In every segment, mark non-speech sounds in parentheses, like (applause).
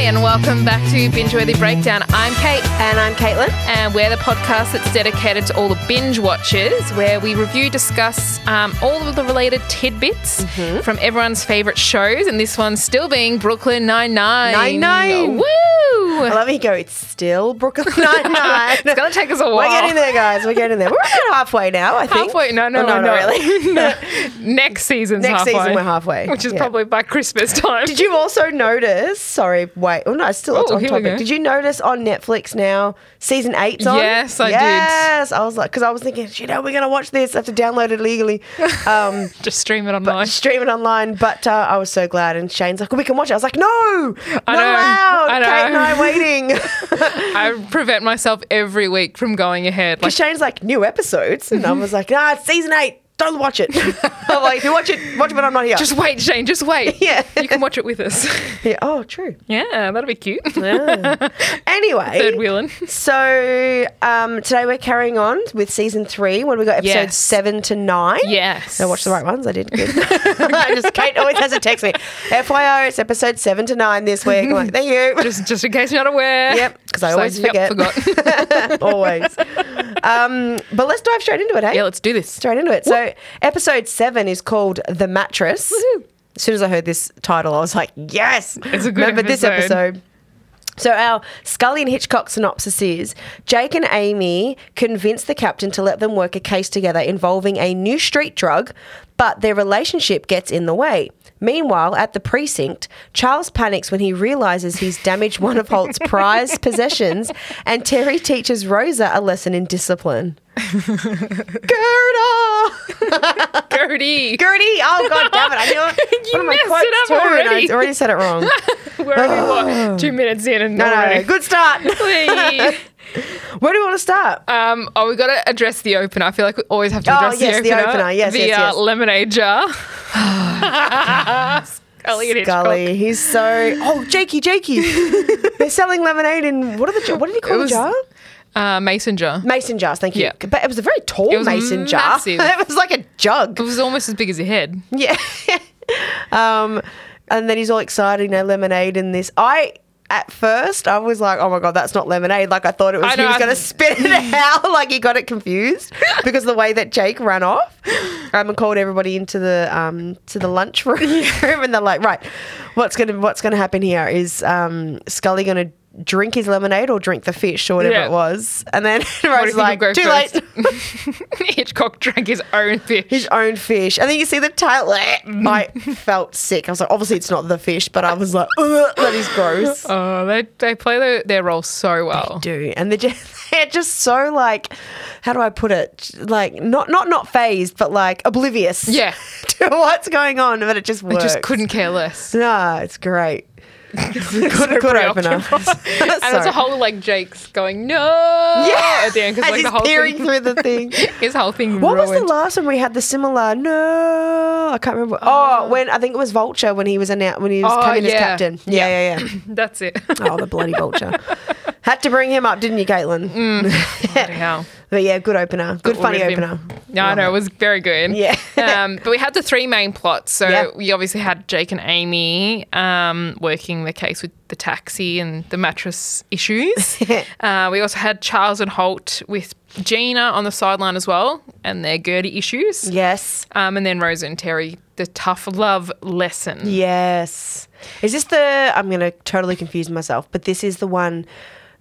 and welcome back to Binge Worthy Breakdown. I'm Kate, And I'm Caitlin. and we're the podcast that's dedicated to all the binge watchers, where we review, discuss um, all of the related tidbits Mm-hmm. from everyone's favourite shows, and this one's still being Brooklyn Nine Nine. Nine-Nine. Woo! I love you go, it's still Brooklyn (laughs) Nine-Nine. It's gonna take us a We're while. getting there, guys. We're getting there. We're about halfway now, I think. Halfway? No, no, Oh, no, no. not (laughs) really. Next season's Next halfway. season, we're halfway. Which is Yeah. probably by (laughs) Christmas time. Did you also notice? Sorry, wait. Oh no, it's still it's Oh, on here we go. topic. Did you notice on Netflix now season eight's on? Yes, I did. Yes, I was like, because I was thinking, you know, we're gonna watch this. I have to download (laughs) it legally, um, Just stream it online. stream it online. But uh, I was so glad. And Shane's like, we can watch it. I was like, no, not know, allowed. I know. Kate and I waiting. (laughs) (laughs) I prevent myself every week from going ahead. (laughs) Like, Because Shane's like new episodes, and I was like, nah, it's season eight. Don't watch it. (laughs) I'm like, if you watch it, watch it, but I'm not here. just wait, Shane, just wait. Yeah. (laughs) You can watch it with (laughs) us. yeah. Oh, (laughs) true. yeah, that'll be cute. (laughs) (laughs) Anyway, Third wheeling. So um, today we're carrying on with season three when we got episodes Yes. seven to nine. Yes. Did I watched the right ones. I did (laughs) good. I just Kate always has to text me. FYO, it's episode seven to nine this week. I'm like, thank (laughs) (laughs) you. Just, just in case you're not aware. Yep, 'cause I Just always yep, forget. (laughs) forgot. always. Um, but let's dive straight into it, hey? yeah, let's do this. straight into it. So episode seven is called The Mattress. As soon as I heard this title, I was like, yes, It's a good remember this episode. episode. So our Scully and Hitchcock synopsis is Jake and Amy convince the captain to let them work a case together involving a new street drug, but their relationship gets in the way. Meanwhile, at the precinct, Charles panics when he realizes he's damaged one of Holt's prized possessions, and Terry teaches Rosa a lesson in discipline. Gerda! Gertie. (laughs) Gertie. Oh god damn it! I knew it. You One of my messed quotes it up too, and already. I already said it wrong. (laughs) We're only, (sighs) what, two minutes in and No, no, no. already- Good start. (laughs) Please. Where do we want to start? Um, oh, we've got to address the opener. I feel like we always have to Oh, address yes, the the opener. opener. Yes, the yes, yes. Oh, Uh, lemonade (sighs) jar. Scully and Hitchcock. Gully. He's so. Oh, Jakey, (laughs) Jakey. They're selling lemonade in what are the? jar- What did he call It was- the jar? Uh, mason jar. Mason jars. Thank you. Yeah. But it was a very tall was mason jar. massive. (laughs) It was like a jug. It was almost as big as your head. Yeah. um, and then he's all excited, you know, lemonade and this. I. At first, I was like, "Oh my god, that's not lemonade!" Like I thought it was. I know, he was I- (laughs) going to spit it out. (laughs) Like he got it confused because of the way that Jake ran off um, and called everybody into the um, to the lunch room, (laughs) and they're like, "Right, what's gonna what's gonna happen here? Is um, Scully gonna drink his lemonade or drink the fish or whatever Yeah. it was?" And then (laughs) Rose think will like, go "Too first?" late." (laughs) Hitchcock drank his own fish. his own fish. And then you see the tail. (laughs) I felt sick. I was like, obviously it's not the fish, but I was like, "Ugh, that is (laughs) gross. Oh, they, they play their, their role so well. Do and they're just, (laughs) they're just so like, how do I put it? Like not not not phased, but like oblivious. (laughs) Yeah. to what's going on, but it just They works. just couldn't care less. Nah, it's great. good So good opener. (laughs) preoccupied. (laughs) and it's Sorry. a whole like Jake's going no yeah. at the end As because like the he's whole peering thing, through the thing. (laughs) his whole thing. What was ruined. the last one we had the similar? No, I can't remember. Oh, when I think it was Vulture when he was announced when he was Oh, coming yeah. as captain. Yeah, yeah, yeah. That's it. (laughs) (laughs) oh, the bloody Vulture. (laughs) Mm. Had to bring him up, didn't you, Caitlin? (laughs) Bloody hell. But yeah, good opener, good Got funny rid of him. opener. Yeah, I know it was very good. Yeah. (laughs) um, but we had the three main plots. So Yeah. we obviously had Jake and Amy um, working the case with the taxi and the mattress (laughs) issues. uh, we also had Charles and Holt with Gina on the sideline as well and their Gertie issues. Yes, Um, and then Rosa and Terry, the tough love lesson. yes. Is this the? I'm gonna totally confuse myself, but this is the one.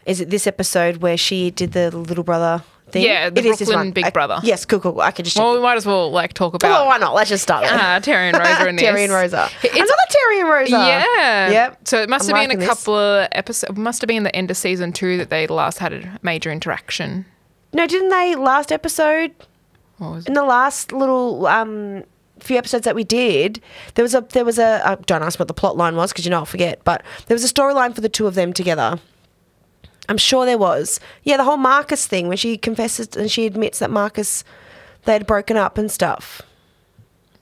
Is it this episode where she did the little brother thing? Yeah, the It is this Brooklyn one. Big I- Brother. yes, cool, cool. cool. I could just. Well, we might as well like talk well, about why not? Let's just start. there. uh, (laughs) Terry and Rosa and Terry this. and Rosa. It's- Another Terry and Rosa. Yeah. Yep. So it must I'm have been liking a this. couple of episodes. Must have been the end of season two that they last had a major interaction. No, didn't they last episode? What was it? in the last little um, few episodes that we did, there was a there was a uh, don't ask what the plot line was because you know I'll forget. But there was a storyline for the two of them together. I'm sure there was. Yeah, the whole Marcus thing when she confesses and she admits that Marcus they had broken up and stuff.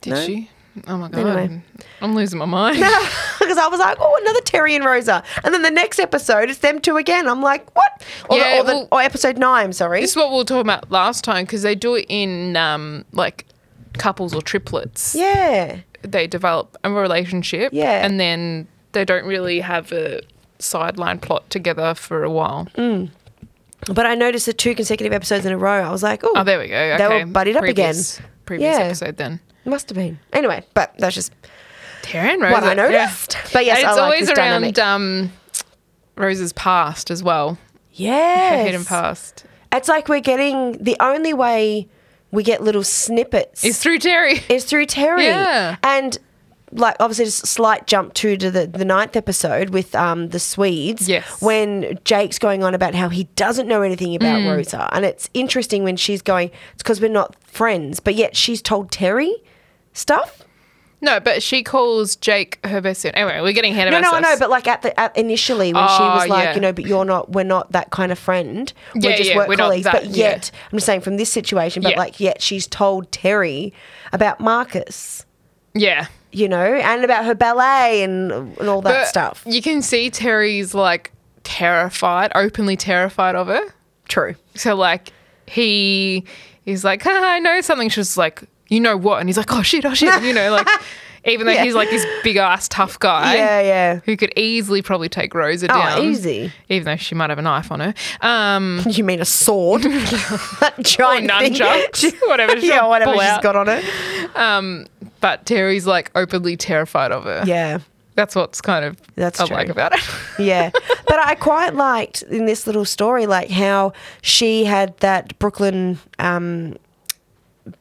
Did No? she? Oh my god. Anyway. I'm losing my mind. (laughs) Because I was like, oh, another Terry and Rosa, and then the next episode it's them two again. I'm like, what? Or, Yeah, the, or, the, well- or episode nine, (laughs) sorry. This is what we were talking about last time because they do it in um, like couples or triplets. yeah, They develop a relationship. Yeah. And then they don't really have a sideline plot together for a while. But I noticed the two consecutive episodes in a row. I was like, oh, Oh, there we go. Okay. They were buddied up Previous- again. Previous Yeah. episode then. Must have been. Anyway, but that's just Taryn Rose. what I yeah. noticed. But yes, And I it's like always this around dynamic. um, Rose's past as well. Her Yes. hidden past. It's like we're getting the only way we get little snippets It's through Terry. is through Terry. Yeah. And like obviously just a slight jump to to the, the ninth episode with um the Swedes. Yes. When Jake's going on about how he doesn't know anything about Mm. Rosa. And it's interesting when she's going, it's because we're not friends, but yet she's told Terry stuff. No, but she calls Jake her best friend. Anyway, we're getting ahead of No, no, I ourselves. know, but like at the at initially when she was Oh, like, yeah. you know, but you're not, we're not that kind of friend. Yeah, we're just yeah, work we're not colleagues. that- but yeah. yet, I'm just saying from this situation, but Yeah. like yet she's told Terry about Marcus, yeah. you know, and about her ballet and, and all that But stuff. You can see Terry's like terrified, openly terrified of her. True. So like he is like, "Ha, I know something. She's like, you know what? And he's like, oh shit, oh shit. You know, (laughs) like even though Yeah. he's like this big ass tough guy. Yeah, yeah. Who could easily probably take Rosa Oh, down. easy. Even though she might have a knife on her. Um You mean (laughs) a sword? that giant thing. nunchucks, (laughs) whatever she'll yeah, whatever pull she's out. got on her. um, but Terry's like openly terrified of her. Yeah. That's what's kind of That's I true. like (laughs) about it. (laughs) yeah. But I quite liked in this little story, like how she had that Brooklyn um,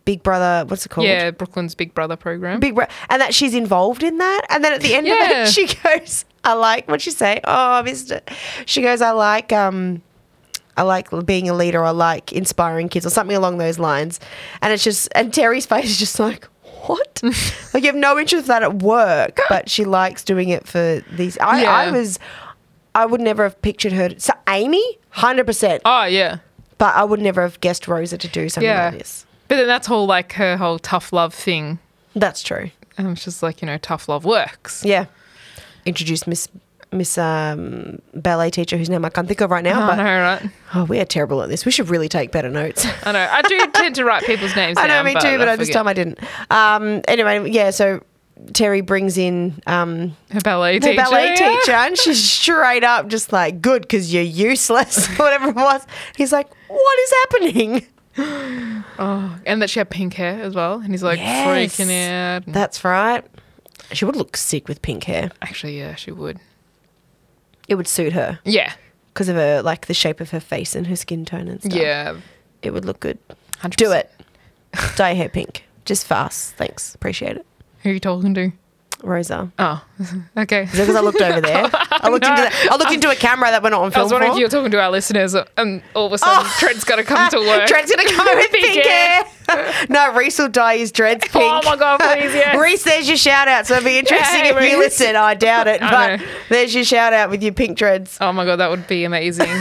Big Brother, what's it called? yeah, Brooklyn's Big Brother program. Big Brother, and that she's involved in that. And then at the end Yeah. of it, (laughs) she goes, I like, what'd she say? Oh, I missed it. She goes, I like, um, I like being a leader. I like inspiring kids or something along those lines. And it's just, and Terry's (laughs) face is just like, (laughs) what? like you have no interest in that at work, but she likes doing it for these. I, I Yeah. was, I would never have pictured her. So Amy, hundred percent, oh yeah. but I would never have guessed Rosa to do something Yeah. like this. But then that's all like her whole tough love thing. That's true. And it's just like, you know, tough love works. Yeah. Introduced Miss Miss um, ballet teacher whose name I can't think of right now, I know, but right? oh, we are terrible at this. We should really take (laughs) better notes. I know. I (laughs) do tend to write people's names. I know, down, me too, but I this forget. time I didn't. Um, anyway, yeah. So Terry brings in um, her ballet her teacher. ballet (laughs) yeah. teacher, and she's straight up just like, "Good, because you're useless," (laughs) or whatever it was. He's like, "What is happening?" Oh, and that she had pink hair as well. And he's like Yes. freaking out. That's right. She would look sick with pink hair. Actually, yeah, she would. It would suit her Yeah. because of her, like the shape of her face and her skin tone and stuff. Yeah. it would look good. 100%. (laughs) Do it. Dye your hair pink. Just fast. Thanks. Appreciate it. Who are you talking to? Rosa. Oh, (laughs) okay. Is it because I looked over (laughs) there? I looked into that. I looked into a camera that we're not on I film was wondering for. Oh. if you were talking to our listeners and all of a sudden Trent's got to come (laughs) to work. Trent's gonna (laughs) come over with Pink pink hair. (laughs) no, Reese will dye his dreads (laughs) pink. Oh my God, (laughs) please, yes. Reese, there's your shout (laughs) out. So it'd be interesting Yay, if you Reese. listen. I doubt (laughs) it, I but know. there's your shout out with your pink dreads. Oh my God, that would be amazing.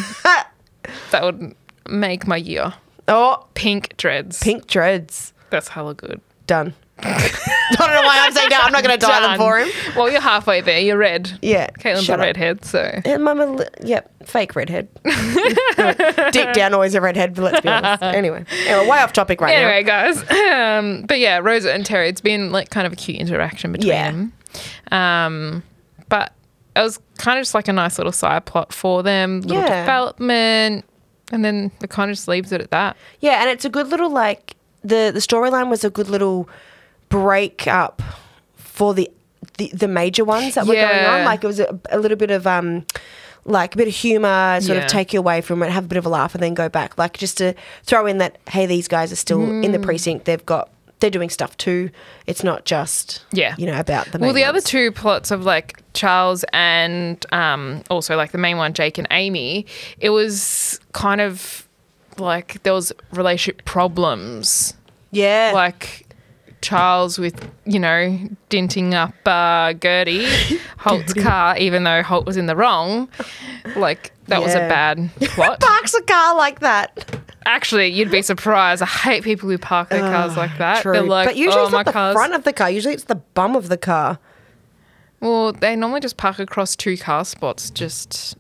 that would make my year. (laughs) Oh, Pink dreads. pink dreads. That's hella good. Done. (laughs) I don't know why I'm saying no. (laughs) I'm not gonna dye them Done. for him. Well, you're halfway there. You're red. Yeah. Caitlin's shut a up. redhead, so. And mama, Uh, li- yep, fake redhead. (laughs) Dick down always a redhead, but let's be (laughs) honest. Anyway, anyway way off topic right Anyway, guys. (laughs) Um, but yeah, Rosa and Terry, it's been like kind of a cute interaction between Yeah. them. Um, but it was kind of just like a nice little side plot for them, little Yeah. development. And then it kind of just leaves it at that. now. Yeah, and it's a good little like the the storyline was a good little break up for the the, the major ones that were going Yeah. on. Like it was a, a little bit of um like a bit of humor, sort Yeah. of take you away from it, have a bit of a laugh, and then go back. Like just to throw in that hey, these guys are still in Mm. the precinct. They've got they're doing stuff too. It's not just Yeah. you know about the well, main the other ones. two plots of like Charles and um, also like the main one, Jake and Amy, it was kind of like there was relationship problems. yeah (laughs) like Charles with you know dinting up uh, (laughs) Gertie Holt's car, even though Holt was in the wrong. Like that was a Yeah. (laughs) bad plot. parks a car like that. Actually, you'd be surprised. I hate people who park their cars like that. They're like, Ah, but usually oh, it's my not the car's. front of the car. Usually it's the bum of the car. Well, they normally just park across two car spots just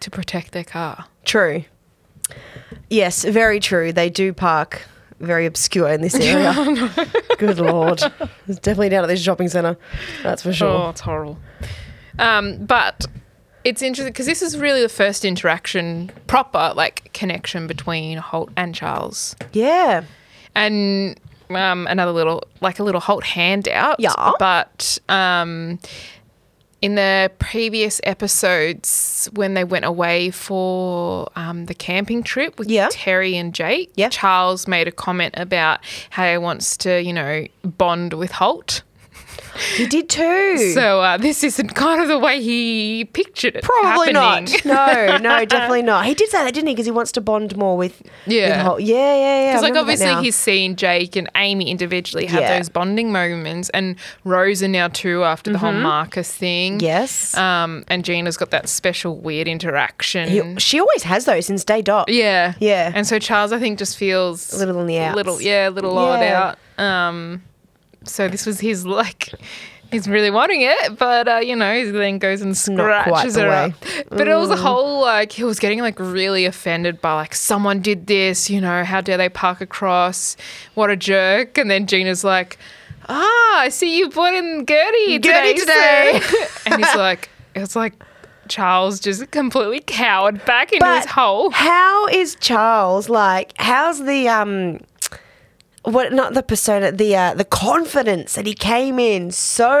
to protect their car. True. Yes, very true. They do park very obscure in (laughs) this area. Oh, (laughs) Good lord, it's definitely down at this shopping centre. That's for sure. Oh, it's horrible. Oh, Um, but it's interesting because this is really the first interaction, proper like connection between Holt and Charles. Yeah. and um, another little like a little Holt handout. Yeah. But um, in the previous episodes, when they went away for um, the camping trip with Yeah. Terry and Jake, Yeah. Charles made a comment about how he wants to, you know, bond with Holt. You did too. So uh, this isn't kind of the way he pictured it. Probably happening. (laughs) not. (laughs) No, no, definitely not. He did say that, didn't he? Because he wants to bond more with. Yeah. with Holt. yeah, yeah, yeah. I Because like remember that obviously now. he's seen Jake and Amy individually have Yeah. those bonding moments, and Rosa now too after the whole Marcus thing. Mm-hmm. Yes. Um, and Gina's got that special weird interaction. He- she always has those since day dot. yeah. Yeah. And so Charles, I think, just feels A little on the outs. Little, yeah, a little odd Yeah. out. Um, so this was his like. He's really wanting it, but uh, you know, he then goes and not quite scratches the her way. Mm. up. But it was a whole like he was getting like really offended by like someone did this, you know, how dare they park across? What a jerk! And then Gina's like, Ah, I see you brought in Gertie Gertie today. today." so-" (laughs) and he's like, it's like Charles just completely cowered back into his hole. How is Charles like? How's the um, what? Not the persona, the uh, the confidence that he came in so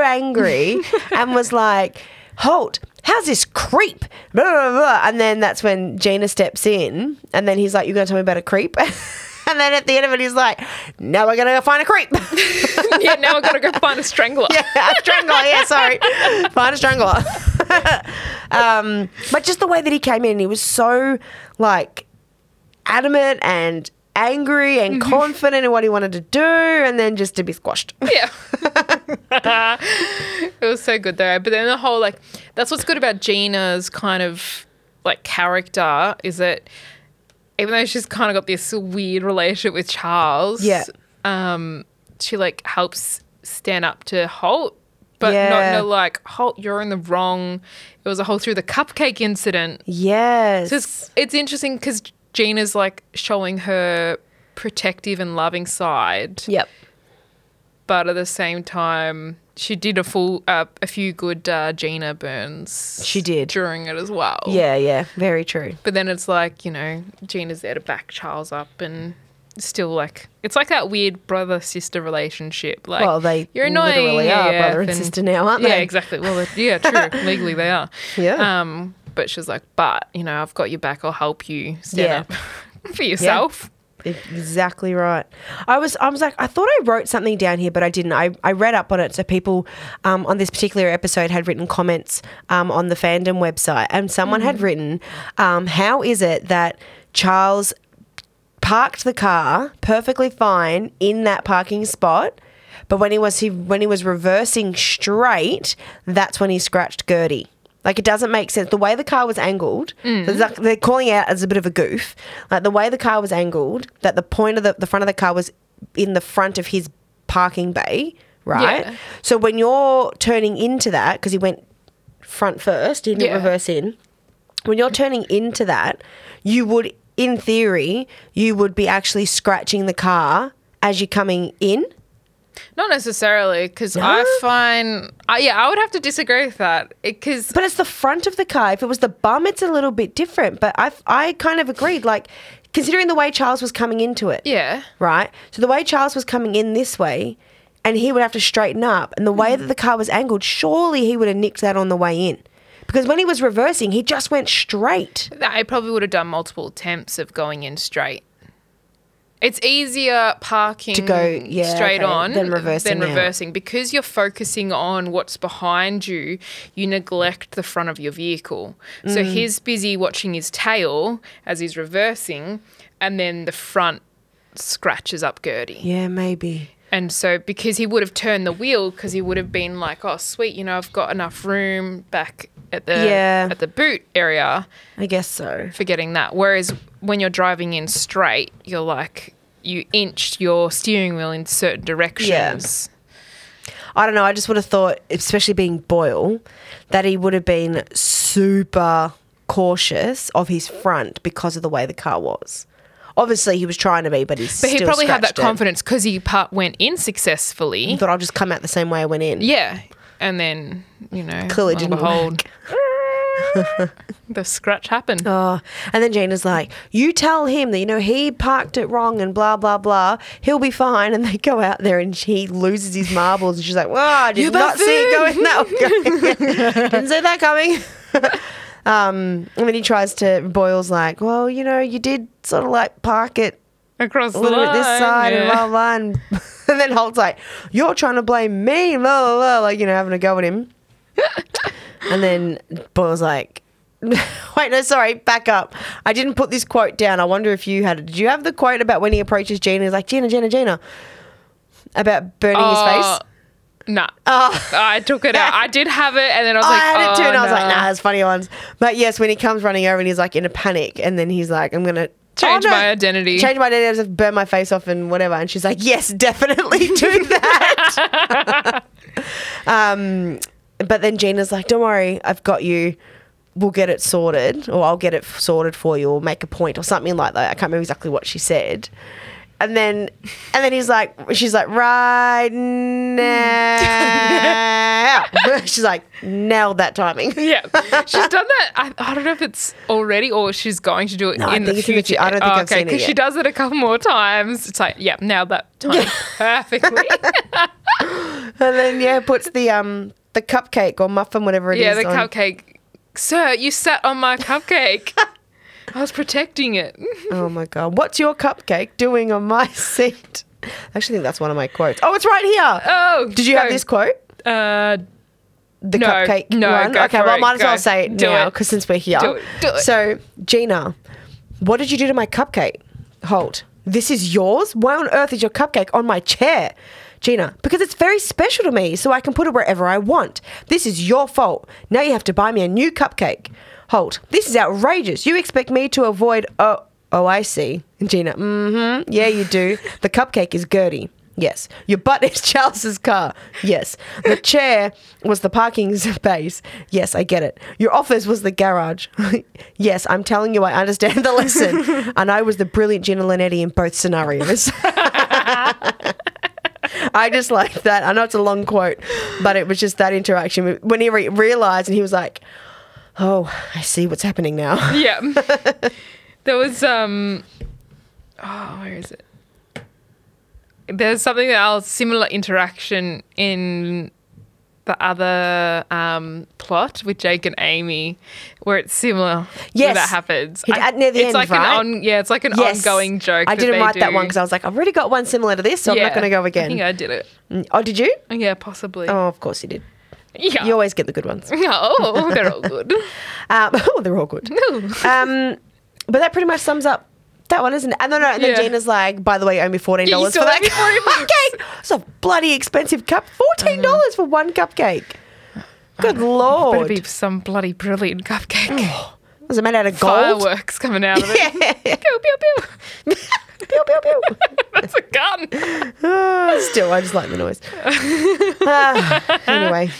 (laughs) angry and was like, "Halt! How's this creep?" Blah, blah, blah. And then that's when Gina steps in, and then he's like, "You're gonna tell me about a creep." (laughs) And then at the end of it, he's like, "Now we're gonna go find a creep." (laughs) (laughs) yeah, now I've got to go find a strangler. a strangler. Yeah, sorry. Find a strangler. (laughs) um, but just the way that he came in, he was so like adamant and angry and Mm-hmm. confident in what he wanted to do, and then just to (laughs) be squashed. Yeah. it was so good though. But then the whole like that's what's good about Gina's kind of like character is that even though she's kind of got this weird relationship with Charles, Yeah. um, she like helps stand up to Holt, but not Yeah. no like Holt, you're in the wrong. It was a whole through the cupcake incident. Yes. So it's, it's interesting because Gina's like showing her protective and loving side yep. but at the same time, she did a full uh, a few good uh, Gina burns. She did. during it as well. Yeah. Yeah. Very true. but then it's like you know Gina's there to back Charles up and still like it's like that weird brother sister relationship. Like well, they you're annoying, literally are AF, brother and sister now, aren't Yeah, they? exactly. Well, they- yeah, (laughs) true. Legally they are. Yeah. Um, but she's like, but you know, I've got your back. I'll help you stand Yeah. up (laughs) for yourself. Exactly right. I was I was like I thought I wrote something down here, but I didn't. I, I read up on it, so people um, on this particular episode had written comments um, on the fandom website, and someone had written, um, "How is it that Charles parked the car perfectly fine in that parking spot, but when he was he when he was reversing straight, that's when he scratched Gertie. Like it doesn't make sense. The way the car was angled, it's like they're calling out as a bit of a goof. Like the way the car was angled, that the point of the, the front of the car was in the front of his parking bay, right? Yeah. So when you're turning into that, because he went front first, he didn't Yeah. reverse in when you're turning into that, you would, in theory, you would be actually scratching the car as you're coming in. Not necessarily, because No? I find, I yeah, I would have to disagree with that. Because But it's the front of the car. If it was the bum, it's a little bit different. But I, I kind of agreed, like, considering the way Charles was coming into it. yeah, right? So the way Charles was coming in this way, and he would have to straighten up, and the way that the car was angled, surely he would have nicked that on the way in. Because when he was reversing, he just went straight. that I probably would have done multiple attempts of going in straight. It's easier parking to go- yeah, straight okay, on than reversing out. than reversing because you're focusing on what's behind you. You neglect the front of your vehicle, so Mm. he's busy watching his tail as he's reversing, and then the front scratches up Gertie. Yeah, maybe. And so, because he would have turned the wheel, because he would have been like, "Oh, sweet, you know, I've got enough room back at the Yeah. at the boot area I guess so. for getting that." Whereas when you're driving in straight, you're like you inch your steering wheel in certain directions. I don't know. I just would have thought, especially being Boyle, that he would have been super cautious of his front because of the way the car was. Obviously, he was trying to be, but he's But he still probably had that scratched it. confidence because he part went in He successfully. thought I'll just come out the same way I went in. Yeah, and then you know, Clearly lo and didn't behold, the scratch happened. Oh, and then Gina's like, "You tell him that you know he parked it wrong and blah blah blah. He'll be fine." And they go out there and he loses his marbles, and she's like, "Wow, I did You not see it buffoon." going that (laughs) way. Didn't see that coming." (laughs) um, and then he tries to Boyle's like, "Well, you know, you did sort of like park it Across a the little bit this line, side and yeah. blah blah." And, (laughs) and then Holt's like, "You're trying to blame me, blah blah blah," like you know, having a go (laughs) at him. And then Boyle's like, (laughs) wait, no, sorry, back up. I didn't put this quote down. I wonder if you had it. Did you have the quote about when he approaches Gina? He's like, Gina, Gina, Gina, about burning his Oh, face? Nah. Oh. I took it out. I did have it, and then I was (laughs) I like, had it too, oh, and I was like, no. nah, it's funny ones. But yes, when he comes running over and he's like in a panic, and then he's like, I'm going to Change my identity. Change my identity, I just burn my face off and whatever. And she's like, (laughs) yes, definitely do that. um, but then Gina's like, don't worry, I've got you. We'll get it sorted, or I'll get it f- sorted for you, or make a point, or something like that. I can't remember exactly what she said. And then, and then he's like, she's like, right (laughs) now. (laughs) she's like, nailed that timing. Yeah, she's done that. I, I don't know if it's already or she's going to do it No, I in the think it's in the future. fu- I don't think I've seen it because she yet. does it a couple more times. It's like, yeah, now (laughs) that time perfectly. And then yeah, puts the um the cupcake or muffin, whatever it is. yeah, the on- cupcake. Sir, you sat on my (laughs) cupcake. I was protecting it. (laughs) Oh my god, what's your cupcake doing on my (laughs) seat? I actually think that's one of my quotes. Oh, it's right here. Oh, Did you go. have this quote? Uh, The No, cupcake no, one. go okay, for well, I it, might as go. well say it Do now it. because since we're here. Do it, do it. So, Gina, what did you do to my cupcake? Holt, this is yours. Why on earth is your cupcake on my chair? Gina, because it's very special to me, so I can put it wherever I want. This is your fault. Now you have to buy me a new cupcake. Holt, this is outrageous. You expect me to avoid. Oh, oh, I see. Gina, mm hmm. Yeah, you do. The cupcake is Gertie. Yes. Your butt is (laughs) Charles's car. Yes. The chair was the parking (laughs) space. Yes, I get it. Your office was the garage. (laughs) yes, I'm telling you, I understand (laughs) the lesson. and I was the brilliant Gina Linetti in both scenarios. (laughs) I just like that. I know it's a long quote, but it was just that interaction when he re- realized and he was like, oh, I see what's (laughs) happening now. (laughs) yeah. there was um oh, where is it? There's something else similar interaction in the other um, plot with Jake and Amy, where it's similar. where Yes. that happens. It- at near the it's end, like right? an on, yeah, it's like an ongoing joke. I that didn't they write that do. one because I was like, I've already got one similar to this, so I'm Yeah. not going to go I (laughs) again. think I did it. Oh, did you? Yeah, possibly. Oh, of course you did. yeah. (laughs) You always get the good ones. oh, they're (laughs) all good. (laughs) Um, (laughs) oh, they're all good. um, but that pretty much sums up that one, isn't it? And then, and then Yeah. Gina's like, by the way, you owe me $14 Yeah, you for still owe that me 40 bucks. cupcake. It's a bloody expensive cup. $14 dollars for one cupcake. Good Better lord. be some bloody brilliant cupcake. (laughs) Was it made out of gold? Fireworks coming out of it. (laughs) (laughs) Yeah. Pew, pew, pew. (laughs) pew, pew, pew. That's a gun. Ah, still, I just like the noise. Ah, anyway,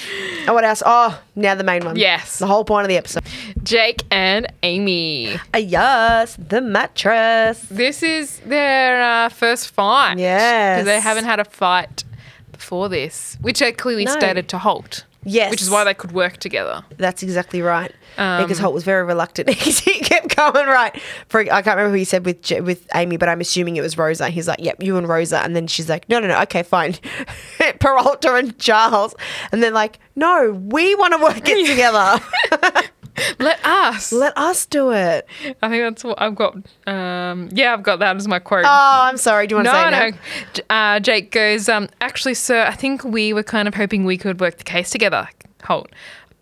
and what else? Oh, now the main one. Yes. the whole point of the episode. Jake and Amy. Ah, yes, the mattress. This is their uh, first fight. Yes. 'Cause they haven't had a fight before this, which they clearly No. stated to Holt. Yes. Which is why they could work together. That's exactly right. because Um, Holt was very reluctant. (laughs) he kept going right. For I can't remember who he said with J- with Amy, but I'm assuming it was Rosa. He's like, "Yep, you and Rosa," and then she's like, "No, no, no. Okay, fine. (laughs) Peralta and Charles." And then like, "No, we want to work (laughs) it together. (laughs) Let us. Let us (laughs) do it." I think that's what I've got. Um, yeah, I've got that as my quote. Oh, I'm sorry. Do you want to say no, it now? no. J- Uh, Jake goes, um, actually, sir, I think we were kind of hoping we could work the case together. Holt.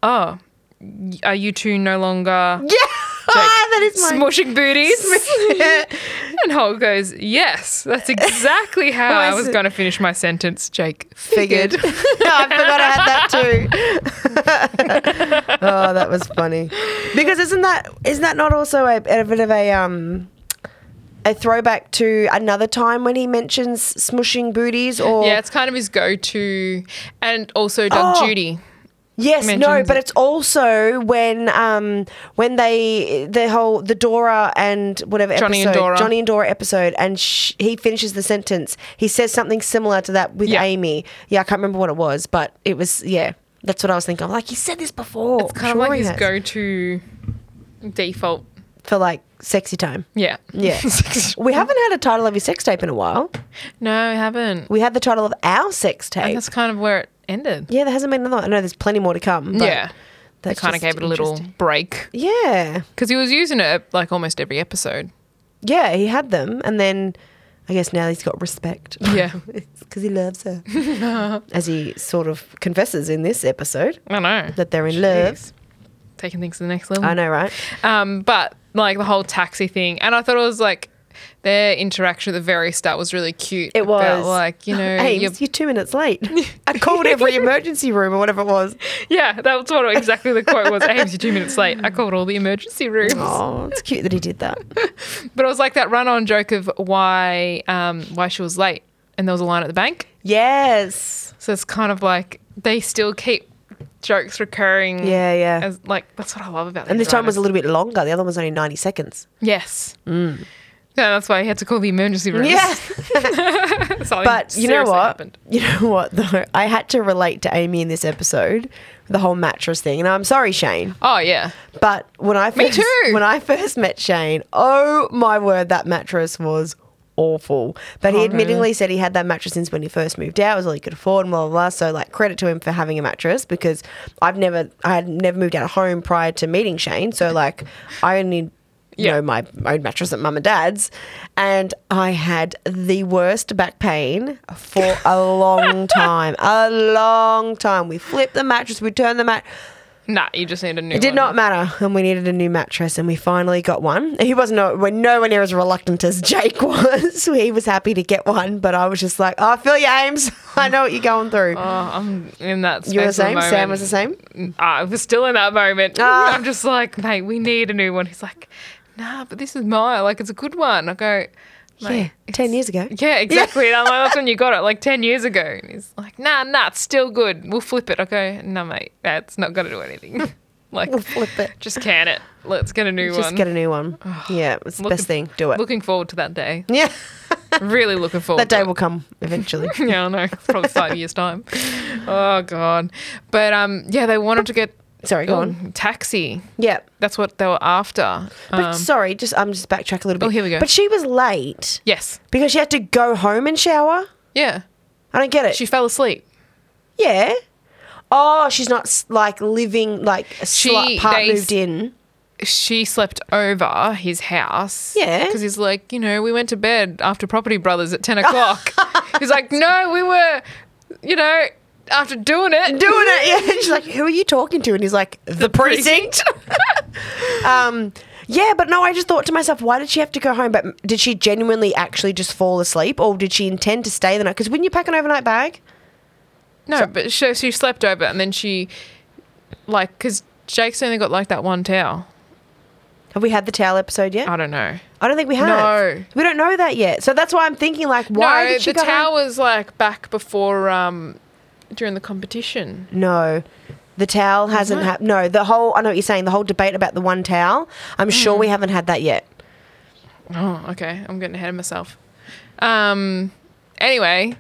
Oh, y- are you two no longer (laughs) Yeah, (laughs) that is my. smushing booties? (laughs) (laughs) And Holt goes, Yes, that's (laughs) exactly how Why I is was it- going to finish my sentence, Jake. Figured. (laughs) no, I forgot I had that too. oh, that was funny. Because isn't that isn't that not also a, a bit of a um a throwback to another time when he mentions smushing booties or Yeah, it's kind of his go to. And also Doug Oh. Judy. yes no mentions but it. it's also when um when they the whole the Dora and whatever Johnny and episode Dora. Johnny and Dora episode and sh- he finishes the sentence he says something similar to that with Yeah. Amy yeah I can't remember what it was but it was yeah That's what I was thinking. I'm like, he said this before. It's kind of like his go-to default. for like sexy time. Yeah. Yeah. we haven't had a title of his sex tape in a while. (laughs) no, I haven't. We had the title of our sex And tape. that's kind of where it ended. yeah, there hasn't been another one. I know there's plenty more to come. But yeah. They that's kind of just gave it a little interesting. break Yeah. because he was using it like almost every episode. Yeah, he had them. And then I guess now he's got respect. (laughs) Yeah. Because he loves (laughs) her. As he sort of confesses in this episode I know. that they're in love. Jeez. Taking things to the next level. I know, right? Um, but like the whole taxi thing, and I thought it was like their interaction at the very start was really cute. It about, was. like (laughs) you know, Ames, your- you're, two (laughs) minutes late. I called every emergency room or whatever it was. yeah, that's what exactly the quote was. Ames, you're two minutes late. I called all the emergency rooms, Oh, it's cute that he did that. but it was like that run-on joke of why um, why she was late, and there was a line at the bank. Yes. So it's kind of like they still keep jokes recurring. Yeah, yeah. Mm. As, like that's what I love about. and these this time was a Mm. writers. little bit longer. The other one was only 90 seconds. yes. Yeah, that's why he had to call the emergency rooms. (laughs) Something But you know seriously what? happened. You know what, though? I had to relate to Amy in this episode, the whole mattress thing. And I'm sorry, Shane. Oh yeah. But when I first, Me too. when I first met Shane, oh my word, that mattress was awful. But he Oh, admittingly really? said he had that mattress since when he first moved out. It was all he could afford, and blah blah blah. So like credit to him for having a mattress because I've never I had never moved out of home prior to meeting Shane. So like I only Yeah. know my own mattress at mum and dad's and I had the worst back pain for a (laughs) long time. A long time. We flipped the mattress, we turned the mat Nah, you just need a new. it did not matter, and we needed a new mattress, and we finally got one. He was no, we're nowhere near as reluctant as Jake (laughs) was. he was happy to get one, but I was just like, "Oh, I feel you, Ames. (laughs) I know what you're going through." Oh, I'm in that. Space you were the at same. moment. Mm, Sam was the same. I was still in that moment. Ah. (laughs) I'm just like, mate, we need a new one. He's like, nah, but this is mine. Like, it's a good one. I go, Yeah, mate, ten it's- years ago. (laughs) Yeah, exactly. And I'm like, that's when you got it, like ten years ago. And he's like, nah, nah, it's still good. We'll flip it. I go, nah, mate, that's not gonna do anything. (laughs) like, We'll flip it. Just can it. Let's get a new (laughs) Just one. get a new one. yeah, it's the Looking- best thing. Do it. Looking forward to that day. (laughs) yeah, really looking forward. that to day it. will come (laughs) eventually. yeah, I know. It's probably five years time. Oh god. But um, yeah, they wanted to get Sorry, go on. Ooh, taxi. Yeah, That's what they were after. but Um, sorry, just I'm just backtrack a little bit. Oh, here we go. But she was late yes. because she had to go home and shower. Yeah. I don't get it. She fell asleep. Yeah. Oh, she's not s- like living like a She- slight part they s- moved in. She slept over his house. Yeah. Because he's like, you know, we went to bed after Property Brothers at 10 (laughs) o'clock. he's like, no, we were, you know, after doing it. Doing it, yeah. (laughs) She's like, "Who are you talking to?" And he's like, "The, precinct." um, yeah, but no, I just thought to myself, why did she have to go home? But m- did she genuinely actually just fall asleep, or did she intend to stay the night? Because wouldn't you pack an overnight bag? No, but she, she slept over and then she, like, because Jake's only got like that one towel. Have we had the towel episode yet? I don't know. I don't think we have. Uh, No. we don't know that yet. So that's why I'm thinking, like, why no, did she the go home? towel was like back before, um, during the competition. No. The towel hasn't it? happened. No, the whole, I know what you're saying, the whole debate about the one towel, I'm sure Mm. we haven't had that yet. Oh, okay. I'm getting ahead of myself. Um. Anyway,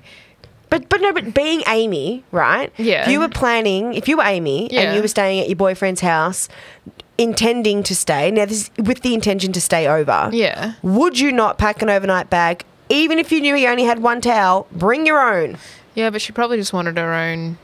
But, but no, but being Amy, right? Yeah. If you were planning, if you were Amy Yeah. and you were staying at your boyfriend's house, intending to stay, now this is with the intention to stay over, yeah. would you not pack an overnight bag? Even if you knew he only had one towel, bring your own. Yeah, but she probably just wanted her own.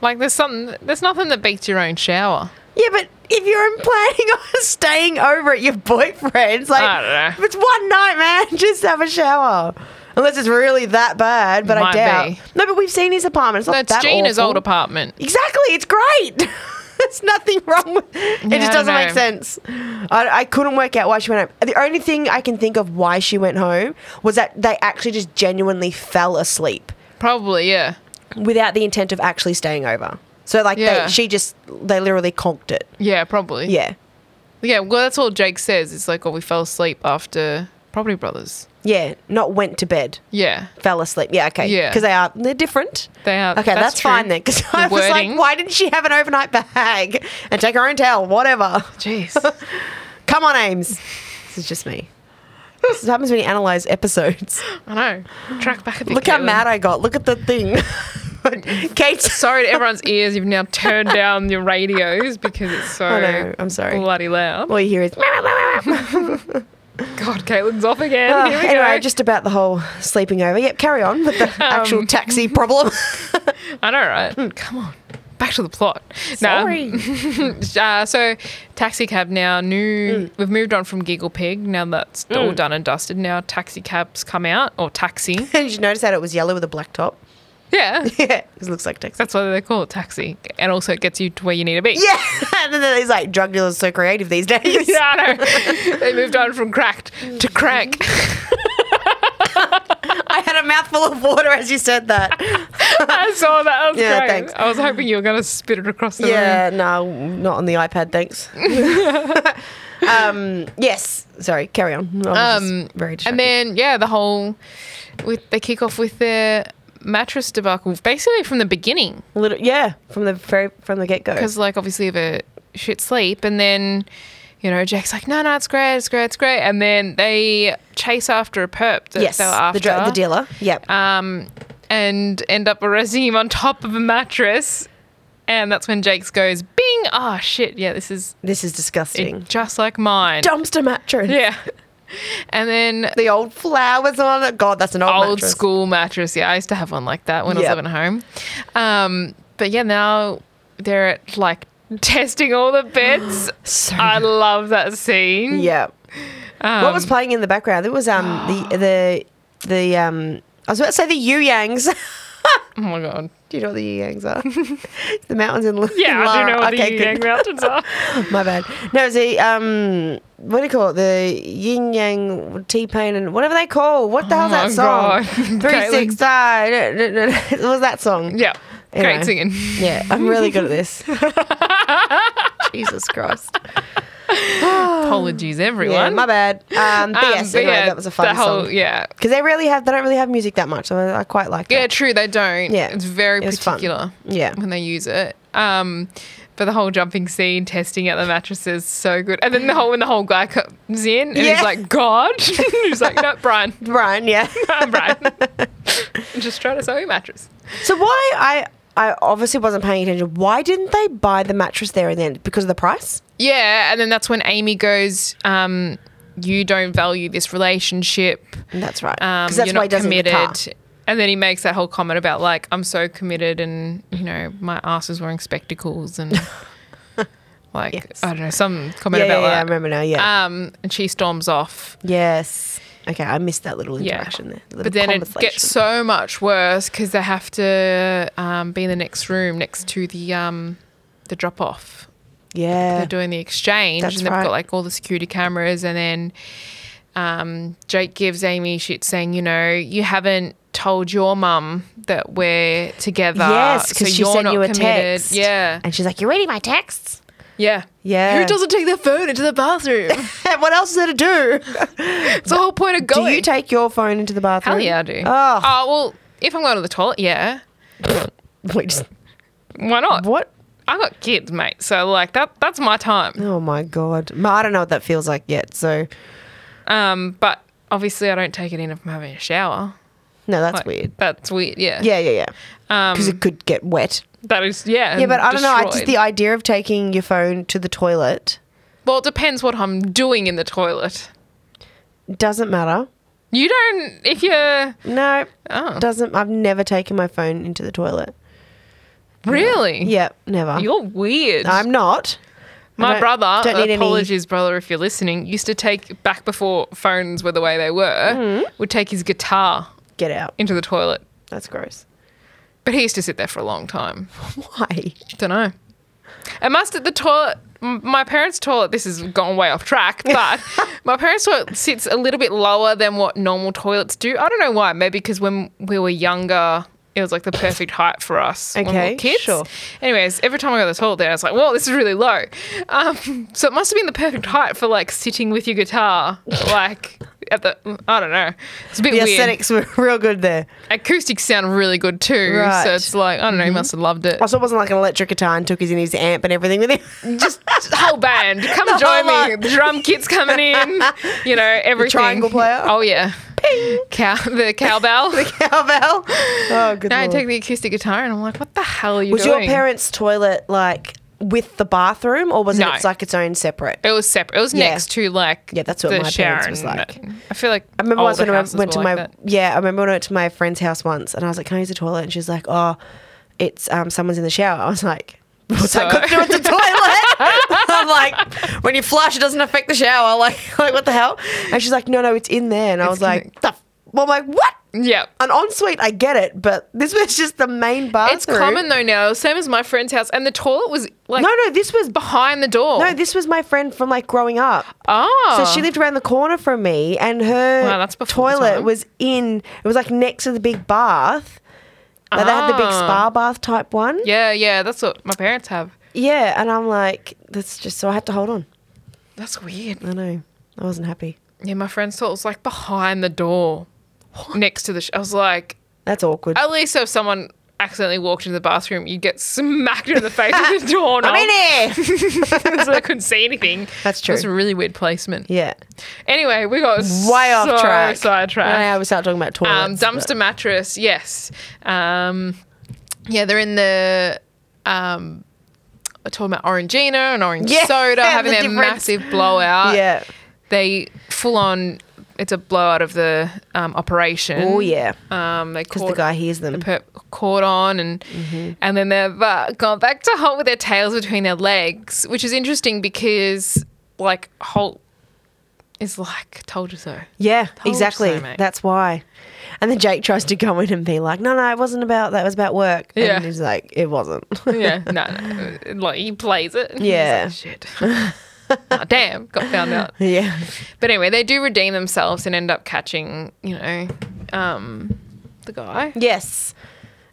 Like, there's something. There's nothing that beats your own shower. Yeah, but if you're planning (laughs) on staying over at your boyfriend's, like, I don't know. it's one night, man. (laughs) Just have a shower. Unless it's really that bad, but I Might doubt. be. No, but we've seen his apartment. It's not That's that Gina's awful. old apartment. Exactly. It's great. (laughs) There's nothing wrong with it. Yeah, I just don't doesn't make know. sense. I, I couldn't work out why she went home. The only thing I can think of why she went home was that they actually just genuinely fell asleep Probably, yeah. without the intent of actually staying over. So, like, Yeah. they, she just, they literally conked it. Yeah, probably. Yeah. Yeah. Well, that's all Jake says. It's like, oh, we fell asleep after Property Brothers. Yeah, not went to bed, Yeah, fell asleep. Yeah, okay. Yeah. because they are they're different. they are. Okay, that's, true. fine then. (laughs) Because The I was wording. like, why didn't she have an overnight bag and take her own towel? Whatever. (laughs) Jeez. Come on, Ames. This is just me. This is what (laughs) happens when you analyze episodes. I know. Track back a bit. Look how Caitlin. mad I got. Look at the thing. (laughs) God. Kate. Oh, Sorry to (laughs) everyone's ears. You've now turned down your radios because it's so I know, I'm sorry. bloody loud. All you (laughs) hear is. God, Caitlin's off again. Oh, Here we (laughs) anyway, go. Um, just about the whole sleeping over. Yep, carry on with the (laughs) actual taxi problem. (laughs) I know, Hmm. right? Come on. Back to the plot. Nah. (laughs) uh, so, taxi cab now. New. Hmm. We've moved on from Giggle Pig. Now that's all done and dusted. Now taxi cabs come out or taxi. Did you notice that it was yellow with a black top? (laughs) Yeah, Yeah, it looks like (laughs) taxi. that's why they call it taxi. And also, it gets you to where you need to be. Yeah, (laughs) and then he's like, drug dealers are so creative these days. (laughs) Yeah, I know. they moved on from cracked to crank. (laughs) (laughs) I had a mouthful of water as you said that. (laughs) I saw that. That was Yeah, great. thanks. I was hoping you were going to spit it across the room. yeah, no, not on the (laughs) iPad, thanks. um, yes, sorry, carry on. I was Um, just very And distracted. then, yeah, the whole. with They kick off with their mattress debacle, basically from the beginning. Little, yeah, from the very from the get go. because like obviously of a shit sleep and then you know jack's like no no it's great it's great it's great and then they chase after a perp that Yes, they were after the, drug the dealer. Yep. um and end up arresting him on top of a mattress and that's when jake's goes bing oh shit yeah this is this is disgusting. it, just like mine (laughs) Dumpster mattress. yeah and then The old flowers on it. God, that's an (laughs) old, old mattress. school mattress. Yeah, I used to have one like that when I Yep. was living at home. Um, but yeah, now they're at like testing all the beds. (gasps) So I love that scene. Yeah. Um, what was playing in the background? It was um (gasps) the the the um I was about to say the Yu Yangs. oh my god. (laughs) do you know what the Yu (laughs) Yangs are? the mountains in Lu- Yeah, I do Lara. know what the good. Yang Mountains (laughs) are. My bad. No, it's the um what do you call it? The Yin Yang T Pain and whatever they call. What the hell's Oh my that song? God. (laughs) Three six five. (laughs) It was that song. Yeah. Anyway. Great singing. (sighs) Yeah, I'm really good (laughs) at this. Jesus Christ. Apologies, everyone. (laughs) Yeah, my bad. Um, but Um, yes, but anyway, yeah, that was a fun the whole- song. Yeah. Because they really have, they don't really have music that much. So I, I quite like Yeah, that. true. They don't. Yeah, it's very it was fun. particular. Yeah. when they use it. Um, but the whole jumping scene, testing out the mattresses, so good. And then the whole when the whole guy comes in and Yeah. he's like, "God," (laughs) he's like, "No, Brian, (laughs) Brian, yeah. (laughs) I'm Brian, just trying to sell you a mattress." so why I I obviously wasn't paying attention. Why didn't they buy the mattress there and then because of the price? Yeah, and then that's when Amy goes, um, "You don't value this relationship." That's right. Um, Because that's you're why not he does committed. it in the car. And then he makes that whole comment about like, I'm so committed, and you know, my ass is wearing spectacles, (laughs) and like Yes. I don't know, some Yeah, comment yeah, about yeah, I that. remember now. Yeah. Um, and she storms off. yes. Okay, I missed that little Yeah. interaction there. Little But then it conversation. gets so much worse because they have to um, be in the next room next to the um, the drop off. yeah. They're doing the exchange, That's and they've right. got like all the security cameras, and then um, Jake gives Amy shit saying, you know, you haven't dolled your mum that we're together. Yes, because she you're sent not you a committed." text. Yeah, And she's like, "You're reading my texts." yeah, Yeah. (laughs) Who doesn't take their phone into the bathroom? what else is there to do? it's the whole point of going. (laughs) Do you take your phone into the bathroom? Hell yeah, I do. Oh, well, if I'm going to the toilet, yeah. (laughs) wait, just, Why not? what? I got kids, mate. So like that that's my time. Oh my god, Ma, I don't know what that feels like yet. So Um, but obviously I don't take it in if I'm having a shower. no, that's Like, weird. That's weird. Yeah. Yeah, yeah, yeah. Um, Because it could get wet. that is yeah. Yeah, but I don't know. I just destroyed. the idea of taking your phone to the toilet well, it depends what I'm doing in the toilet. doesn't matter. You don't if you're No, oh doesn't. I've never taken my phone into the toilet. really Yeah, never. You're weird. I'm not. I My don't- brother, don't need any- apologies, brother, if you're listening, used to take back before phones were the way they were, Mm-hmm. would take his guitar Get out. into the toilet. That's gross. But he used to sit there for a long time. Why? Don't know. It must at the toilet. m- My parents' toilet. This has gone way off (laughs) track, but my parents' toilet sits a little bit lower than what normal toilets do. I don't know why. Maybe because when we were younger, it was like the perfect height for us when we Okay, were kids. sure. Anyways, every time I go to the toilet, there I was like, "Whoa, this is really low." Um, so it must have been the perfect height for like sitting with your guitar, like at the. I don't know. It's a bit The weird. aesthetics were (laughs) real good there. Acoustics sound really good too. Right. Mm-hmm. So it's like I don't know. He must have loved it. Also, it wasn't like an electric guitar and took his in his amp and everything with him. (laughs) just whole band. Come The join whole me. lot. (laughs) The drum kit's coming in. You know everything. triangle player? Oh yeah. Cow, the (laughs) cowbell. Cowbell. Oh, good now I lord. take the acoustic guitar and I'm like, what the hell are you was doing? your parents' toilet like with the bathroom, or was No. it its, like its own separate? It was separate. It was Yeah. next to like Yeah, that's what the my shower parents was and- like. I feel like I remember once when I went houses went were to like my that. yeah, I remember when I went to my friend's house once, and I was like, "Can I use the toilet?" And she's like, "Oh, it's um someone's in the shower." I was like. (laughs) What's So- that got to do with the (laughs) toilet? I'm like, when you flush, it doesn't affect the shower. (laughs) Like, like what the hell? And she's like, no, no, it's in there. And I was like, the f-? well, I'm like, what? yeah. An ensuite, I get it, but this was just the main bathroom. It's common though now, same as my friend's house, and the toilet was like No, no, this was behind the door. no, this was my friend from like growing up. oh, So she lived around the corner from me, and her Wow, that's before the toilet time. was in. It was like next to the big bath. Like they had the big Ah. spa bath type one. Yeah. Yeah, yeah, that's what my parents have. and I'm like, that's just so I had to hold on. That's weird. I know, I wasn't happy. Yeah, my friend's toilet was like behind the door, next to the. Sh- I was like, That's (laughs) awkward. at least if someone accidentally walked into the bathroom, you'd get smacked in the face with (laughs) the door. I'm in (laughs) here. so I couldn't see anything. That's true. That's a really weird placement. yeah, Anyway, we got way off so track. I know Sidetracked. we start talking about Um, toilets. dumpster mattress, yes. Um, yeah, they're in the. Um, we're talking about Orangina and orange Yeah, soda, having (laughs) the their difference. massive blowout. but- yeah. They full on. It's a blowout of the um, operation. Oh yeah, Um, they because the caught, guy Mm-hmm. hears the them. perp caught on, and and then they've uh, gone back to Holt with their tails between their legs, which is interesting because like Holt is like told you so. Yeah, you exactly. so, mate. That's why. And then Jake tries to go in and be like, "No, no, it wasn't about that. It was about work." Yeah. and he's like, (laughs) "It wasn't." yeah, no, no, uh, like he plays it. He's like, Yeah. shit. (laughs) Ah, damn, got found out. yeah, But anyway, they do redeem themselves and end up catching, you know, um, the guy. Yes.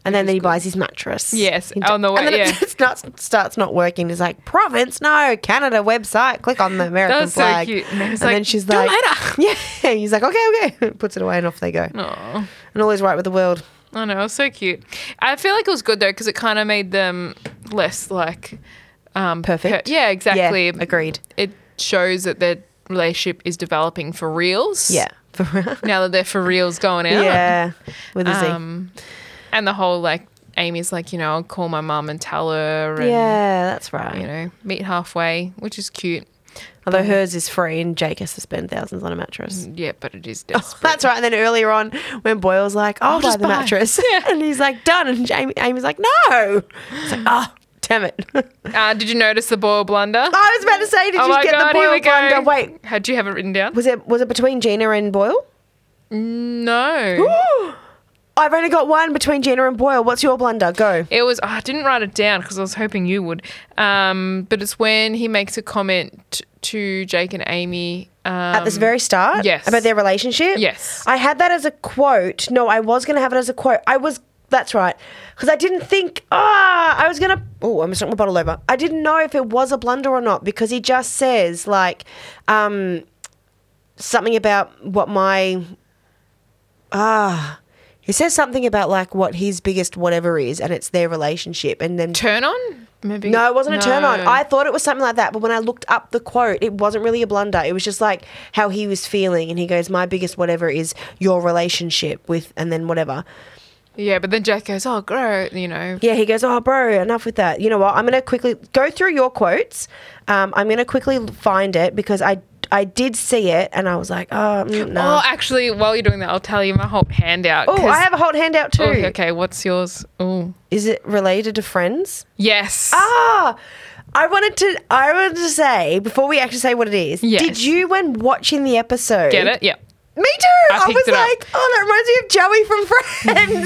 And then, is he good. buys his mattress. Yes, He on the way, And then yeah. it (laughs) just not, starts not working. He's like, province, no, Canada website. Click on the American That was so flag. cute. And then he's and like, then she's "Do like, later." (laughs) yeah. And he's like, okay, okay. (laughs) Puts it away and off they go. Oh, And all is right with the world. I know, it was so cute. I feel like it was good though because it kind of made them less like um, Perfect. per- yeah, exactly. Yeah, agreed. It shows that their relationship is developing for reals. Yeah. (laughs) Now that they're for reals going out. yeah. With a Z. Um, and the whole like Amy's like, you know, I'll call my mum and tell her and yeah, that's right. you know, meet halfway, which is cute. Although hers is free and Jake has to spend thousands on a mattress. Yeah, but it (laughs) Oh. is desperate. That's Oh, right. And then earlier on, when Boyle's like, I'll, buy just the buy. mattress. Yeah. (laughs) and he's like, done. And Jamie, Amy's like, no. It's like, oh, damn it. uh, did you notice the boil blunder? (laughs) I was about to say, did oh you my get god, the here boil we go. blunder? Wait, How do you have it written down? was it was it between Gina and Boyle? No. I've only got one between Gina and Boyle. What's your blunder? Go. It was, oh, I didn't write it down because I was hoping you would. Um, but it's when he makes a comment to Jake and Amy. Um, At this very start? yes. About their relationship? Yes. I had that as a quote. No, I was going to have it as a quote. I was, that's right. Because I didn't think, ah, I was going to, oh, I'm stuck my bottle over. I didn't know if it was a blunder or not because he just says, like, um, something about what my, ah, he says something about, like, what his biggest whatever is and it's their relationship. And then turn on? Maybe. no, it wasn't a turn on. No. I thought it was something like that, but when I looked up the quote, it wasn't really a blunder. It was just like how he was feeling, and he goes, "My biggest whatever is your relationship with," and then whatever. yeah, but then Jake goes, oh, grow, you know. Yeah, he goes, "Oh, bro, enough with that." You know what? I'm gonna quickly go through your quotes. Um, I'm gonna quickly find it because I I did see it, and I was like, "Oh, mm, no." Oh, actually, while you're doing that, I'll tell you my whole handout. Oh, 'cause- I have a whole handout too. Oh, okay, what's yours? Oh, Is it related to friends? yes. Ah, I wanted to. I wanted to say before we actually say what it is. Yes. Did you, when watching the episode, Get it? Yeah. Me too. I I, picked was it up. like, oh, that reminds me (laughs)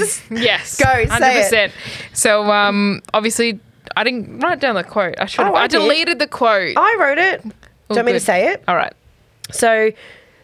of Joey from Friends. Yes. Go, say it. So, um, obviously, I didn't write down the quote. I should have. Oh, I I, did. Oh. deleted the quote. I wrote it. Do Oh, you want me to good. say it? All right. So,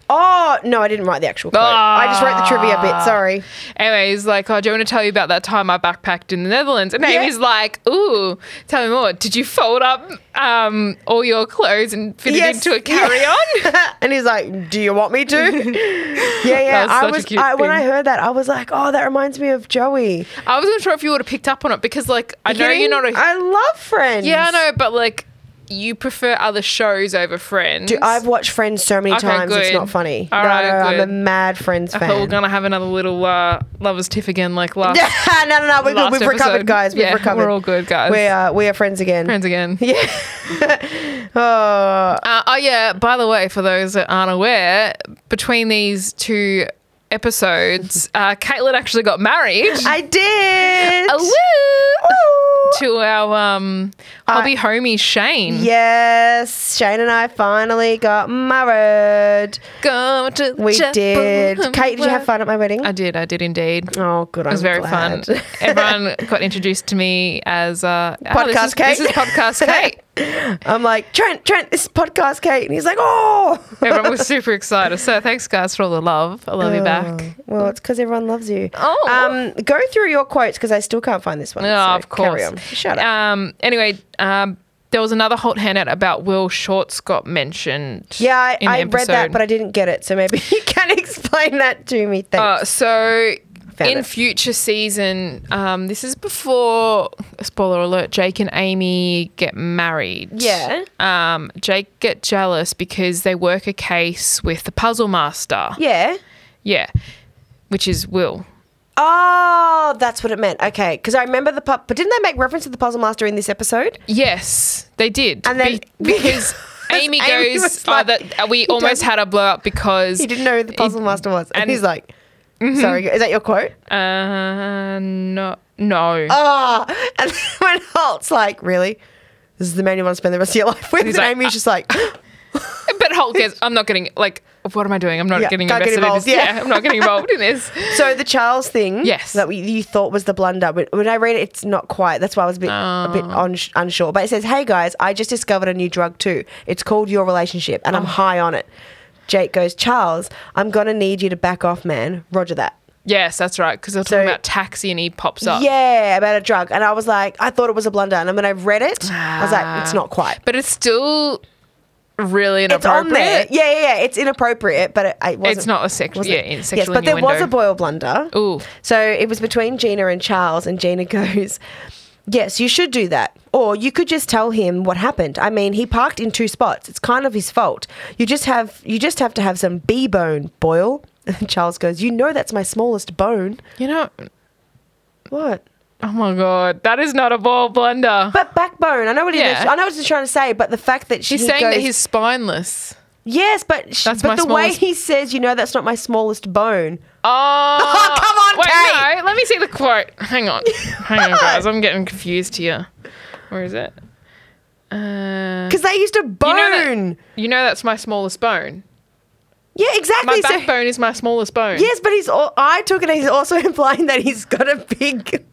oh no, I didn't write the actual quote. Ah. I just wrote the trivia bit. Sorry. Anyway, he's like, oh, do you want to tell you about that time I backpacked in the Netherlands? And Yeah. Amy's like, ooh, tell me more. Did you fold up um, all your clothes and fit Yes. it into a (laughs) carry-on? and he's like, "Do you want me to?" (laughs) yeah, That yeah. was I such a was. cute I, when I thing. heard that, I was like, "Oh, that reminds me of Joey." I wasn't sure if you would have picked up on it because, like, I know Kidding? you're not a I love Friends. Yeah, I know, but like you prefer other shows over Friends. Dude, I've watched Friends so many Okay, times, it's good. not funny. All no, right, no, I'm a good. mad Friends I fan. thought we are gonna have another little uh, lovers tiff again, like last (laughs) no, no, no, we're good. last We've recovered, episode. guys. We've Yeah, recovered. We're all good, guys. We are, we are friends again. (laughs) friends again. Yeah. oh, Uh, oh yeah. By the way, for those that aren't aware, between these two (laughs) episodes, uh, Caitlin actually got married. I did. Woo! Ooh. To our um, hobby homie Shane. Yes, Shane and I finally got married. Go to We Japan. did. Kate, did you have fun at my wedding? I did. I did indeed. oh, good. It was very fun. (laughs) Everyone got introduced to me as uh, oh, this Podcast is- Kate. This is (laughs) podcast Kate. I'm like Trent, Trent. This is podcast, Kate, and he's like, oh. Everyone was super excited. So thanks, guys, for all the love. I love you back. Oh, Well, it's because everyone loves you. Oh. Um, go through your quotes because I still can't find this one. Oh, so of course. Carry on. Shut up. Um, anyway, um, there was another hot handout about Will Shorts got mentioned. yeah, I, in the I read that, episode. but I didn't get it. So maybe (laughs) you can explain that to me. Thanks. Uh, so Found in it. future season, um, this is before spoiler alert. Jake and Amy get married. Yeah. Um, Jake get jealous because they work a case with the puzzle master. yeah. Yeah, which is Will. Oh, that's what it meant. Okay, because I remember the pu- but didn't they make reference to the Puzzle Master in this episode? Yes, they did. And then- (laughs) because. Amy Amy goes, was like, oh, that, we almost doesn't- had a blow up because He didn't know who the Puzzle Master was, and, and- Mm-hmm. he's like, "Sorry, is that your quote?" Uh, no, no. Ah, (laughs) and then when Holt's like, "Really, this is the man you want to spend the rest of your (laughs) life with," and like, "Uh, Amy's just like, (gasps) (laughs) But Hulk is. I'm not getting like. What am I doing? I'm not Yeah, getting can't get invested involved, in this. yeah. Yeah. I'm not getting involved in this. (laughs) "So the Charles thing, Yes. that we, you thought was the blunder, but when I read it, it's not quite. That's why I was a bit a bit on, unsure." But it says, "Hey guys, I just discovered a new drug too. It's called your relationship, and I'm high on it." Jake goes, "Charles, I'm gonna need you to back off, man. Roger that." Yes, that's right. Because they're So- talking about taxi, and he pops up. Yeah, about a drug. And I was like, I thought it was a blunder. And then when I read it, I was like, it's not quite. But it's still really It's on there. inappropriate. Yeah, yeah, yeah. It's inappropriate, but it, it wasn't. It's not a sexual. wasn't- Yeah, in sexual Yes, but there was a innuendo. Boyle blunder. Ooh. So it was between Gina and Charles, and Gina (laughs) goes, Yes, you should do that. Or you could just tell him what happened. I mean, he parked in two spots. It's kind of his fault. You just have you just have to have some B bone, Boyle. (laughs) And Charles goes, You know that's my smallest bone. You know. What? Oh my god, that is not a ball blunder. But backbone, I know what he Yeah. I know what he's trying to say, but the fact that she He's saying goes, that he's spineless. yes, but sh- That's but my the way smallest- he says, you know, that's not my smallest bone. Oh, (laughs) Oh, come on, wait, Kate. no. Let me see the quote. Hang (laughs) on, hang on, guys. I'm getting confused here. Where is it? Uh, Because they used a You bone. know that- You know that's my smallest bone. yeah, My exactly. So- backbone is my smallest bone. yes, but he's. All, I took it. as He's also (laughs) implying that he's got a big,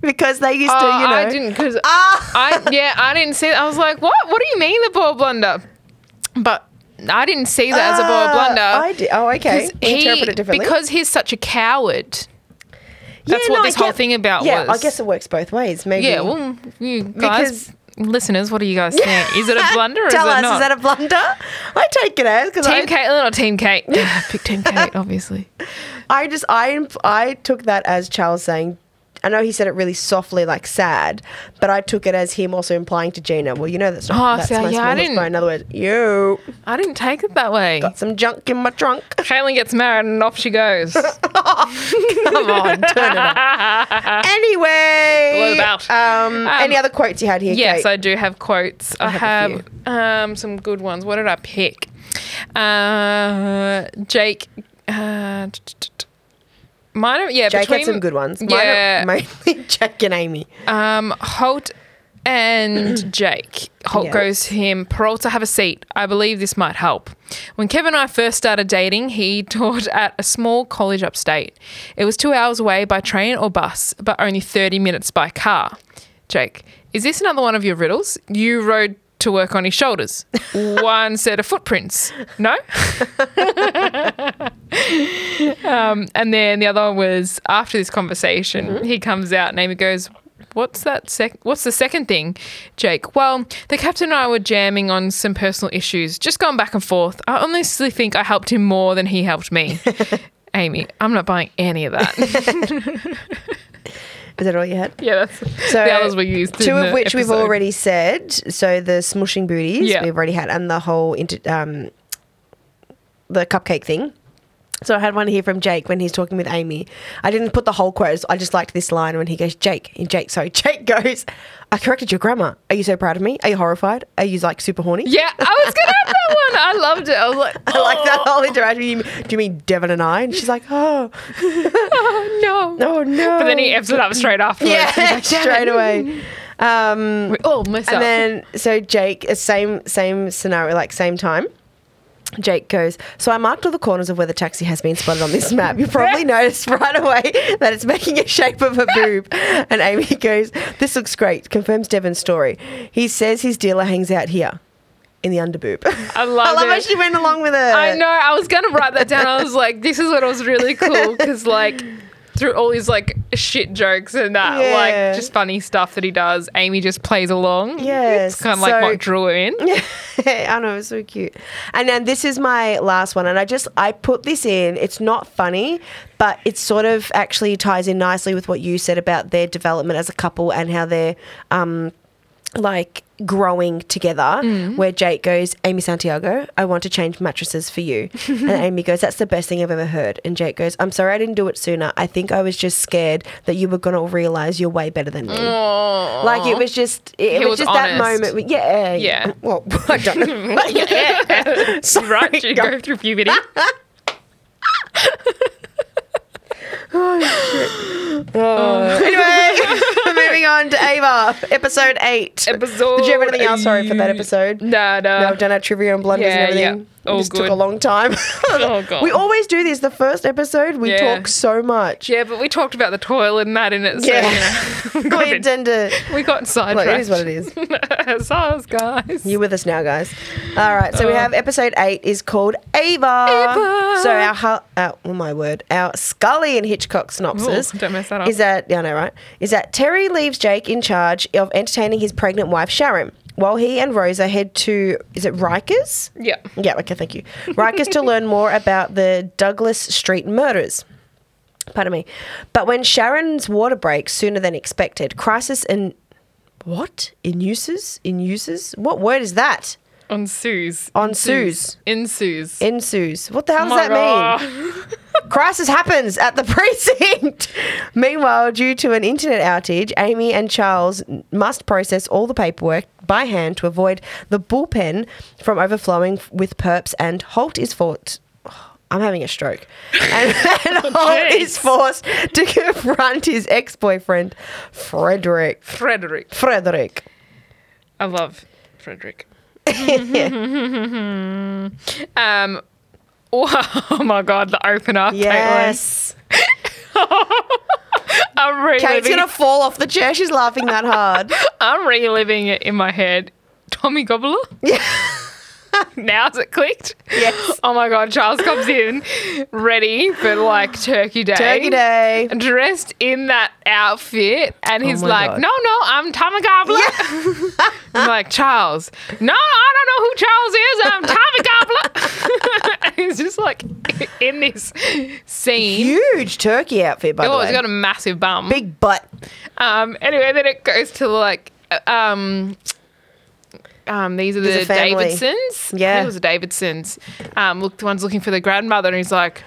because they used Oh, to. You know. I didn't because Ah. I yeah I didn't see. that. I was like, what? What do you mean the ball blunder? But I didn't see that as a ball Ah, blunder. (laughs) I did. Oh, okay. 'Cause We interpret it differently. because he's such a coward. that's what this whole thing about yeah, was. I guess it works both ways. Maybe. Yeah, well, you guys, listeners, what do you guys think? Is it (laughs) a blunder or Tell is it us, not? is that a blunder? I take it as because I Team Caitlin or Team (laughs) Kate? (laughs) Yeah, Pick Team Kate, obviously. I just I imp- I took that as Charles saying. I know he said it really softly, like sad, but I took it as him also implying to Gina, "Well, you know that's not Oh, that's so, my yeah, I smallest didn't- bone." In other words, you I didn't take it that way. got some junk in my trunk. Caitlin gets married and off she (laughs) goes. (laughs) Oh, Come on, turn it up. anyway, Blow it out. Um, any Um, other quotes you had here? Yes, Kate? I do have quotes. I, have have, a um, some good ones. What did I pick? Uh, Jake. Uh, t- t- t- mine are, yeah, Jake between, had some good ones. Mine Yeah. are (laughs) mainly Jake and Amy. Um, Holt and Jake. Holt Yes. goes to him, Peralta, have a seat. I believe this might help. When Kevin and I first started dating, he (laughs) taught at a small college upstate. It was two hours away by train or bus, but only 30 minutes by car. Jake, is this another one of your riddles? You rode to work on his shoulders. one set of footprints. No? (laughs) Um, And then the other one was after this conversation, he comes out and Amy goes, What's that sec what's the second thing? Jake, well, the captain and I were jamming on some personal issues, just going back and forth. I honestly think I helped him more than (laughs) he helped me. Amy, I'm not buying any of that. Is that all you had? Yeah, that's (laughs) So the others were used. Two in of the which we've episode. already said. So the smushing booties Yeah. we've already had, and the whole inter- um, the cupcake thing. So I had one here from Jake when he's talking with Amy. I didn't put the whole quote. I just liked this line when he goes, "Jake," and Jake, sorry, (laughs) Jake goes, "I corrected your grammar. Are you so proud of me? Are you horrified? Are you like super horny?" (laughs) Yeah, I was gonna have that one. I loved it. I was like, I like that whole interaction. You- Do you mean Devon and I? And she's like, "Oh, oh no, oh no!" But then he f's it up straight afterwards. yeah, He's like, "Damn straight it." away. (laughs) Um, We all mess up. And then so Jake, uh, same same scenario, like same time. Jake goes, So I marked all the corners of where the taxi has been spotted on this map. (laughs) You probably noticed right away that it's making a shape of a boob. And Amy goes, This looks great. Confirms Devon's story. He says his dealer hangs out here in the underboob. I (laughs) I love love it. how she went along with it. I know. I was gonna write that down. I was like, this is what was really cool because like through all these like shit jokes and that Yeah. like just funny stuff that he does, Amy just plays along. Yes. it's kind of like So- what drew her (laughs) in. I know, it's so cute. And then this is my last one, and I just I put this in. It's not funny, but it sort of actually ties in nicely with what you said about their development as a couple and how they're um like growing together where Jake goes, Amy Santiago, I want to change mattresses for you. and Amy goes, That's the best thing I've ever heard. And Jake goes, I'm sorry I didn't do it sooner. I think I was just scared that you were gonna realise you're way better than me. Oh, Aw. Like it was just, it, He was, was just that honest. moment. Yeah, Yeah. Well, (laughs) (laughs) I don't know. right, you go through puberty. (laughs) (laughs) anyway, moving on to Ava, episode eight. Episode Did you have anything else? Sorry for that eight. episode. Nah, nah. No, I've done our trivia and blunders Yeah, and everything. yeah. It All just took good. a long time. (laughs) (laughs) Oh, God. We always do this. The first episode, we Yeah. talk so much. yeah, (laughs) but we talked about the toilet and that in it. So, (laughs) you know, we (laughs) we, got tend to. we got Look, sidetracked. it is what it (laughs) is. is. SARS, guys. You're with us now, guys. All right, so we Uh. have episode eight is called Ava. Ava. So our, hu- our oh my word, our Scully and Hitchcock synopsis. Ooh, don't mess that up. Is that yeah, I know, right? Is that Terry leaves Jake in charge of entertaining his pregnant wife Sharon while he and Rosa head to is it Rikers? yeah. Yeah, okay, thank you. Rikers to learn more about the Douglas Street murders. Pardon me. But when Sharon's water breaks sooner than expected, crisis in what? In uses? In uses? What word is that? On Sue's. On Sue's. Ensues. Ensues. What the hell Oh does my that mean? God. Crisis happens at the (laughs) precinct. Meanwhile, due to an internet outage, Amy and Charles must process all the paperwork by hand to avoid the bullpen from overflowing f- with perps, and Holt is forced. (sighs) I'm having a stroke. (laughs) And, and Holt Oh, Jeez. is forced to confront his ex boyfriend, Frederick. Frederick. Frederick. I love Frederick. (laughs) um, oh (laughs) my god, the opener. Yes. Caitlin. (laughs) I'm Kate's reliving. going to fall off the chair. She's laughing (laughs) that hard. I'm reliving it in my head. Tommy (laughs) Gobbler. Yeah. Now's it clicked. Yes. Oh my god, Charles comes in ready for like Turkey Day. Turkey Day. Dressed in that outfit, and he's Oh my like, God. "No, no, I'm Tommy Gobbler." (laughs) I'm like Charles. No, I don't know who Charles is. I'm Tommy (laughs) Gobbler. (laughs) And he's just like in this scene. Huge turkey outfit, by the Oh, way. he's got a massive bum. Big butt. Um, anyway, then it goes to like uh, um, um, these are the There's a family. Davidsons. Yeah. I think it was the Davidsons. Um, look, the one's looking for their grandmother, and he's like,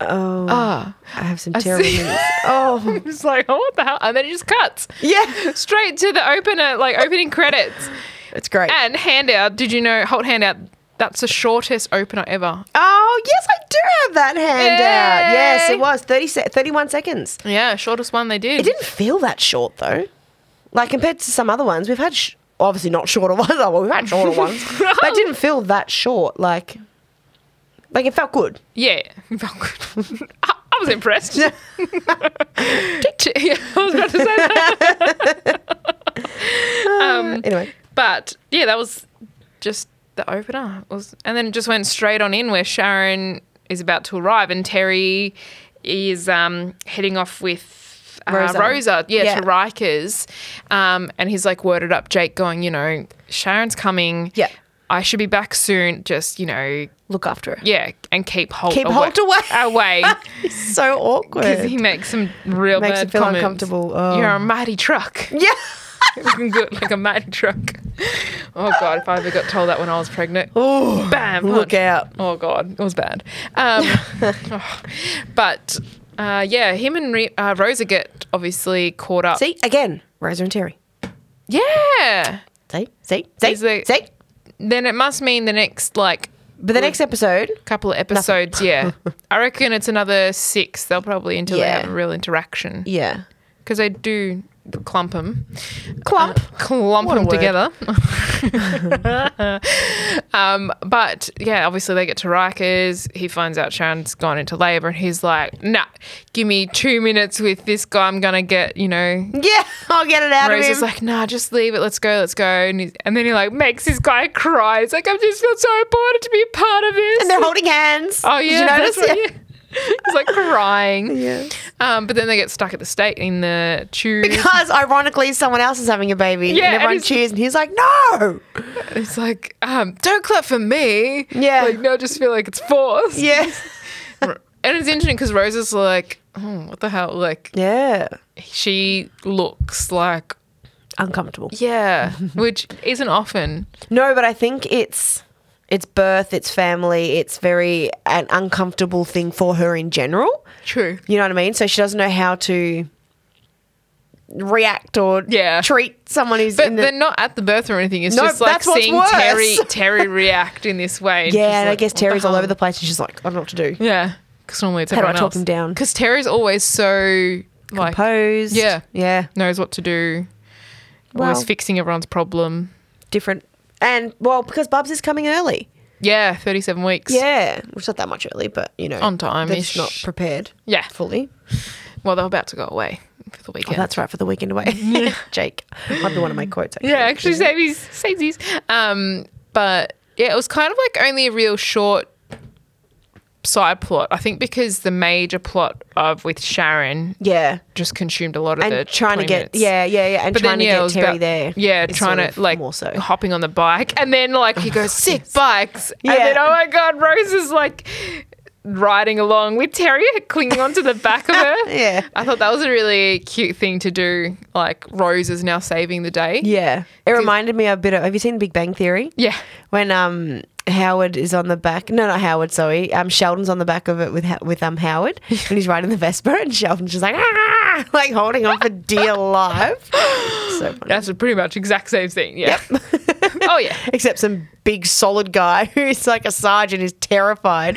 Oh, ah, I have some I see. terrible news. Oh, (laughs) he's like, oh, what the hell? And then it just cuts yeah, straight to the opener, like opening credits it's great. and handout. Did you know Holt handout? That's the shortest opener ever. oh, yes, I do have that handout. Yes, Yay. it was 30 se- 31 seconds. Yeah, shortest one they did. It didn't feel that short though. Like compared to some other ones, we've had sh- obviously not shorter (laughs) ones. Oh, Well, we've (laughs) had shorter ones, but it didn't feel that short. Like, like it felt good. Yeah, (laughs) I, I was (laughs) impressed. yeah, (laughs) I was about to say that. um, Anyway, But yeah, that was just the opener. It was, and then it just went straight on in where Sharon is about to arrive and Terry is um, heading off with uh, Rosa. Rosa. yeah, Yeah. to Rikers. Um, and he's like worded up Jake going, you know, Sharon's coming. Yeah. I should be back soon. Just, you know, Look after it. yeah, and keep Holt Keep away. Holt away. (laughs) away. It's so awkward. Because he makes some real Makes bad you feel comments. uncomfortable. Oh. You're a mighty truck. (laughs) yeah. Looking good like a mighty truck. Oh god, if I ever got told that when I was pregnant. Oh, bam! Look out. Oh god, it was bad. (laughs) Um, oh. but uh, yeah, him and Re- uh, Rosa get obviously caught up. See, again, Rosa and Terry. Yeah. See, see, see, Is there- see. Then it must mean the next like But the next episode, couple of episodes. (laughs) Yeah, I reckon it's another six. They'll probably until Yeah. they have a real interaction yeah. because they do clump them. Clump. clump What a them word. together. (laughs) um, but yeah, obviously they get to Rikers. He finds out Sharon's gone into labor, and he's like, "Nah, give me two minutes with this guy. I'm gonna get you know." yeah, I'll get it out Rose of is him. like, "Nah, just leave it. Let's go. Let's go." And, he's, and then he like makes this guy cry. He's like, "I just feel so important to be a part of this." and they're holding hands. oh Did yeah, you notice? that's what- yeah. (laughs) he's like crying. (laughs) Yeah. Um, but then they get stuck at the state in the tube. Because ironically, someone else is having a baby, Yeah, and and everyone he's- cheers, and he's like, "No!" It's like, um, don't clap for me. Yeah. Like, no, I just feel like it's forced. Yeah, and it's interesting because Rosa's like, oh, what the hell? Like, (laughs) yeah, she looks like, uncomfortable. (laughs) yeah, which isn't often. No, but I think it's it's birth, it's family, it's very an uncomfortable thing for her in general. True. You know what I mean? So she doesn't know how to react or Yeah. treat someone who's But in the they're not at the birth or anything. It's No, just like that's what's seeing worse. Terry (laughs) Terry react in this way. yeah, she's and I like, guess what Terry's all hell? over the place, and she's like, "I don't know what to do." Yeah, because normally it's How do I everyone talk him down? Because Terry's always so like Composed. Yeah. yeah, knows what to do, Well- always fixing everyone's problem. different. And well, because Bubs is coming early. Yeah, thirty-seven weeks. Yeah, which is not that much early, but you know, On time-ish. They're just not prepared yeah. fully. Well, they're about to go away for the Oh, weekend. that's right for the weekend (laughs) away. (laughs) Jake, might be one of my quotes. Actually. yeah, actually, Sadie's, Sadie's. Um, but yeah, it was kind of like only a real short side plot. I think because the major plot of with Sharon yeah, just consumed a lot of and the trying 20 to get minutes. yeah, yeah, yeah, and But trying then yeah, it to was get Terry about- there. Yeah, is trying sort to of like (sighs) more so. Oh, hopping on the bike, and then like he goes sick bikes, Yeah. and then oh my god, Rose is like riding along with Terry clinging onto the back of her. (laughs) Yeah. I thought that was a really cute thing to do. Like Rose is now saving the day. Yeah, it reminded me a bit of. Have you seen Big Bang Theory? Yeah. when um Howard is on the back. No, not Howard. Sorry, um Sheldon's on the back of it with Ho- with (laughs) um Howard, and he's riding the Vespa, and Sheldon's just like ah, (laughs) like holding on (laughs) for dear life. So funny. (laughs) That's pretty much exact same thing. Yeah. oh yeah. Except some big solid guy (laughs) who's like a sergeant (gasps) is terrified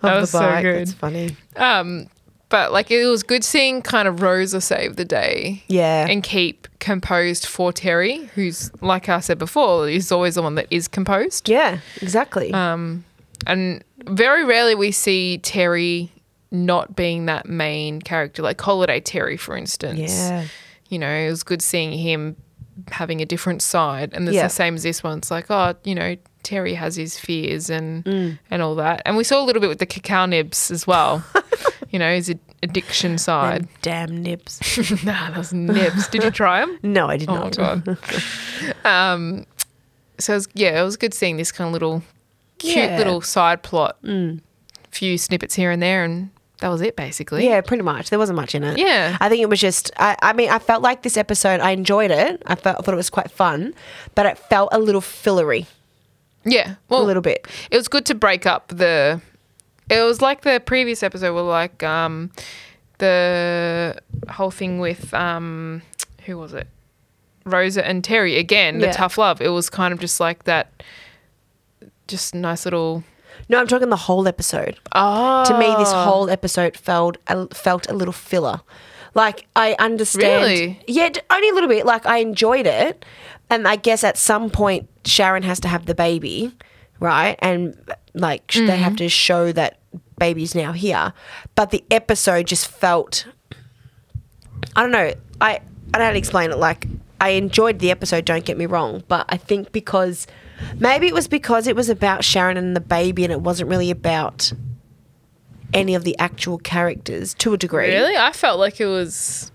That the was so bike. good. It's funny. Um, but like it was good seeing kind of Rosa save the day. Yeah. And keep composed for Terry, who's like I said before, is always the one that is composed. Yeah, exactly. Um, and very rarely we see Terry not being that main character, like Holiday Terry, for instance. Yeah. You know, it was good seeing him having a different side, and it's Yeah. the same as this one. It's like, oh, you know, Terry has his fears and Mm. and all that, and we saw a little bit with the cacao nibs as (laughs) well. you know, his ad- addiction side. Damn (laughs) nibs. nah, those nibs. Did you try them? No, I did Oh my not. (laughs) god. um, so it was, yeah, it was good seeing this kind of little cute Yeah. Mm. little side plot. Few snippets here and there, and that was it basically. Yeah, pretty much. There wasn't much in it. Yeah. I think it was just, I, I mean, I felt like this episode, I enjoyed it. I, felt, I thought it was quite fun, but it felt a little fillery, Yeah. Well, a little bit. It was good to break up the. It was like the previous episode were like um, the whole thing with um, who was it? Rosa and Terry again. The Yeah. tough love. It was kind of just like that. Just nice little. No, I'm talking the whole episode. Oh. To me, this whole episode felt a, felt a little filler. Like, I understand. Really? Yeah, d- only a little bit. Like, I enjoyed it. And I guess at some point, Sharon has to have the baby, right? And like, sh they have Mm-hmm. to show that baby's now here. But the episode just felt I don't know. I I don't know how to explain it. Like I enjoyed the episode. Don't get me wrong, but I think because maybe it was because it was about Sharon and the baby, and it wasn't really about any of the actual characters to a degree. Really? I felt like it was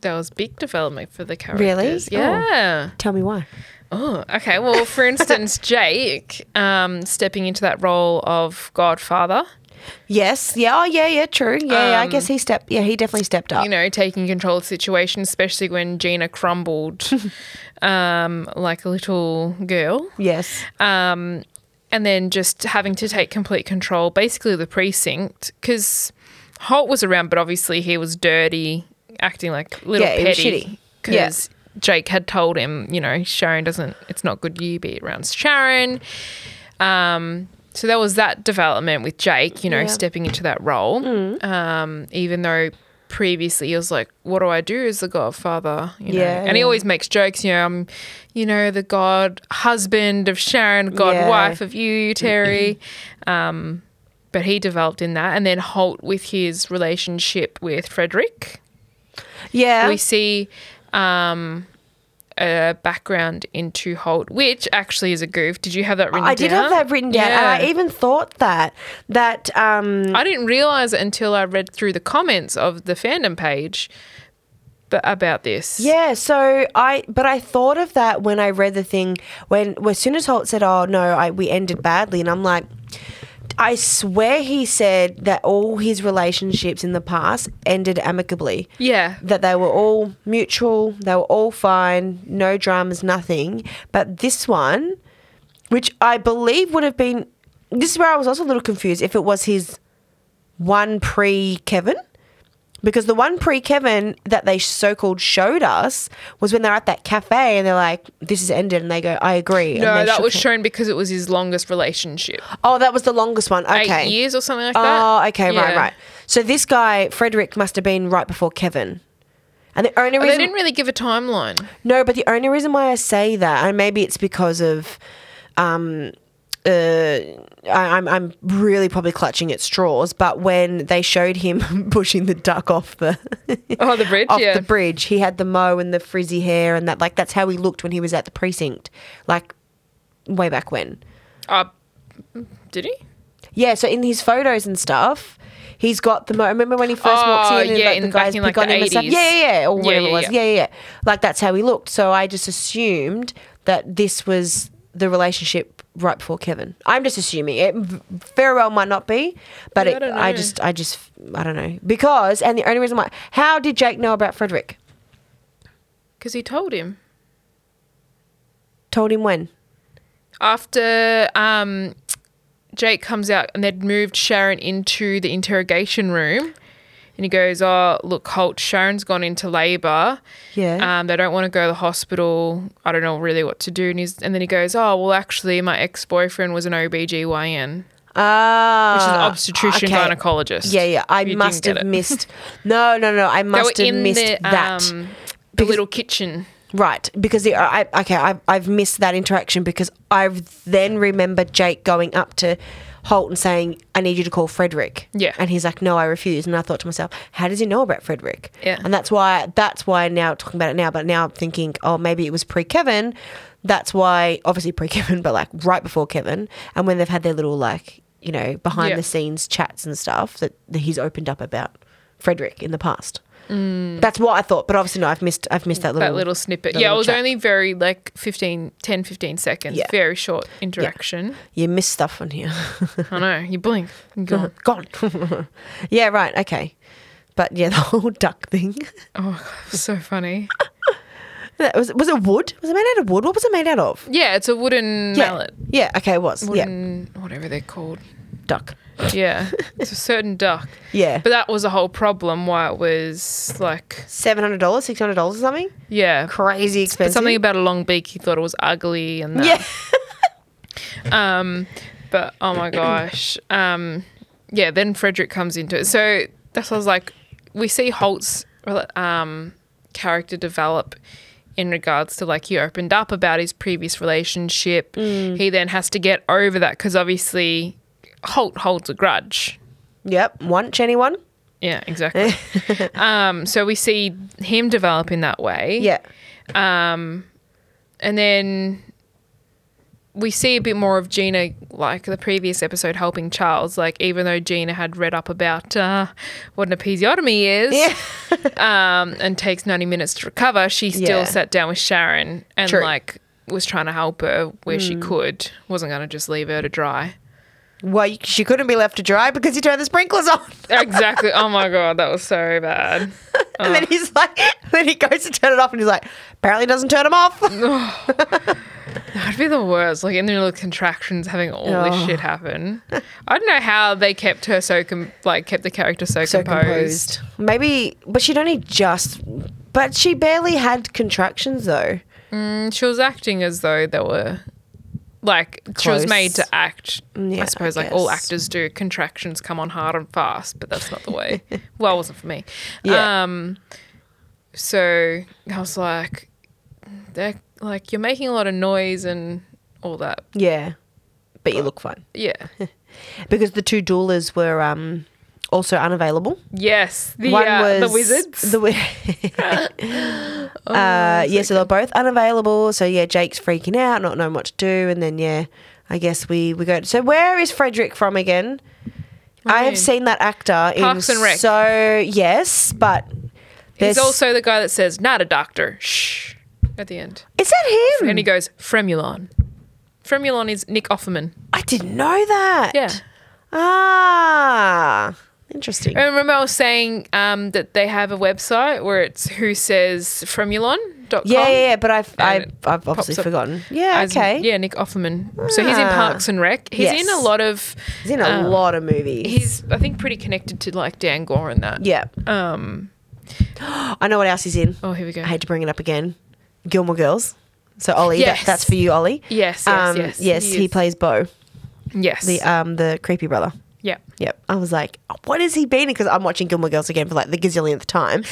there was big development for the characters. Really? Oh. Yeah. Tell me why. Oh, okay. Well, for (laughs) instance, Jake um, stepping into that role of godfather, Yes. Yeah. Oh, yeah. Yeah. True. Yeah. yeah I guess he stepped. Yeah. He definitely stepped up. you know, taking control of the situation, especially when Gina (laughs) crumbled um, like a little girl. yes. um, and then just having to take complete control, basically the precinct, because Holt was around, but obviously he was dirty, acting like little Yeah, he was shitty. petty, Yeah. because Jake had told him, you know, Sharon doesn't, it's not good you be around Sharon. Um, so there was that development with Jake, you know, Yeah. Mm. stepping into that role, um, even though. Previously, he was like, "What do I do as the Godfather?" You know, Yeah, and he yeah. always always makes jokes, you know, I'm, you know, the god husband of Sharon, god Yeah. wife of you, Terry. (clears throat) um, but he developed in that. And then Holt with his relationship with Frederick. Yeah. We see um, a background into Holt, which actually is a goof. Did you have that written down? I did have that written down, and I Yeah. even thought that that um, I didn't realize it until I read through the comments of the fandom page but about this. Yeah, so I but I thought of that when I read the thing when well, as soon as Holt said, "Oh no, I we ended badly," and I'm like, I swear he said that all his relationships in the past ended amicably. Yeah. That they were all mutual, they were all fine, no dramas, nothing. But this one, which I believe would have been, this is where I was also a little confused if it was his one pre Kevin. Because the one pre Kevin that they so called showed us was when they're at that cafe and they're like, this is ended. And they go, I agree. and No, they that shook was hands. shown because it was his longest relationship. Oh, that was the longest one. Okay. eight years or something like that. Oh, okay, right, Yeah. right. So this guy, Frederick, must have been right before Kevin. And the only But reason. Oh, they didn't really give a timeline. No, but the only reason why I say that, and maybe it's because of, um, uh, I, I'm I'm really probably clutching at straws. But when they showed him (laughs) pushing the duck off the (laughs) Oh, the bridge, off yeah. the bridge, he had the mo and the frizzy hair and that like that's how he looked when he was at the precinct, like way back when. Uh, did he? Yeah, so in his photos and stuff, he's got the. Mo- I remember when he first walks Oh, in, and yeah, like, the in- back guys in, pick like, on the him and stuff. 80s. Yeah, yeah, yeah, or Yeah, whatever yeah, it was. Yeah. yeah. yeah, yeah. Like that's how he looked. So I just assumed that this was the relationship right before Kevin. I'm just assuming it v- very well might not be, but Yeah, I it, don't I, know. just, I just, I don't know because, and the only reason why, how did Jake know about Frederick? Because he told him Told him when. after um, Jake comes out and they'd moved Sharon into the interrogation room, and he goes, "Oh, look, Holt, Sharon's gone into labour. Yeah. Um, they don't want to go to the hospital. I don't know really what to do." And, he's, and then he goes, "Oh, well, actually, my ex-boyfriend was an OBGYN, Ah, which is an obstetrician okay. gynecologist." Yeah, yeah. I if you didn't must get have it. missed. No, no, no. I They were must have in missed the, that. um, the Because- little kitchen. Right, because the, I okay, I've, I've missed that interaction because I then remember Jake going up to Holt and saying, "I need you to call Frederick." Yeah. and he's like, "No, I refuse." And I thought to myself, "How does he know about Frederick?" Yeah. and that's why that's why now talking about it now, but now I'm thinking, oh, maybe it was pre Kevin. That's why obviously pre Kevin, (laughs) but like right before Kevin, and when they've had their little like you know behind Yeah. the scenes chats and stuff that, that he's opened up about Frederick in the past. That's what I thought, but obviously no, I've missed I've missed that little Mm. that little snippet. the Yeah, little it was chat. only very like 15, 10, 15 seconds. Yeah. Very short (laughs) interaction. You miss stuff on here. I know. You (laughs) blink. and go, Gone. (laughs) yeah, right. Okay. But yeah, (laughs) the whole duck thing. (laughs) oh, my God, so funny. That was was it wood? Was it made out of wood? What was it made out of? Yeah, it's a wooden mallet. Yeah. Yeah. Okay, it was. Wooden, whatever they're called. Yeah. Duck. (laughs) Yeah, it's a certain duck. Yeah. But that was a whole problem why it was like, Seven hundred dollars, six hundred dollars, or something. yeah. Crazy But expensive. something about a long beak, he thought it was ugly and that. Yeah. Um, but oh my gosh. Um, yeah, then Frederick comes into it. So that's what I was like, we see Holt's um, character develop in regards to like he opened up about his previous relationship. He then has to get over that because obviously Holt holds a grudge. Yep. Lunch, anyone? Yeah, exactly. um, so we see him develop in that way. Yeah. Um, and then we see a bit more of Gina, like the previous episode, helping Charles. Like, even though Gina had read up about uh, what an episiotomy is Yeah. (laughs) um, and takes 90 minutes to recover, she still Yeah. sat down with Sharon and, True. Mm. like, was trying to help her where she could, wasn't going to just leave her to dry. Well, you- she couldn't be left to dry because you turned the sprinklers on. (laughs) Exactly. oh my god, that was so bad. And then he's like, (laughs) then he goes to turn it off and he's like, apparently doesn't turn them off. That'd be the worst. Like in the middle of contractions, having all this Oh. shit happen. I don't know how they kept her so com- like kept the character so, composed. Maybe, but she'd only just, but she barely had contractions though. And Mm, she was acting as though they were like she was Close. made to act. Yeah, I I suppose like all guess. actors do. Contractions come on hard and fast, but that's not the (laughs) way. well, it wasn't for me. Yeah. Um, so I was like, they're like you're making a lot of noise and all that. Yeah. But you look fine. Yeah. Because the two doulas were um, also unavailable. Yes. The uh, the wizards. Oh, The (laughs) wi- uh, yeah, so they're both unavailable. So yeah, Jake's freaking out, not knowing what to do, and then yeah, I guess we we go. So where is Frederick from again? I mean? have seen that actor in Parks and Rec. So yes, but He's there's also the guy that says, not a doctor. Shh. At the end. is that him? And he goes, Fremulon. Fremulon is Nick Offerman. I didn't know that. Yeah. Ah, interesting. And remember I was saying um, that they have a website where it's (laughs) who says Fremulon.com? yeah, yeah, yeah, but I've And I, it I've obviously pops up forgotten. Yeah, As- okay. Yeah, Nick Offerman. So he's in Ah. Parks and Rec. He's Yes. in a lot of. He's in a um, lot of movies. He's, I think, pretty connected to like Dan Gore and that. yeah, (gasps) Um, I know what else he's in. oh, here we go. I hate to bring it up again. Gilmore Girls. So Ollie, that- Yes. that's for you, Ollie. Yes, yes, um, yes. he, He is. plays Bo, yes. the um, the creepy brother. yeah. Yep. I was like, oh, what has he been? Because I'm watching Gilmore Girls again for like the gazillionth (sighs) time,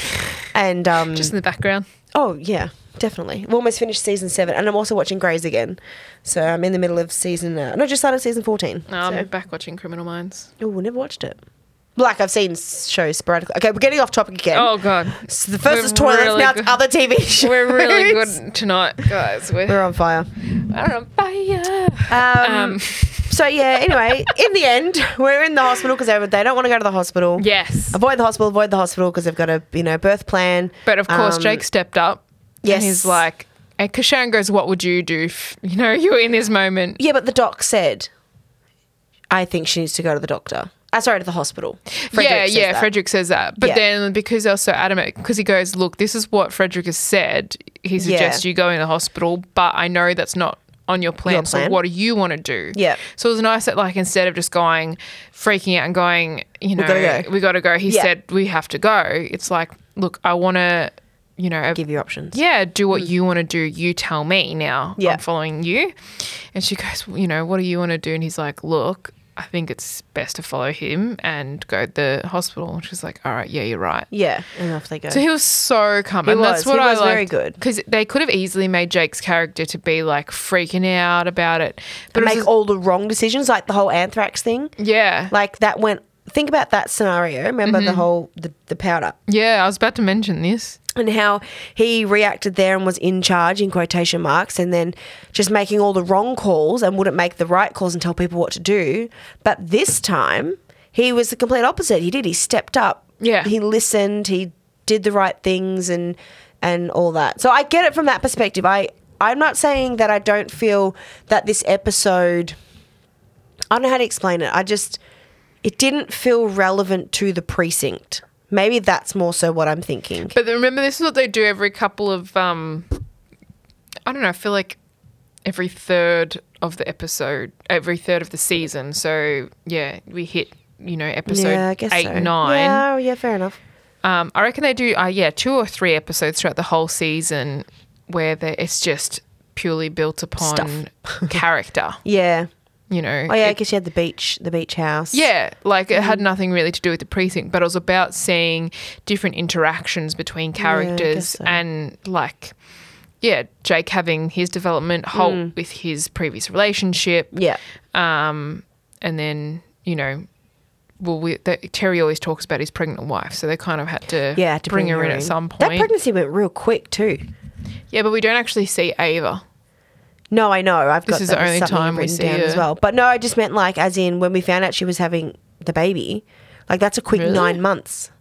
and um, Just in the background. oh yeah, definitely. We almost finished season seven, and I'm also watching Grays again. So I'm in the middle of season. Uh, no, just started season fourteen. No, Oh, I'm so, back watching Criminal Minds. oh, we never watched it. Like I've seen s- shows sporadically. Okay, we're getting off topic again. Oh, God. So the 1st We're is toilets, really now it's good. other TV (laughs) shows. We're really good tonight, guys. We're, We're on fire. We're on fire. (laughs) Um, So yeah. Anyway, in the end, (laughs) we're in the hospital because they, they don't want to go to the hospital. yes. Avoid the hospital. Avoid the hospital because they've got a you know birth plan. But of course, Um, Jake stepped up. yes. And he's like, and Kashan goes, What would you do if, you know, you were in this moment? Yeah, but the doc said, I think she needs to go to the doctor. Uh, sorry, to the hospital. Frederick yeah, says yeah. that. Frederick says that. But Yeah. then because they're so adamant, because he goes, Look, this is what Frederick has said. He suggests you go in the hospital, but I know that's not on your plan. Your So plan. what do you want to do? Yeah. So it was nice that, like, instead of just going, freaking out and going, you know, gotta go. we got to go, he Yeah. said, We have to go. It's like, Look, I want to, you know, Give you options. yeah, do what you want to do. You tell me now. Mm. Yeah. I'm following you. And she goes, well, you know, what do you want to do? And he's like, look, I think it's best to follow him and go to the hospital. And she's like, all right, yeah, you're right. Yeah, and off they go. So he was so calm. and that's was. what He I was very good. Because they could have easily made Jake's character to be like freaking out about it. But it was Make all the wrong decisions, like the whole anthrax thing. just- yeah. Like that went. Think about that scenario. Remember the whole the, the powder yeah, I was about to mention this. and how he reacted there and was in charge in quotation marks and then just making all the wrong calls and wouldn't make the right calls and tell people what to do but this time he was the complete opposite he did he stepped up Yeah. he listened he did the right things and and all that so i get it from that perspective i i'm not saying that i don't feel that this episode I don't know how to explain it. I just it didn't feel relevant to the precinct. Maybe that's more so what I'm thinking. But then remember, this is what they do every couple of um, I don't know. I feel like every third of the episode, every third of the season. So yeah, we hit you know episode eight, nine. Yeah, oh, yeah, fair enough. Um, I reckon they do. Uh, yeah, two or three episodes throughout the whole season where they, it's just purely built upon (laughs) character. Yeah. You know. Oh yeah, It- because she had the beach, the beach house. yeah, like it Mm-hmm. had nothing really to do with the precinct, but it was about seeing different interactions between characters so. and like yeah, Jake having his development, Holt Mm. with his previous relationship, Yeah. um, and then you know, well, we, that, Terry always talks about his pregnant wife, so they kind of had to, Yeah, had to bring, her in, at some point. That pregnancy went real quick too. yeah, but we don't actually see Ava. No, I know. I've This got is the that as only something time we written see down as her. well. But no, I just meant like as in when we found out she was having the baby, like that's a quick Really? nine months.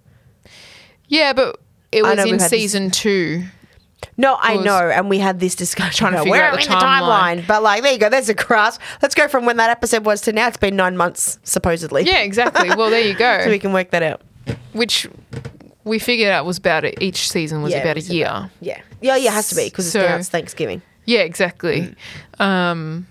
Yeah, but it I was know in we've had this- season two. No, I was- know, and we had this discussion. to Trying figure where out are we the in the timeline? But like, there you go. There's a grasp. Let's go from when that episode was to now. It's been nine months, supposedly. Yeah, exactly. Well, there you go. (laughs) so we can work that out. Which we figured out was about it. Each season was Yeah, it about was a year. Yeah. Yeah, yeah, it has to be because So- it's now it's Thanksgiving. Yeah, exactly. Um,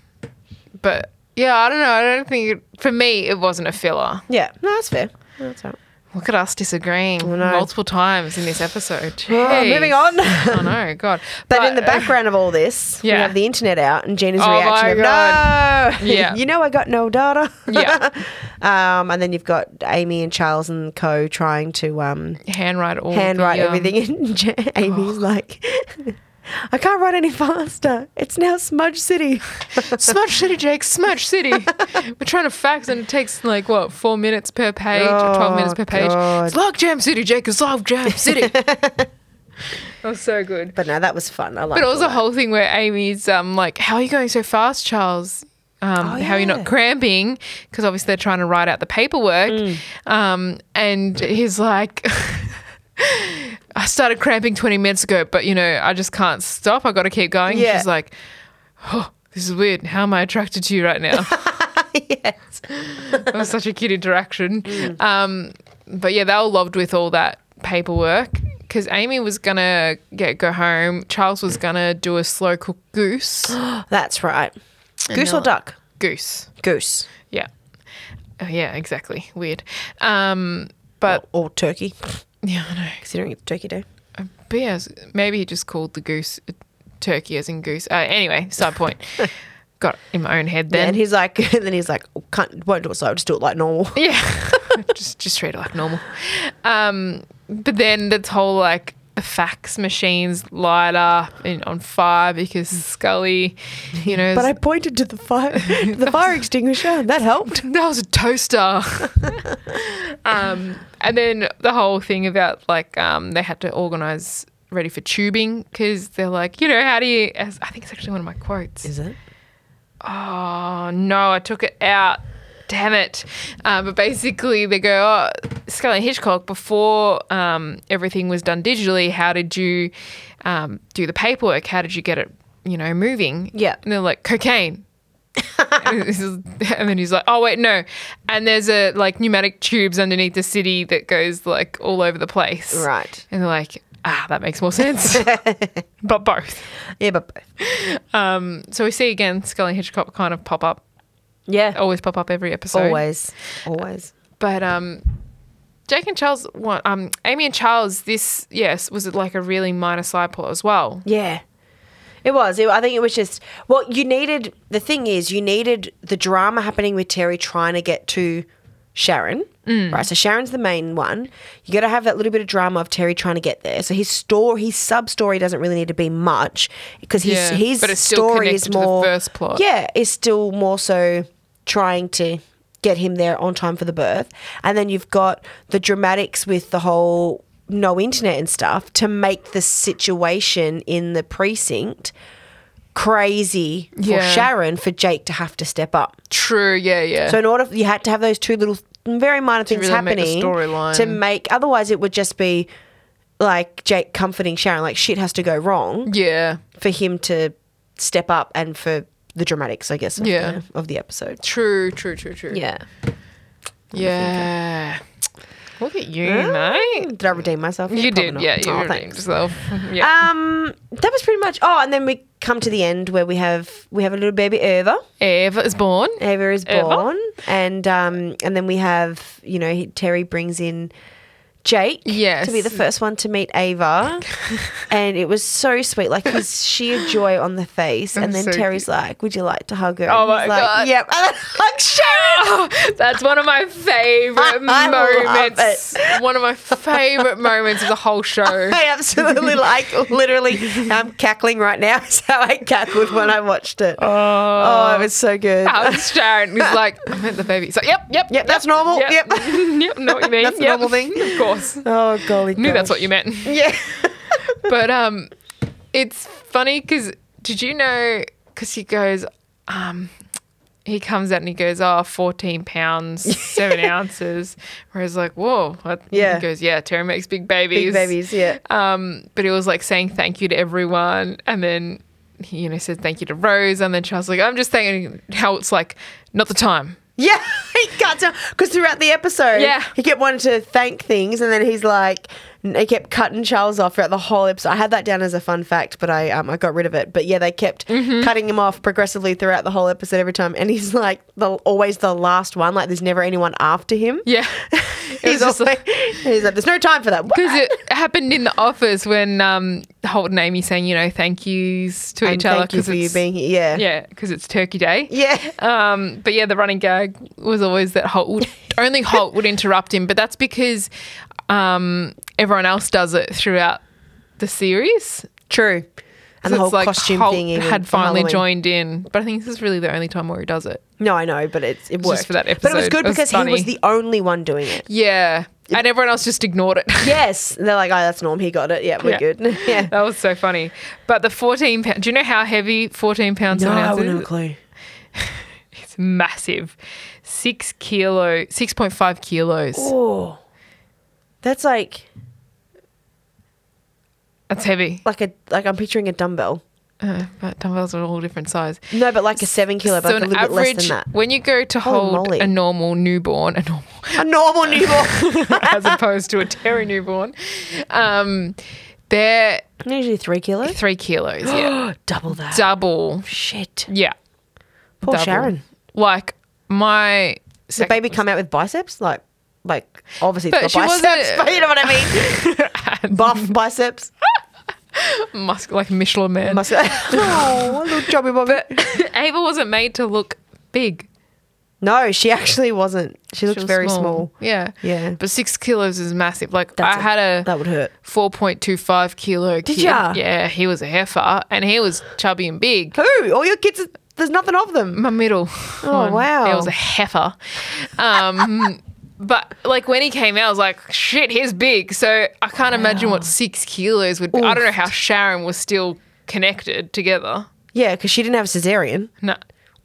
but yeah, I don't know. I don't think it, for me it wasn't a filler. Yeah. No, that's fair. That's all right. Look at us disagreeing know. multiple times in this episode. Oh, Jeez. (laughs) moving on. I know, God. (laughs) But, in the uh, background of all this, we yeah. have the internet out and Gina's Oh my reaction of, God. no, Yeah. (laughs) you know I got no data. Yeah. (laughs) um, and then you've got Amy and Charles and Co trying to um, uh, handwrite all handwrite the, um, everything, (laughs) and Ja- Amy's like, I can't write any faster. It's now Smudge City. (laughs) Smudge City, Jake. Smudge City. We're trying to fax, and it takes like what four minutes per page, or twelve minutes Oh, per page. God. It's like Jam City, Jake. It's like Jam (laughs) City. that was so good. But no, that was fun. I liked But it was all a that. whole thing where Amy's um like, "How are you going so fast, Charles? Um, Oh, How are you yeah. not cramping? Because obviously they're trying to write out the paperwork." Mm. Um, and he's like. (laughs) I started cramping 20 minutes ago, but you know, I just can't stop. I got to keep going. Yeah. She's like, oh, this is weird. How am I attracted to you right now? (laughs) yes. (laughs) It was such a cute interaction. Um, but yeah, they were loved with all that paperwork because Amy was gonna get go home. Charles was gonna do a slow cook goose. That's right. Goose or not- duck? goose. Goose Yeah. Oh, yeah, exactly. Weird. Um, but or turkey, (laughs) yeah, I know. considering it's Turkey Day. But yeah, s- maybe he just called the goose a turkey as in goose. Uh, anyway, side point. Got in my own head and then. he's like, (laughs) and then he's like, oh, can't, won't do it slow. Just do it like normal. Yeah. (laughs) just just treat it like normal. Um, but then this whole like the fax machines light up and on fire because Scully, you know, (laughs) But I pointed to the (laughs) fire, the fire extinguisher. and That helped. (laughs) that was a toaster. (laughs) um, and then the whole thing about like um, they had to organize ready for tubing because they're like, you know, how do you? As, I think it's actually one of my quotes. (laughs) Is it? Oh no, I took it out. Damn it. Um, but basically, they go, oh, Scully and Hitchcock, before um, everything was done digitally, how did you um, do the paperwork? How did you get it, you know, moving? Yeah. And they're like, cocaine. (laughs) and this is- and then he's like, oh, wait, no. And there's a like pneumatic tubes underneath the city that goes like all over the place. Right. And they're like, ah, that makes more (laughs) sense. but both. Yeah, but Um, so we see again Scully and Hitchcock kind of pop up yeah, always pop up every episode. always, always. But um, Jake and Charles, want, um, Amy and Charles, this yes was it like a really minor side plot as well. Yeah. It was. It, I think it was just, well, you needed, the thing is, you needed the drama happening with Terry trying to get to Sharon. Right. So Sharon's the main one. You got to have that little bit of drama of Terry trying to get there. So his story, his sub story doesn't really need to be much because his, Yeah, his but it's still story is connected to the more. first plot. Yeah. Is still more so trying to get him there on time for the birth. And then you've got the dramatics with the whole no internet and stuff to make the situation in the precinct crazy for Yeah. Sharon for Jake to have to step up. True. Yeah. Yeah. So in order you had to have those two little very minor things really make the happening storyline. to make otherwise it would just be like Jake comforting Sharon like shit has to go wrong yeah. for him to step up and for the dramatics I guess of, Yeah. the, of the episode. True. True. True. True. Yeah. Yeah. Look at you, mate. Did I redeem myself? You Ah. probably did. not. Yeah. You Oh, redeemed thanks. (laughs) yourself. Yeah. Um, that was pretty much. Oh, and then we come to the end where we have we have a little baby Eva. Eva is born. (laughs) Eva is Eva. born, and um, and then we have you know he- Terry brings in Jake. Yes. to be the first one to meet (laughs) Ava, and it was so sweet, like his sheer joy on the face. And was then so Terry's like, "Would you like to hug her?" Oh And my he's like, God. Yep, and then like Sharon. (laughs) That's one of my favorite (laughs) I love moments. One of my favorite moments of the whole show. (laughs) I absolutely like literally. I'm cackling right now. (laughs) Is how I cackled when I watched it. (laughs) Oh, it was so good. How's Sharon? He's like, I meant the baby. He's like, yep, Oh. yep, (laughs) Yep, that's (laughs) normal. Yep, Yep. yep, know what you mean. That's a yep. normal thing. Of course, Oh golly, knew that's gosh. what you (laughs) meant. (laughs) Yeah. But um, it's funny because did you know? Because he goes, um, he comes out and he goes, oh, 14 pounds, (laughs) seven ounces. Whereas, like, whoa. What? Yeah. He goes, yeah, Terry makes big Big babies. babies, yeah. Um, but it was like saying thank you to everyone. And then he, you know, said thank you to Rose. And then Charles was like, I'm just thinking how it's like, not the time. Yeah, (laughs) he got to because throughout the episode, Yeah. he kept wanting to thank things, and then he's like, he kept cutting Charles off throughout the whole episode. I had that down as a fun fact, but I um I got rid of it. But yeah, they kept Mm-hmm. cutting him off progressively throughout the whole episode every time, and he's like the always the last one. Like there's never anyone after him. Yeah. (laughs) was he's just always, he's like, there's no time for that. Because it happened in the office when um, Holt and Amy saying, you know, thank yous to And each other. thank you 'cause for you it's- being here. Yeah. Yeah, because it's Turkey Day. Yeah. Um, but yeah, the running gag was always that Holt (laughs) would only Holt would interrupt him, but that's because um, everyone else does it throughout the series. True. So And the whole it's like costume Holt thing even had for finally Halloween. joined in, but I think this is really the only time where he does it. No, I know, but it's it worked for that But it was episode. good It was because he was funny. the only one doing it. Yeah, and everyone else just ignored it. Yes. And they're like, oh, that's Norm. He got it. Yeah, we're Yeah. good. (laughs) yeah. That was so funny. But the 14 pounds, do you know how heavy 14 pounds No, seven I ounces wouldn't have a is? clue. It's massive. Six kilo, 6.5 kilos. Oh, that's like That's heavy. like a like I'm picturing a dumbbell. Uh, but dumbbells are all different size. No, but like a seven kilo, but like a little bit less than that. when you go to Holy hold moly. a normal newborn, a normal, (laughs) A normal newborn. (laughs) as opposed to a terry newborn, um, they're Usually three kilos. three kilos. (gasps) Yeah, Double that. double. Shit. Yeah, Poor double. Sharon. Like my Did the sec- baby come out with biceps? Like, like obviously But it's she got wasn't- biceps, (laughs) but you know what (laughs) I mean. Buff biceps. mus- like Michelin man. Muscle. oh, little chubby bobby. (laughs) Ava wasn't made to look big. no, she actually wasn't. She looked She was very small. Yeah, Yeah. But six kilos is massive. Like That's I it. had a That would hurt. 4.25 kilo kid. ya? Yeah, he was a heifer and he was chubby and big. Who? All your kids, are- there's nothing of them. My middle. Oh, wow. He was a heifer. Um, (laughs) but like when he came out, I was like, shit, he's big. So I can't imagine what six kilos would be. I don't know how Sharon was still connected together. Yeah, because she didn't have a cesarean. No,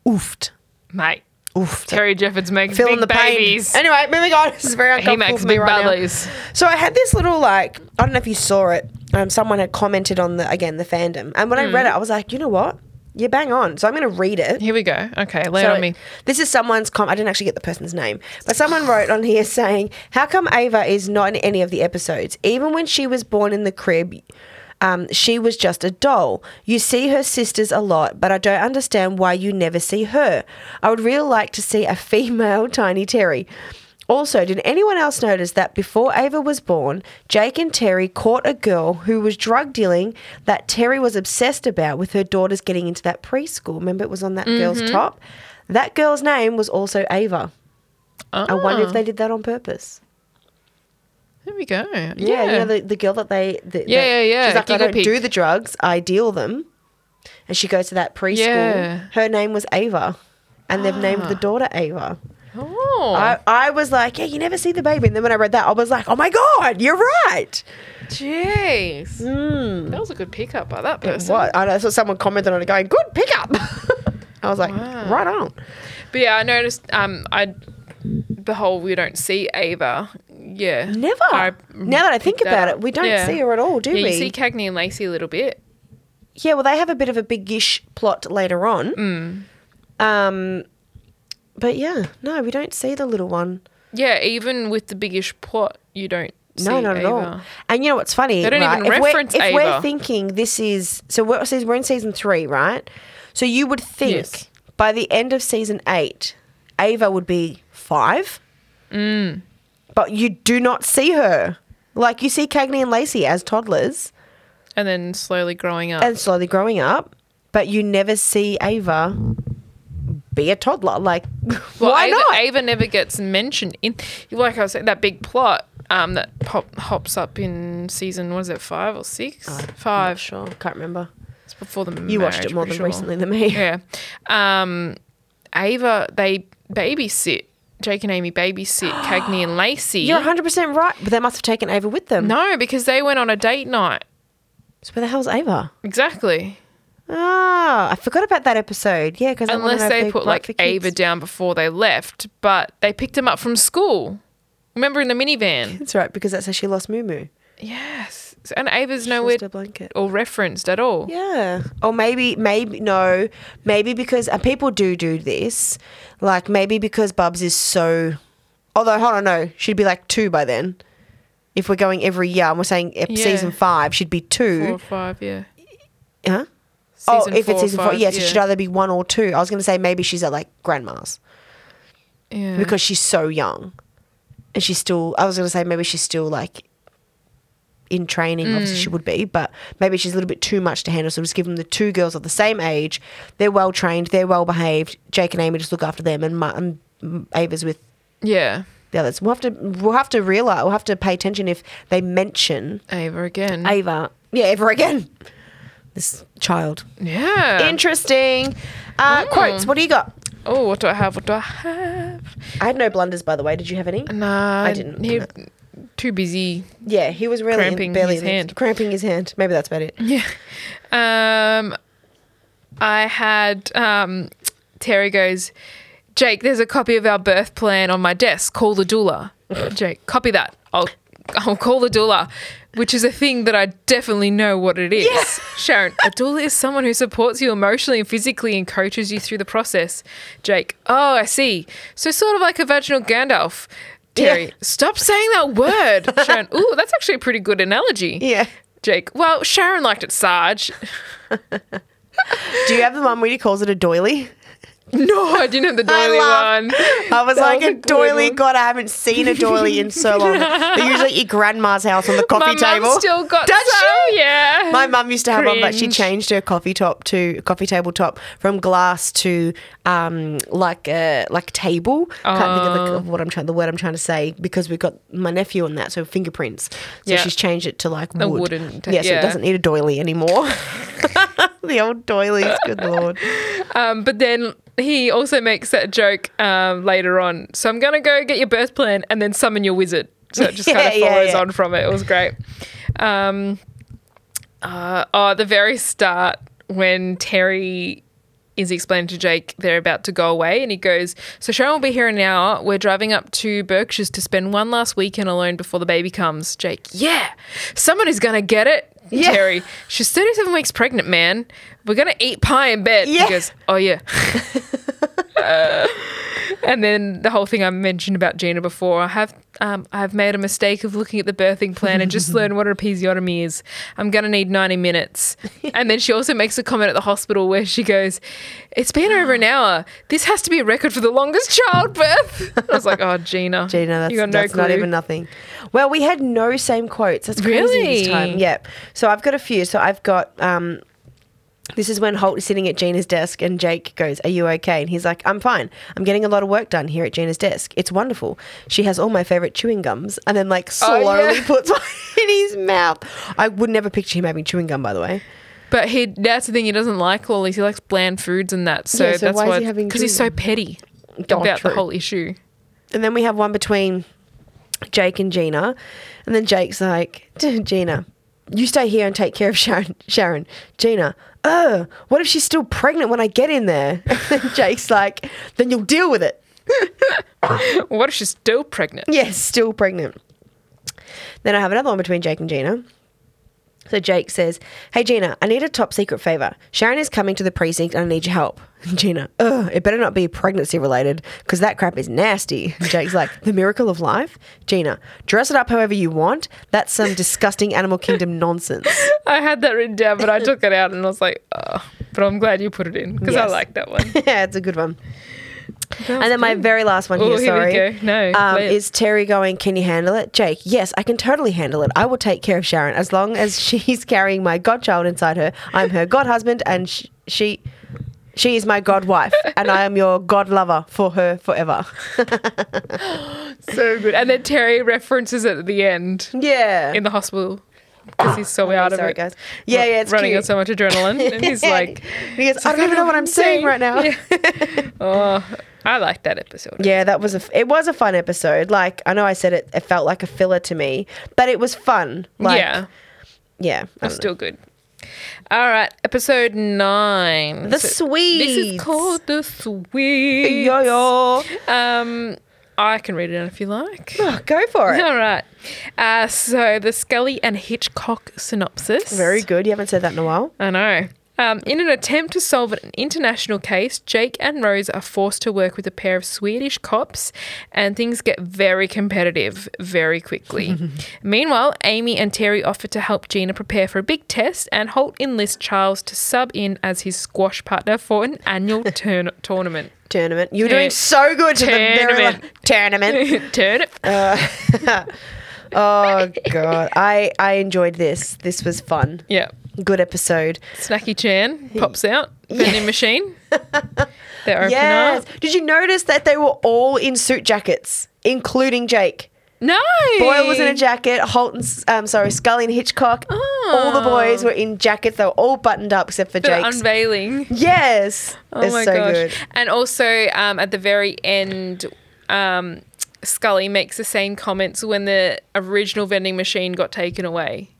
Oofed. mate. Oofed. Terry Jeffords makes Feeling big the pain. babies. Anyway, moving on. (laughs) This is very He uncomfortable makes for me big right now. babies. So I had this little like I don't know if you saw it. Um, someone had commented on the again the fandom, and when I read it, I was like, you know what, you're bang on. So I'm going to read it. Here we go. Okay, lay it So on me. This is someone's com. I didn't actually get the person's name, but someone wrote on here saying, "How come Ava is not in any of the episodes? Even when she was born in the crib." Um, she was just a doll. You see her sisters a lot, but I don't understand why you never see her. I would really like to see a female (laughs) Tiny Terry. Also, did anyone else notice that before Ava was born, Jake and Terry caught a girl who was drug dealing that Terry was obsessed about with her daughters getting into that preschool? Remember, it was on that Mm-hmm. girl's top? That girl's name was also Ava. I wonder if Ah, they did that on purpose. There we go. Yeah, Yeah, you know, the, the girl that they. The, Yeah, that- yeah, yeah, She's like, I Giggle don't Pig. do the drugs, I deal them. And she goes to that preschool. Yeah. Ah. Her name was Ava. And they've named the daughter Ava. oh, I, I was like, yeah, you never see the baby. And then when I read that, I was like, oh my God, you're right. jeez. Hmm. That was a good pickup by that person. What? I know, so someone commented on it going, good pickup. (laughs) I was like, Wow. right on. But yeah, I noticed. Um, I the whole we don't see Ava. Yeah, Never. I now that I think picked that about up. it, we don't Yeah. see her at all, do yeah, we? you see Cagney and Lacey a little bit. yeah, well, they have a bit of a big-ish plot later on. Mm. Um, but yeah, no, we don't see the little one. Yeah, even with the biggish plot, you don't. See No, not Ava. at all. And you know what's funny? They don't right? even if reference we're, If we're Ava. thinking this is so, we're, so we're in season three, right? So you would think Yes. by the end of season eight, Ava would be five, Mm. but you do not see her. Like you see Cagney and Lacey as toddlers And then slowly growing up. and slowly growing up, but you never see Ava be a toddler. Like (laughs) Well, why Ava, not? Ava never gets mentioned in, like I was saying, that big plot um, that pop, hops up in season, what is it, five or six? I'm not five. sure, can't remember. It's before the Uh, You watched it more than recently than (laughs) me. Yeah. Um, Ava, they babysit. Jake and Amy (gasps) babysit Cagney and Lacey. You're 100 percent right, but they must have taken Ava with them. no, because they went on a date night. So where the hell's Ava? Exactly. Oh, I forgot about that episode. Yeah, because Unless they put like Ava Ava. down before they left, but they picked him up from school. Remember in the (laughs) minivan? That's right, because that's how she lost Moo Moo. yes. And Ava's nowhere Lost her blanket. or referenced at all. Yeah. Or maybe, maybe, no, maybe because, and people do do this, like maybe because Bubs is so, although, hold on, no, she'd be like two by then. If we're going every year and we're saying ep- Yeah. season five, she'd be two. Four or five, yeah. Huh? oh, Season if four or it's season four, five, yeah, so she'd either be one or two. I was going to say maybe she's at like grandma's yeah. because she's so young. And she's still, I was going to say maybe she's still like in training. Obviously, she would be, but maybe she's a little bit too much to handle. So just give them the two girls of the same age. They're well trained, they're well behaved. Jake and Amy just look after them, and, Ma- and Ava's with yeah. the others. We'll have to, we'll have to realize, we'll have to pay attention if they mention Ava again. Ava, yeah, ever again. Mm. This child. yeah. Interesting. Uh, Quotes. What do you got? oh, what do I have? What do I have? I had no blunders, by the way. Did you have any? Nah. I didn't He, look too busy. Yeah, he was really Cramping barely his in the- hand. Cramping his hand. Maybe that's (laughs) about it. Yeah. Um, I had um, Terry goes, Jake, there's a copy of our birth plan on my desk. Call the (laughs) doula. Jake, copy that. I'll I'll call the doula, which is a thing that I definitely know what it is. (laughs) Sharon, a doula is someone who supports you emotionally and physically and coaches you through the process. Jake, oh, I see. So sort of like a vaginal Gandalf. Terry, Yeah. stop saying that (laughs) word. Sharon, ooh, that's actually a pretty good analogy. Yeah. Jake. Well, Sharon liked it, Sarge. Do you have the one where he calls it a doily? (laughs) No, I didn't have the doily laughed. one. I was That like, was a a good doily? one. God, I haven't seen a doily in so long. (laughs) They're usually at your grandma's house on the My coffee table. mum still got Does some. she? Yeah. My mum used to have one, but she Cringe. changed her coffee top to coffee table top from glass to um, like a like table. Can't think of, Oh. the, of what I'm trying the word I'm trying to say because we've got my nephew on that, so fingerprints. So Yeah. she's changed it to like wood. wooden ta- yeah, so yeah. it doesn't need a doily anymore. (laughs) the old doilies, (laughs) good lord. Um, but then he also makes that joke um, later on. So I'm going to go get your birth plan and then summon your wizard. So (laughs) it just Yeah, kind of yeah, follows yeah. on from it. It was great. Um, uh, oh, at the very start when Terry is explaining to Jake they're about to go away, and he goes, "So Sharon will be here in an hour. We're driving up to Berkshire's to spend one last weekend alone before the baby comes." Jake, yeah, somebody's gonna get it. Yeah. Terry, she's 37 weeks pregnant, man. We're gonna eat pie in bed. Yeah. He goes, oh (laughs) yeah. Uh, And then the whole thing I mentioned about Gina before, I have um, I have made a mistake of looking at the birthing plan and (laughs) just learned what an episiotomy is. I'm gonna need 90 (laughs) minutes. And then she also makes a comment at the hospital where she goes, "It's been over an hour. This has to be a record for the longest childbirth." I was like, "Oh, Gina, (laughs) Gina, that's, that's not even nothing. Well, we had no same quotes. That's crazy this Really? time. Yep. So I've got a few. So I've got um, this is when Holt is sitting at Gina's desk and Jake goes, Are you okay? And he's like, I'm fine. I'm getting a lot of work done here at Gina's desk. It's wonderful. She has all my favorite chewing gums. And then, like, Oh, slowly yeah. puts (laughs) one in his mouth. I would never picture him having chewing gum, by the way. But he that's the thing he doesn't like lollies. He likes bland foods and that. So, Yeah, so that's why is why he having because he's so chewing petty Oh, about true. the whole issue. And then we have one between Jake and Gina. And then Jake's like, (laughs) "D- Gina, you stay here and take care of Sharon. Sharon, Gina, oh, what if she's still pregnant when I get in there? (laughs) And then Jake's like, then you'll deal with it. What if she's still pregnant? Yes, still pregnant. Then I have another one between Jake and Gina. So Jake says, Hey Gina, I need a top secret favor. Sharon is coming to the precinct and I need your help. (laughs) Gina, ugh, it better not be pregnancy related because that crap is nasty. Jake's like, The miracle of life? Gina, dress it up however you want. That's some disgusting Animal Kingdom nonsense. I had that written down, but I took it out and I was like, oh. But I'm glad you put it in because I Yes. like that one. (laughs) (laughs) yeah, it's a good one. And then my very last one Oh, here, here we sorry, go. No, um, play it. is Terry going? Can you handle it, Jake? Yes, I can totally handle it. I will take care of Sharon as long as (laughs) she's carrying my godchild inside her. I'm her god husband, and sh- she, she is my god (laughs) wife, and I am your god lover for her forever. so good. And then Terry references it at the end Yeah. in the hospital because he's so out of Sorry, it. guys. Oh, Yeah, Ru- yeah, it's running cute. on so much adrenaline, and (laughs) he's like, he goes, I don't even know what I'm saying right now. Yeah. oh, I like that episode. (laughs) Yeah, that was a. It was a fun episode. Like I know I said it, it felt like a filler to me, but it was fun. Like, yeah, yeah. I that's don't know. still good. All right, episode nine. The So Swedes. This is called the Swedes. Yo yo. Um, I can read it out if you like. Oh, go for it. (laughs) All right. Uh, so the Scully and Hitchcock synopsis. Very good. You haven't said that in a while. I know. Um, in an attempt to solve an international case, Jake and Rose are forced to work with a pair of Swedish cops, and things get very competitive very (laughs) quickly. Meanwhile, Amy and Terry offer to help Gina prepare for a big test, and Holt enlists Charles to sub in as his squash partner for an (laughs) annual turn- tournament. (laughs) Tournament. You're Yeah. doing so good to the very Tournament. la- (laughs) tournament. Turnip. oh god, I I enjoyed this. This was fun. yeah. Good episode. Snacky Chan pops out. Vending (laughs) machine. They open Yes. up. Did you notice that they were all in suit jackets, including Jake? No. Boyle was in a jacket. Holt and S- um, sorry, Scully and Hitchcock. Ah. All the boys were in jackets. They were all buttoned up except for The Jake's. unveiling. yes. Oh it's my so gosh! good. And also um, at the very end, um, Scully makes the same comments when the original vending machine got taken away.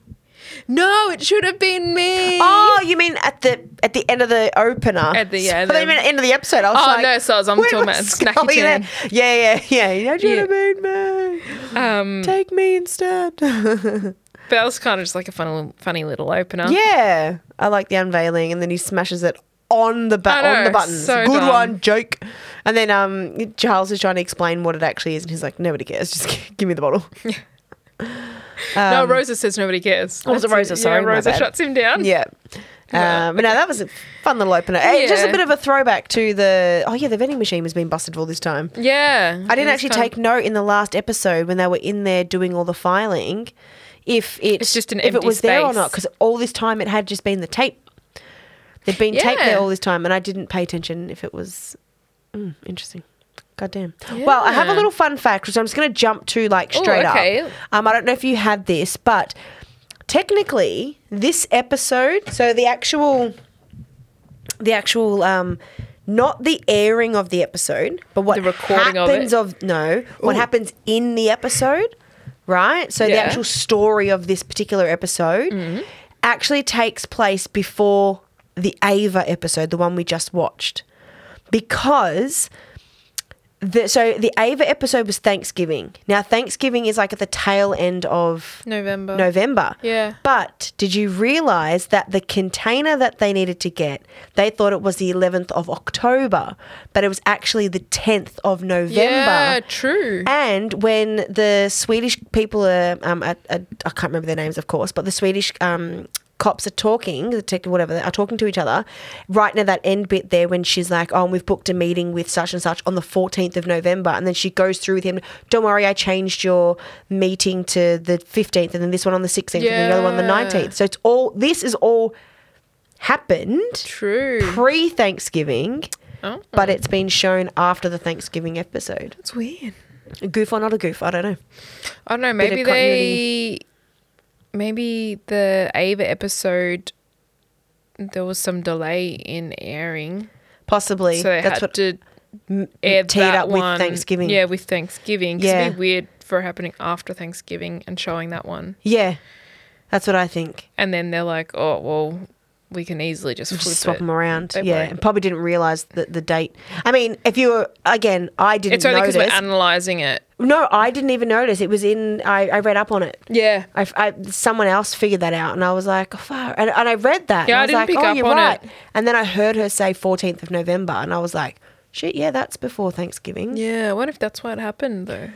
No, it should have been me. Oh, you mean at the at the end of the opener? At the- yeah, So they the- mean at the end of the episode. I was Oh, like, no, so I was- I'm where talking (laughs) about was Snacky Scully Jan. then? Yeah, yeah, yeah. You know, do you Yeah. know what I mean, man? Um, Take me instead. (laughs) but that was kind of just like a fun, funny little opener. yeah, I like the unveiling, and then he smashes it on the I bu- know, on the buttons. so Good dumb. one, Jake. And then um, Charles is trying to explain what it actually is, and he's like, nobody cares. Just (laughs) give me (laughs) the bottle. Um, no, Rosa says nobody cares. Oh, was it That's Rosa? Sorry, yeah, my Rosa bad. shuts him down. Yeah. Um, but no, that was a fun little opener. Hey, Just a Yeah. bit of a throwback to the oh yeah, the vending machine has been busted all this time. yeah. I didn't It was actually kind of- take note in the last episode when they were in there doing all the filing, if it, It's just an if it empty was there or space. not because all this time it had just been the tape. There'd been tape Yeah. there all this time, and I didn't pay attention if it was mm, interesting. Goddamn. Well, I have a Yeah. little fun fact, which I'm just going to jump to like Ooh, straight okay. up. Um, I don't know if you had this, but technically, this episode, so the actual the actual um not the airing of the episode, but what The recording of it. happens of, no, what happens in the episode, right? So the Yeah. actual story of this particular episode actually takes place before the Ava episode, the one we just watched. Because the so the Ava episode was Thanksgiving. Now Thanksgiving is like at the tail end of November. November. Yeah. But did you realize that the container that they needed to get, they thought it was the 11th of October, but it was actually the 10th of November. Yeah, true. And when the Swedish people are, um, at, at, I can't remember their names, of course, but the Swedish um, cops are talking, the tech- whatever, are talking to each other. Right now, that end bit there when she's like, oh, we've booked a meeting with such and such on the 14th of November. And then she goes through with him, don't worry, I changed your meeting to the 15th, and then this one on the 16th, and then the other one on the Yeah. 19th. So it's all, this is all happened True. pre Thanksgiving. Oh. But it's been shown after the Thanksgiving episode. That's weird. A goof or not a goof, I don't know. I don't know. Bit of Maybe they, maybe the Ava episode, there was some delay in airing, Possibly. so they That's had what to m- air teed that up with one- Thanksgiving. Yeah, with Thanksgiving. 'cause it'd Yeah. be weird for happening after Thanksgiving and showing that one, Yeah. That's what I think. and then they're like, oh well, we can easily just, flip Just swap it. them around. They yeah. won't. And probably didn't realize the, the date. I mean, if you were, again, I didn't It's only because notice. we're analyzing it. no, I didn't even notice. It was in, I, I read up on it. Yeah. I, I, someone else figured that out, and I was like, oh, fuck. And, and I read that. Yeah, and I I was didn't like, pick oh, up you're on it. right. And then I heard her say 14th of November, and I was like, shit, yeah, that's before Thanksgiving. Yeah. I wonder if that's what happened though.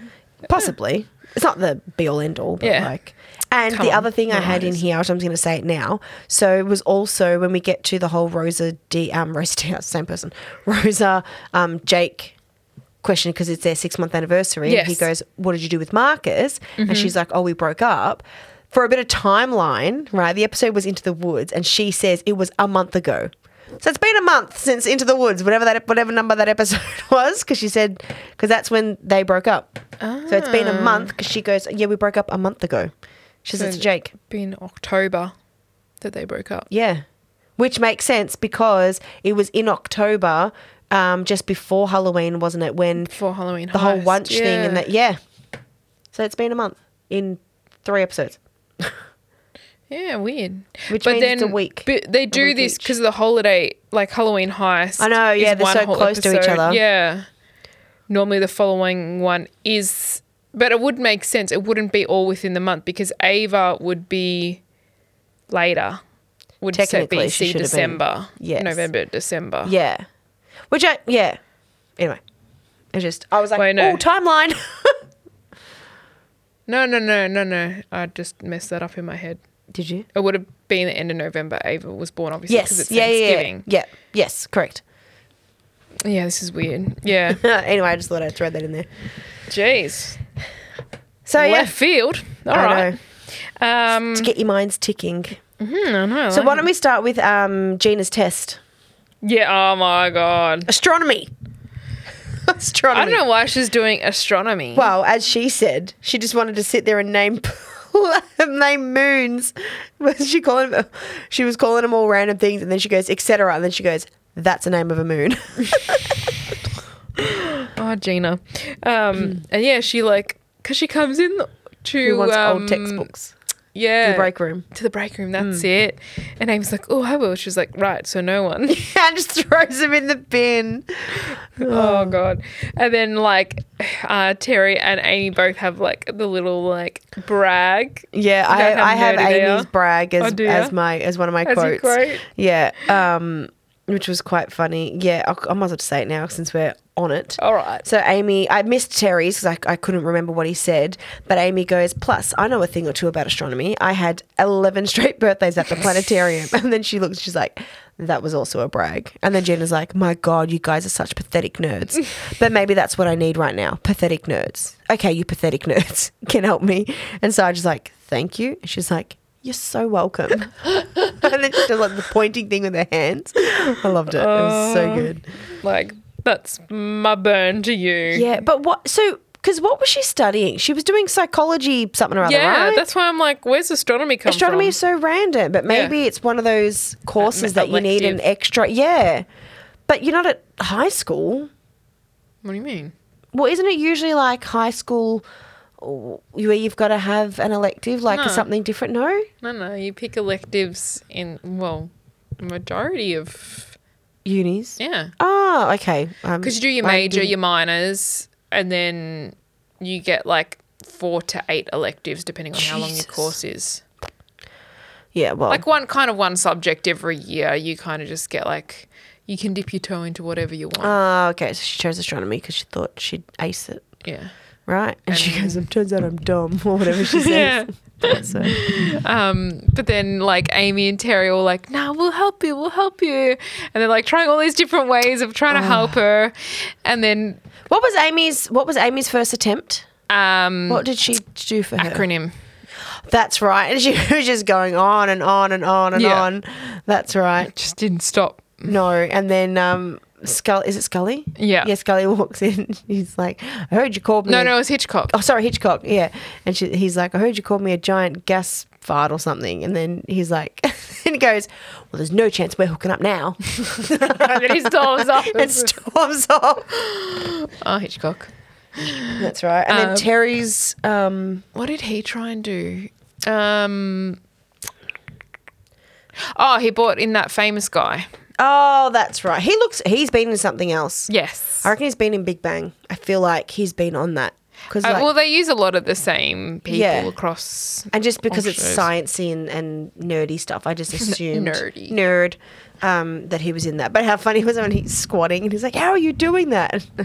Possibly. It's not the be all end all, but Yeah. like. And Come the on, other thing I no had in worries. here, which I'm just going to say it now. So it was also when we get to the whole Rosa D, um, Rosa D, (laughs) same person, Rosa, um, Jake question because it's their six month anniversary. And he Yes. Mm-hmm. goes, What did you do with Marcus? And she's like, Oh, we broke up. For a bit of timeline, right? The episode was Into the Woods, and she says it was a month ago. So it's been a month since Into the Woods, whatever that whatever number that episode (laughs) was, because she said because that's when they broke up. So it's Ah. been a month because she goes, yeah, we broke up a month ago. She says So- to Jake, Been October that they broke up. yeah, which makes sense because it was in October, um, just before Halloween, wasn't it? When Before Halloween. the whole heist. lunch thing and Yeah. that yeah so it's been a month in three episodes Yeah, weird. Which means it's a week. But they do week this each. because the holiday, like Halloween heist. I know, is yeah, they're one so whole close to each other. Yeah. Normally the following one is, but it would make sense. It wouldn't be all within the month because Ava would be later. Would set Technically, be she see should have been- December? Yes. November, December. Yeah. Which I yeah. Anyway. I just I was like, Wait, no. oh timeline. (laughs) No, no, no, no, no. I just messed that up in my head. Did you? It would have been the end of November. Ava was born, obviously, because Yes. it's Yeah, yeah, yeah. Thanksgiving. Yeah. Yes, correct. (laughs) Yeah. this is weird. Yeah. anyway, I just thought I'd throw that in there. Jeez. So Left yeah. field. All I right. Um, To get your minds ticking. hmm, I know. So why don't we start with um, Gina's test? Yeah. Oh my god. Astronomy. (laughs) Astronomy. I don't know why she's doing astronomy. Well, as she said, she just wanted to sit there and name (laughs) name moons. Was she calling? them- She was calling them all random things, and then she goes, etc. And then she goes, "That's the name of a moon." (laughs) Oh, Gina. Um, and yeah, she like because she comes in to Hmm. Who wants um, old textbooks? Yeah. The break Hmm. room. (laughs) To the break room. That's it. And Amy's like, oh, I will. She's like, right. So no one. (laughs) and just throws them in the bin. Oh god! And then like uh, Terry and Amy both have like the little like brag. Yeah, You don't I, I have have nerdy there. Amy's brag Oh, as, do ya? as my as one of my As your quotes. quote? Yeah, um, which was quite funny. Yeah, I, I might as well just say it now since we're on it. All right. So Amy, I missed Terry's because I, I couldn't remember what he said. But Amy goes, plus I know a thing or two about astronomy. I had eleven straight birthdays at the planetarium, (laughs) and then she looks, she's like, that was also a brag. And then Jenna's like, my god, you guys are such pathetic nerds. But maybe that's what I need right now, pathetic nerds. Okay, you pathetic (laughs) nerds can help me. And Sarge is like, thank you. And she's like. You're so welcome. (laughs) and then she does like the pointing thing with her hands. I loved it. It was so Oh. good. Like that's my burn to you. Yeah, but what? So, because what was she studying? She was doing psychology, something or other, Yeah, right? that's why I'm like, where's astronomy come Astronomy is from? so random, but maybe it's one of those courses that you need an elective. extra. Yeah, but you're not at high school. What do you mean? Well, isn't it usually like high school where you've got to have an elective, like No. something different? No, No, no, you pick electives in well, majority of unis. yeah, Oh, okay. because you do your major, your minors, and then you get like four to eight electives depending on how long your Jesus. course is. yeah. Well, like one kind of one subject every year you kind of just get like you can dip your toe into whatever you want ah, okay. So she chose astronomy because she thought she'd ace it, (laughs) yeah right? And, she goes, "It turns out I'm dumb," (laughs) or (laughs) whatever she says. So- um but then like amy and terry were like no we'll help you we'll help you and they're like trying all these different ways of trying Uh. to help her and then What was Amy's What was Amy's first attempt? um What did she do for her? acronym That's right. (laughs) And she was just going on and on and on and Yeah. on. That's right. just didn't stop No, and then um, Scully. Is it Scully? Yeah. Yeah. Scully (laughs) walks in. He's like, "I heard you called me." no a- no it was hitchcock (laughs) (laughs) Oh, sorry, Hitchcock. Yeah. And she, he's like, "I heard you called me a giant gas fart or something." And then he's like, (laughs) and he goes, "Well, there's no chance we're hooking up now." (laughs) and (laughs) then he storms off and storms off. oh hitchcock That's right. And Um, then Terry's. Um, what did he try and do um oh he bought in that famous guy Oh, that's right. He looks. He's been in something else. yes I reckon he's been in Big Bang. I feel like he's been on that because, Uh, like, well, they use a lot of the same people Yeah. across. and just because all it's shows. sciencey and, and nerdy stuff, (laughs) I just assumed nerdy. nerd um, that he was in that. But how funny was it when he's squatting and he's like, "How are you doing that?" (laughs)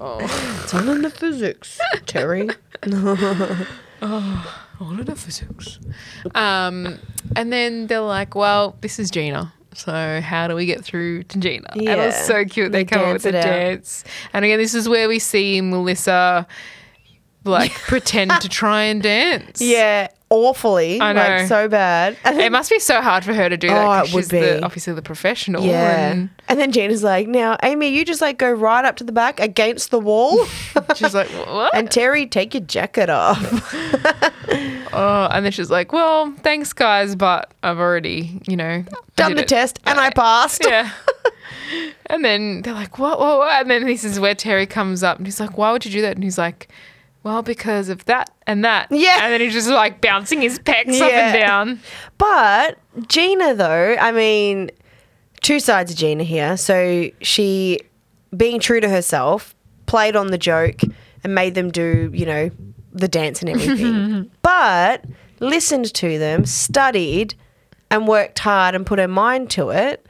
Oh, it's all in the physics, (laughs) Terry. all of the physics. Um, and then they're like, "Well, this is Gina." So how do we get through to Gina? And it was Yeah. so cute. They, They come up with dance the it out. dance. And again, this is where we see Melissa (laughs) like pretend to try and dance. yeah, awfully. I know. Like so bad. And It must be so hard for her to do that Oh, 'cause it would she's the, be. obviously the professional. yeah. And And then Gina's like, now, Amy, you just like go right up to the back against (laughs) the wall. she's like, what? (laughs) and Terry, take your jacket off. oh, and then she's like, well, thanks, guys, but I've already, you know, (laughs) Done did the it." test and I passed. (laughs) Yeah. And then they're like, what, what, what? And then this is where Terry comes up and he's like, why would you do that? And he's like, well, because of that and that. Yeah. And then he's just like bouncing his pecs up and Yeah. down. But Gina, though, I mean, two sides of Gina here. So she, being true to herself, played on the joke and made them do, you know, the dance and everything. but listened to them, studied, and worked hard and put her mind to it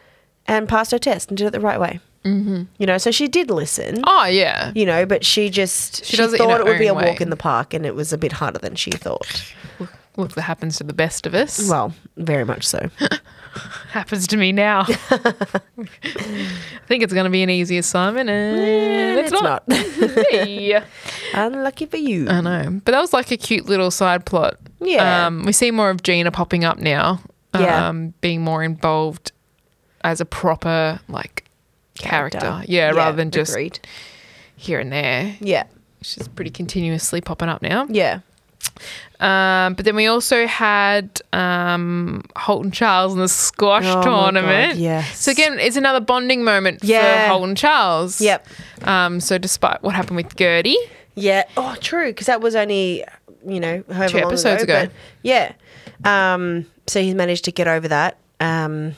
and passed her test and did it the right way. Mm-hmm. You know, so she did listen. (laughs) Oh, yeah. You know, but she just she, does it in thought her it would be a own way. walk in the park, and it was a bit harder than she thought. Look, that happens to the best of us. Well, very (laughs) much so. happens to me now. (laughs) I think it's going to be an easy assignment, and it's, not. (laughs) Hey. (laughs) Unlucky for you. I know. But that was like a cute little side plot. Yeah. Um, we see more of Gina popping up now, um, Yeah. being more involved as a proper, like, character. Yeah, rather than just Agreed. here and there. Yeah. She's pretty continuously popping up now. Yeah. Um, but then we also had um, Holt and Charles in the squash Oh my tournament. God, yes. So again, it's another bonding moment Yeah. for Holt and Charles. Yep. Um, so despite what happened with Gertie, Yeah. Oh, true. Because that was only, you know, however Two long episodes ago. ago. But yeah. Um, so he's managed to get over that. Um,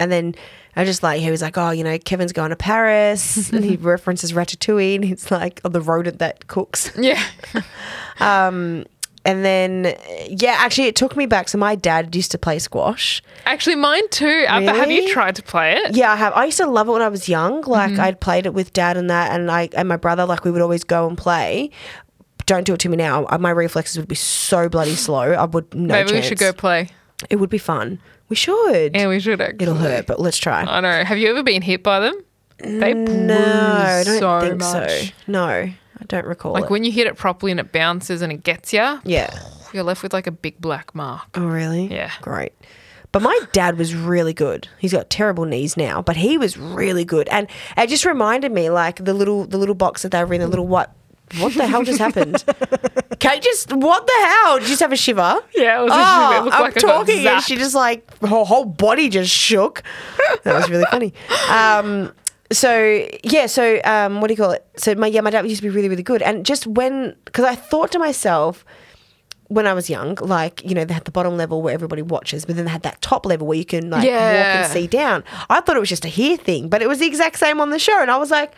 and then I just like, he was like, oh, you know, Kevin's going (laughs) to Paris. and he references Ratatouille and it's like, oh, the rodent (laughs) that cooks. yeah, Um, and then, yeah, actually, it took me back. So my dad used to play squash. actually mine too. Uh, But have you Really? tried to play it? Yeah, I have. I used to love it when I was young. Like Mm-hmm. I'd played it with dad and that, and I and my brother. Like we would always go and play. Don't do it to me now. Uh, My reflexes would be so (laughs) bloody slow. I would no Maybe chance. we should go play. It would be fun. We should. Yeah, we should. Actually. It'll hurt, but let's try. I know. Have you ever been hit by them? They No, I bruise so don't think much. so. No, I don't recall. Like it. when you hit it properly and it bounces and it gets you, yeah. you're left with like a big black mark. Oh really? Yeah. Great. But my dad was really good. He's got terrible knees now, but he was really good. And it just reminded me like the little the little box that they were in, the little what what the hell just happened? Kate just what the hell? Did you just have a shiver? Yeah, it was a Oh, shiver. It looked I'm like I got talking and zapped. she just like her whole body just shook. That was really funny. Um so yeah, so um, what do you call it? So my yeah, my dad used to be really really good, and just when because I thought to myself, when I was young, like, you know, they had the bottom level where everybody watches, but then they had that top level where you can like walk Yeah. and see down. I thought it was just a hair thing, but it was the exact same on the show. And I was like,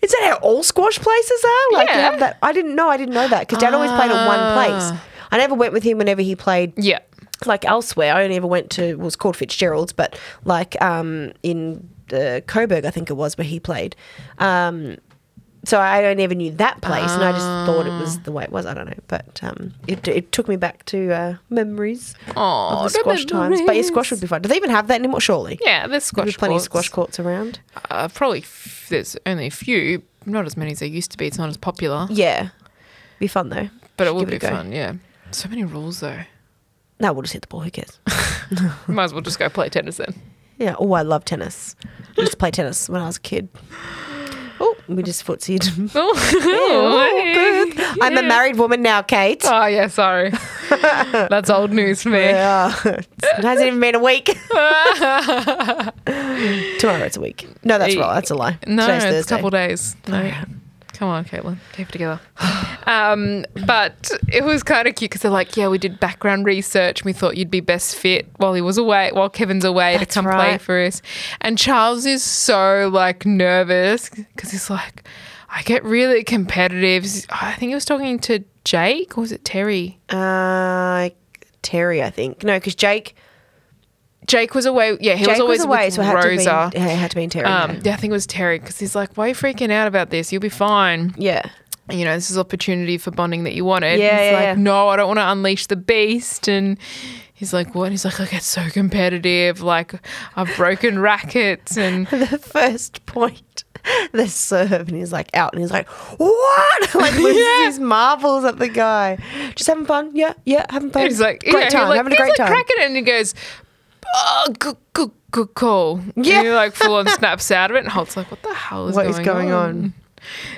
is that how all squash places are? Like, you Yeah. Ah. have that. I didn't know. I didn't know that because dad always played at one place. I never went with him whenever he played Yeah. like elsewhere. I only ever went to, it was called Fitzgerald's, but like um, in uh, Coburg, I think it was, where he played. Um, so I only ever knew that place, and I just thought it was the way it was. I don't know, but um, it, it took me back to uh, memories Oh, of the squash times. But your squash would be fun. Do they even have that anymore? Surely, Yeah, there's squash. there's plenty of courts. squash courts around. Uh, probably f- there's only a few, not as many as there used to be. It's not as popular, Yeah, be fun though. but it Should would give be a go. fun. Yeah. So many rules though. (laughs) No, we'll just hit the ball. Who cares? Might as well just go play tennis (laughs) then. yeah. Oh, I love tennis. I used to play tennis when I was a kid. Oh, we (laughs) just (laughs) footsied. oh, Good. I'm a married woman now, Kate. Oh yeah, sorry. (laughs) That's old news for Oh, me. Yeah. it hasn't even been a week. Tomorrow it's a week. No, that's right. That's a lie. (laughs) No, Today's it's a Thursday. couple days. No. Come on, Caitlin, keep it together. (sighs) Um, but it was kind of cute because they're like, "Yeah, we did background research. and We thought you'd be best fit while he was away, while Kevin's away, That's to come play right. for us." And Charles is so like nervous because he's like, "I get really competitive." I think he was talking to Jake or was it Terry? Uh, Terry, I think. No, because Jake, Jake was away. Yeah, he Jake was always away, with so it had Rosa. to be it had to be in Terry. um, yeah, I think it was Terry because he's like, "Why are you freaking out about this? You'll be fine." yeah. you know, this is opportunity for bonding that you wanted. Yeah, he's yeah, like, yeah. no, I don't want to unleash the beast. And he's like, what? He's like, I get so competitive. Like, I've broken rackets. (laughs) And yeah. The first point, the serve, and he's like out, and he's like, "What?" (laughs) like loses his marbles at the guy. Just having fun. Yeah, yeah, having fun. he's like, great yeah, time, He's like, having a he's like great time. cracking it. And he goes, oh, good, good, good call. Yeah. And he like full (laughs) on snaps out of it. And Holt's like, what the hell is What going is going on?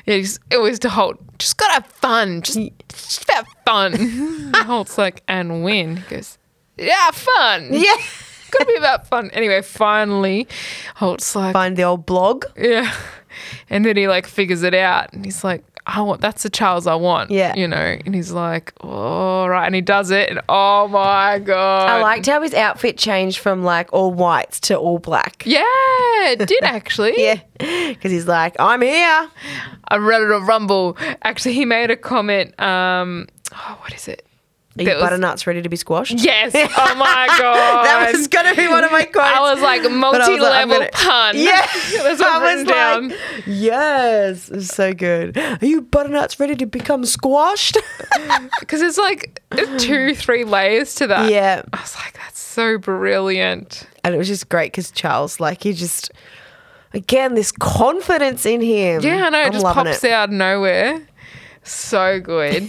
Yeah, he's, it was to Holt, just gotta have fun. Just, just have (laughs) fun. And Holt's like, and win. He goes, yeah, fun. Yeah. (laughs) Could be about fun. Anyway, finally, Holt's like, Find the old blog. yeah. And then he like figures it out and he's like, I want that's the Charles I want. Yeah. You know, and he's like, all right, and he does it, and oh my god, I liked how his outfit changed from like all whites to all black. yeah, it did actually. (laughs) Yeah. Because he's like, I'm here. I read it on Rumble. Actually, he made a comment. Um, oh, what is it? Are you That was- butternuts ready to be squashed? (laughs) Yes. (laughs) Oh my god. That was going to be one of my (laughs) quotes. I was like But I was like, I'm multi-level gonna- pun. (laughs) (laughs) Yeah. That's what I was down. like, yes. It was so good. Are you butternuts ready to become squashed? because it's like two, three layers to that. (laughs) yeah. I was like, that's so brilliant. And it was just great because Charles, like, he just, again, this confidence in him. Yeah, I know. It Mm. I'm just loving pops out of nowhere. So (laughs) good.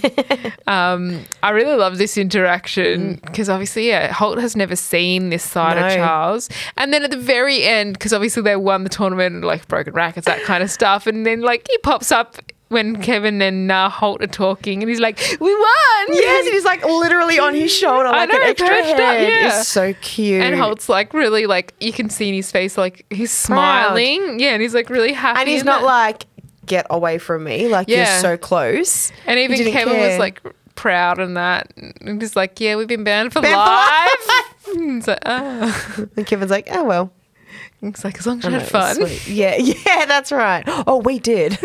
um, I really love this interaction because obviously, yeah, Holt has never seen this side of Mm. No. Charles. And then at the very end, because obviously they won the tournament, like broken rackets, that kind of stuff. And then, like, he pops up when Kevin and uh, Holt are talking and he's like, We won! Yes, and he's like literally on his shoulder, I like an know, extra perched up, head. yeah. It's so cute. And Holt's like really like you can see in his face like he's smiling, yeah, and he's like really happy. and he's in not that. like, get away from me. Like, Yeah. you're so close. And even didn't Kevin was care. like proud and that, and he's like, yeah, we've been banned for Banned for life. (laughs) it's like, oh. And Kevin's like, oh, well. it's like as long as you I had know, fun. sweet. Yeah, (laughs) yeah, that's right. Oh, we did. (laughs)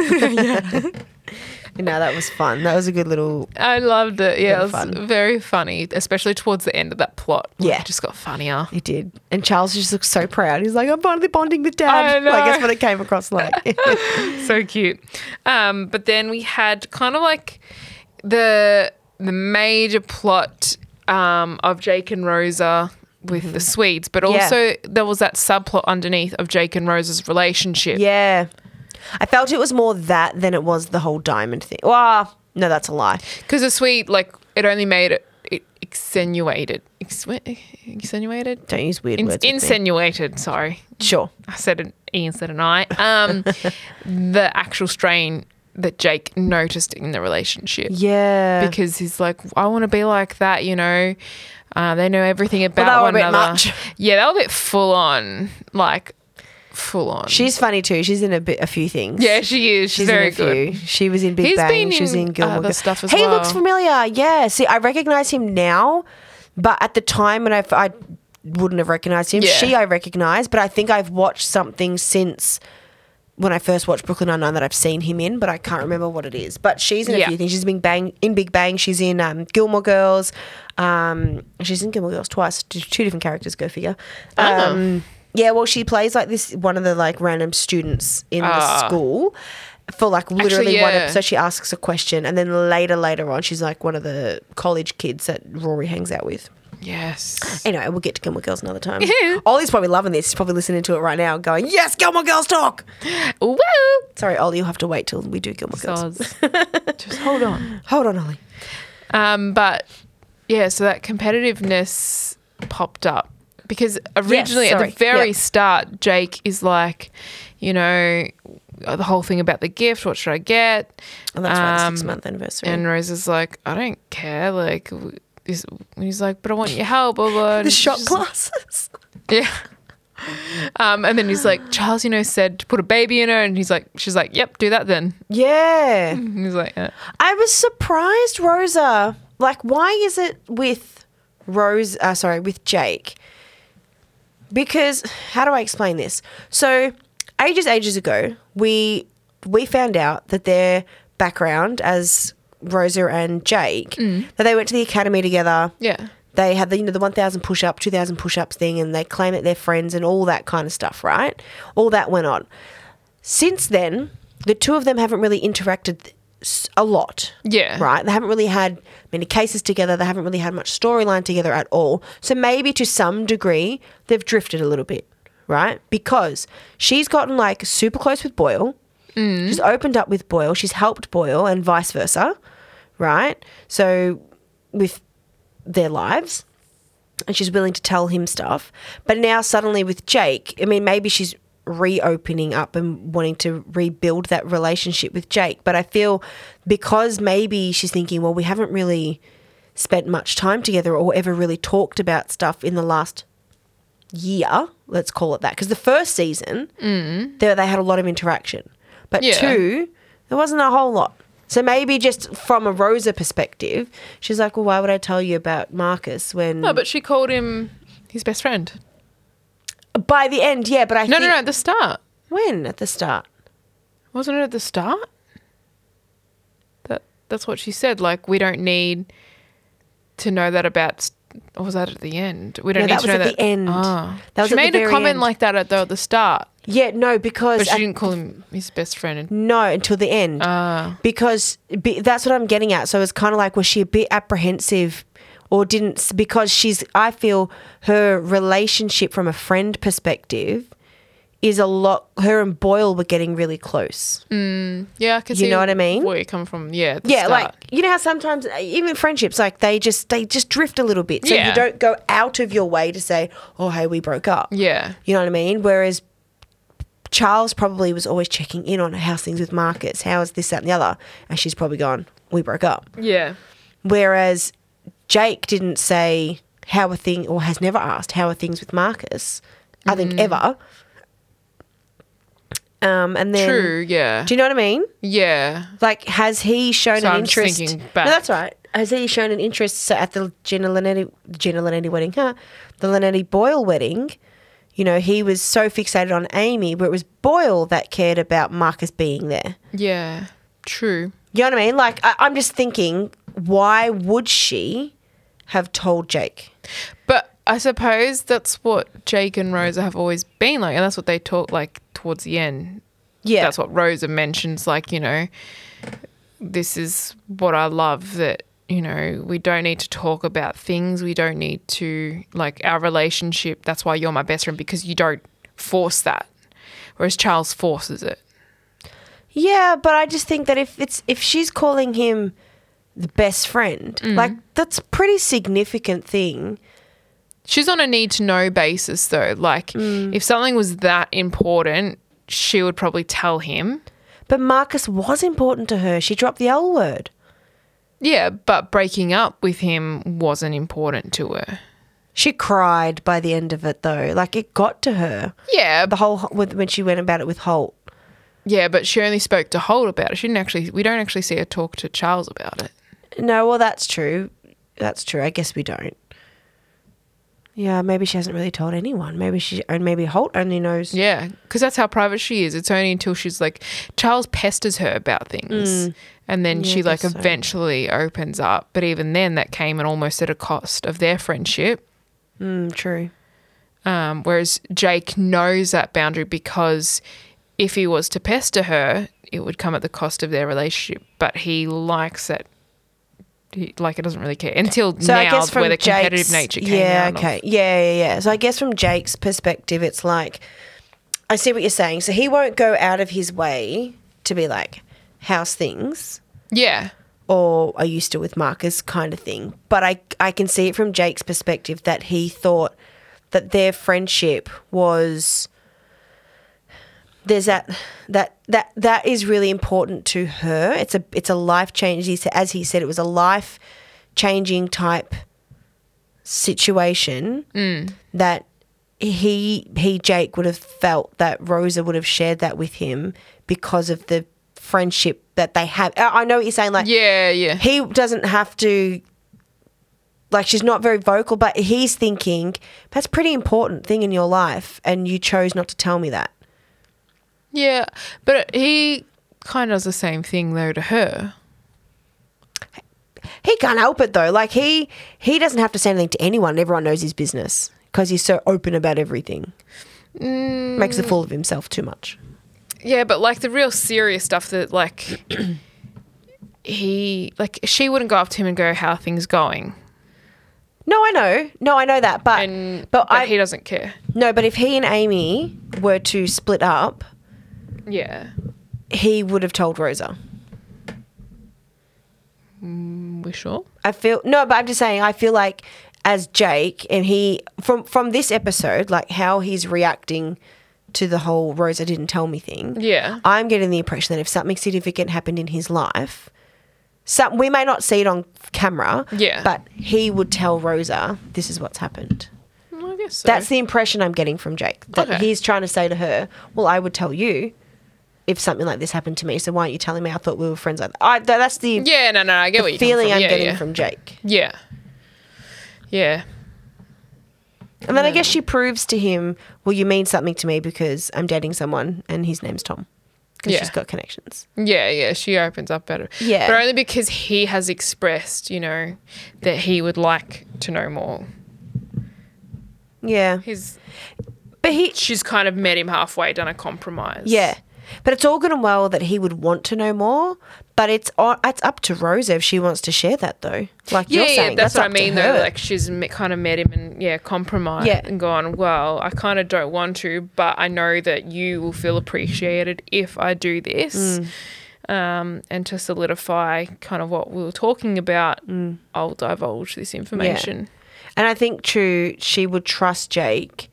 No, that was fun. That was a good little. I loved it. Yeah, it was Bit of fun. very funny, especially towards the end of that plot. Like, Yeah. it just got funnier. It did. And Charles just looked so proud. He's like, I'm finally bonding with dad. I know. (laughs) Like, that's what it came across like. (laughs) so cute. Um, but then we had kind of like the the major plot um, of Jake and Rosa with the Swedes, but Mm-hmm. Yeah. also there was that subplot underneath of Jake and Rosa's relationship. yeah. I felt it was more that than it was the whole diamond thing. Wow. No, that's a lie. Because the Swede, like, it only made it, it extenuated. Ex- what? extenuated? Don't use weird In- words. with me. insinuated, sorry. Sure. I said an E instead of an I. (laughs) Um, the actual strain that Jake noticed in the relationship. Yeah. because he's like, I want to be like that, you know. Uh, they know everything about they were a one bit another. much. Yeah, they were a bit full on, like full on. She's funny too. She's in a bit, a few things. yeah, she is. She's, She's very in a few. good. She was in Big He's Bang. been she was in in Gilmore other Girls. stuff as he well. looks familiar. Yeah. See, I recognize him now, but at the time when I, f- I wouldn't have recognized him. Yeah. She I recognize, but I think I've watched something since when I first watched Brooklyn Nine Nine that I've seen him in, but I can't remember what it is. But she's in Yeah. a few things. She's in Big Bang. In Big Bang, she's in um, Gilmore Girls. Um, she's in Gilmore Girls twice. T- Two different characters. Go figure. Oh. Um, Yeah, well, she plays like this one of the like random students in Ah. the school for like literally one yeah. episode. She asks a question, and then later, later on, she's like one of the college kids that Rory hangs out with. (laughs) Yes. Anyway, we'll get to Gilmore Girls another time. Ollie's probably loving this. He's probably listening to it right now, and going, "Yes, Gilmore Girls talk." Woo! Sorry, Ollie, you'll have to wait till we do Gilmore Girls. (laughs) Soz. Just hold on. Hold on, Ollie. Um, but yeah, so that competitiveness popped up because originally at sorry. the very Yep. start, Jake is like, you know, the whole thing about the gift. What should I get? And that's right, the six Um, month anniversary. And Rose is like, I don't care. Like, w- he's, he's like, but I want your help. Blah, blah. the And she's shot just- glasses. (laughs) Yeah. Um, and then he's like, Charles, you know, said to put a baby in her. And he's like, she's like, yep, do that then. Yeah. And he's like, yeah. I was surprised, Rosa. Like, why is it with Rose? Uh, sorry, with Jake? Because how do I explain this? So, ages, ages ago, we we found out that their background as Rosa and Jake, that they went to the academy together. yeah. They had the you know the one thousand push up, two thousand push ups thing, and they claim that they're friends and all that kind of stuff, right? All that went on. Since then, the two of them haven't really interacted s- a lot. Yeah. Right? They haven't really had many cases together. They haven't really had much storyline together at all. So maybe to some degree, they've drifted a little bit, right? Because she's gotten like super close with Boyle. She's opened up with Boyle. She's helped Boyle and vice versa, right? So with their lives and she's willing to tell him stuff. But now suddenly with Jake, I mean, maybe she's reopening up and wanting to rebuild that relationship with Jake. But I feel because maybe she's thinking, well, we haven't really spent much time together or ever really talked about stuff in the last year, let's call it that. Because the first season, there they had a lot of interaction. But Yeah. two, there wasn't a whole lot. So maybe just from a Rosa perspective, she's like, well, why would I tell you about Marcus when? No, but she called him his best friend. by the end, yeah. But I No, think, no, no, at the start. When at the start? Wasn't it at the start? That that's what she said. Like we don't need to know that about. s- Or was that at the end? We don't No, need that to was know at that. the end. Ah. That was she at the made a very comment end. like that at the, at the start, Yeah, no, because but she at- Mm. didn't call him his best friend. no until the end. Ah, because be, that's what I'm getting at. So it's kind of like, was she a bit apprehensive or didn't? s- Because she's, I feel her relationship from a friend perspective is a lot, her and Boyle were getting really close. yeah, I can You see know what I mean? Where you come from? Yeah, at the Yeah, start. like you know how sometimes uh, even friendships, like they just they just drift a little bit. So Yeah. you don't go out of your way to say, "Oh, hey, we broke up." yeah, You know what I mean? Whereas Charles probably was always checking in on how's things with Marcus, how is this, that, and the other, and she's probably gone, "We broke up." yeah, Whereas Jake didn't say how are thing or has never asked how are things with Marcus. I think Mm. ever. Um, and then true, yeah, do you know what I mean? yeah. Like, has he shown So an I'm just interest? thinking No, back. that's all right. Has he shown an interest so at the Gina Linetti, Gina Linetti wedding? Huh? The Linetti Boyle wedding. You know, he was so fixated on Amy, but it was Boyle that cared about Marcus being there. Yeah, true. You know what I mean? Like, I, I'm just thinking, why would she have told Jake? But I suppose that's what Jake and Rosa have always been like, and that's what they talk like towards the end. Yeah. That's what Rosa mentions, like, you know, this is what I love that, you know, we don't need to talk about things. We don't need to, like, our relationship. That's why you're my best friend because you don't force that. Whereas Charles forces it. Yeah, but I just think that if it's if she's calling him the best friend, Mm. like that's a pretty significant thing. She's on a need to know basis, though. Like, if something was that important, she would probably tell him. But Marcus was important to her. She dropped the L word. Yeah, but breaking up with him wasn't important to her. She cried by the end of it though. Like it got to her. Yeah, The whole with when she went about it with Holt. yeah, but she only spoke to Holt about it. She didn't actually. We don't actually see her talk to Charles about it. No, well that's true. That's true. I guess we don't. Yeah, maybe she hasn't really told anyone. Maybe she and maybe Holt only knows. Yeah, because that's how private she is. It's only until she's like Charles pesters her about things, and then Mm. Yeah, she I like guess so. eventually opens up. But even then, that came and almost at a cost of their friendship. Mm, true. Um, whereas Jake knows that boundary because if he was to pester her, it would come at the cost of their relationship. But he likes it. He, like it doesn't really care until So now, I guess from where the competitive Jake's- nature came yeah, out of. okay, yeah, yeah, yeah. So I guess from Jake's perspective, it's like I see what you're saying. So he won't go out of his way to be like house things Yeah, or are you still with Marcus kind of thing. But I I can see it from Jake's perspective that he thought that their friendship was there's that that that that is really important to her. It's a it's a life change. He said- As he said, it was a life changing type situation that he he Jake would have felt that Rosa would have shared that with him because of the friendship that they have. I I know what you're saying. Like yeah, yeah. he doesn't have to like she's not very vocal but he's thinking that's a pretty important thing in your life and you chose not to tell me that Yeah, but he kind of does the same thing though to her. he can't help it though like he he doesn't have to say anything to anyone everyone knows his business because he's so open about everything makes a fool of himself too much Yeah, but like the real serious stuff that like (clears throat) he like she wouldn't go up to him and go how are things going, no i know no i know that but and but, but, i he doesn't care. no but if he and amy were to split up Yeah, he would have told rosa we sure. I feel no, but I'm just saying. I feel like as Jake and he from from this episode, like how he's reacting to the whole Rosa didn't tell me thing. Yeah. I'm getting the impression that if something significant happened in his life, some we may not see it on camera. Yeah. but he would tell Rosa this is what's happened. Mm, I guess so. That's the impression I'm getting from Jake that Okay. he's trying to say to her. Well, I would tell you if something like this happened to me, so why aren't you telling me? I thought we were friends. Like that. I, tha- that's the Yeah, no, no, I get what you're feeling from. I'm yeah, getting yeah. from Jake. Yeah. Yeah. And then I guess she proves to him, well, you mean something to me because I'm dating someone and his name's Tom. Because Yeah. she's got connections. Yeah, yeah, she opens up better. Yeah. But only because he has expressed, you know, that he would like to know more. Yeah. He's But he, she's kind of met him halfway, done a compromise. yeah. But it's all good and well that he would want to know more. But it's o- it's up to Rose if she wants to share that, though. Like Yeah, you're yeah, saying, that's, what I up to mean though. her. Like she's me- kind of met him and yeah, compromised Yeah. and gone. Well, I kind of don't want to, but I know that you will feel appreciated if I do this. Mm. Um, and to solidify kind of what we were talking about, Mm. I'll divulge this information. and I think too, she would trust Jake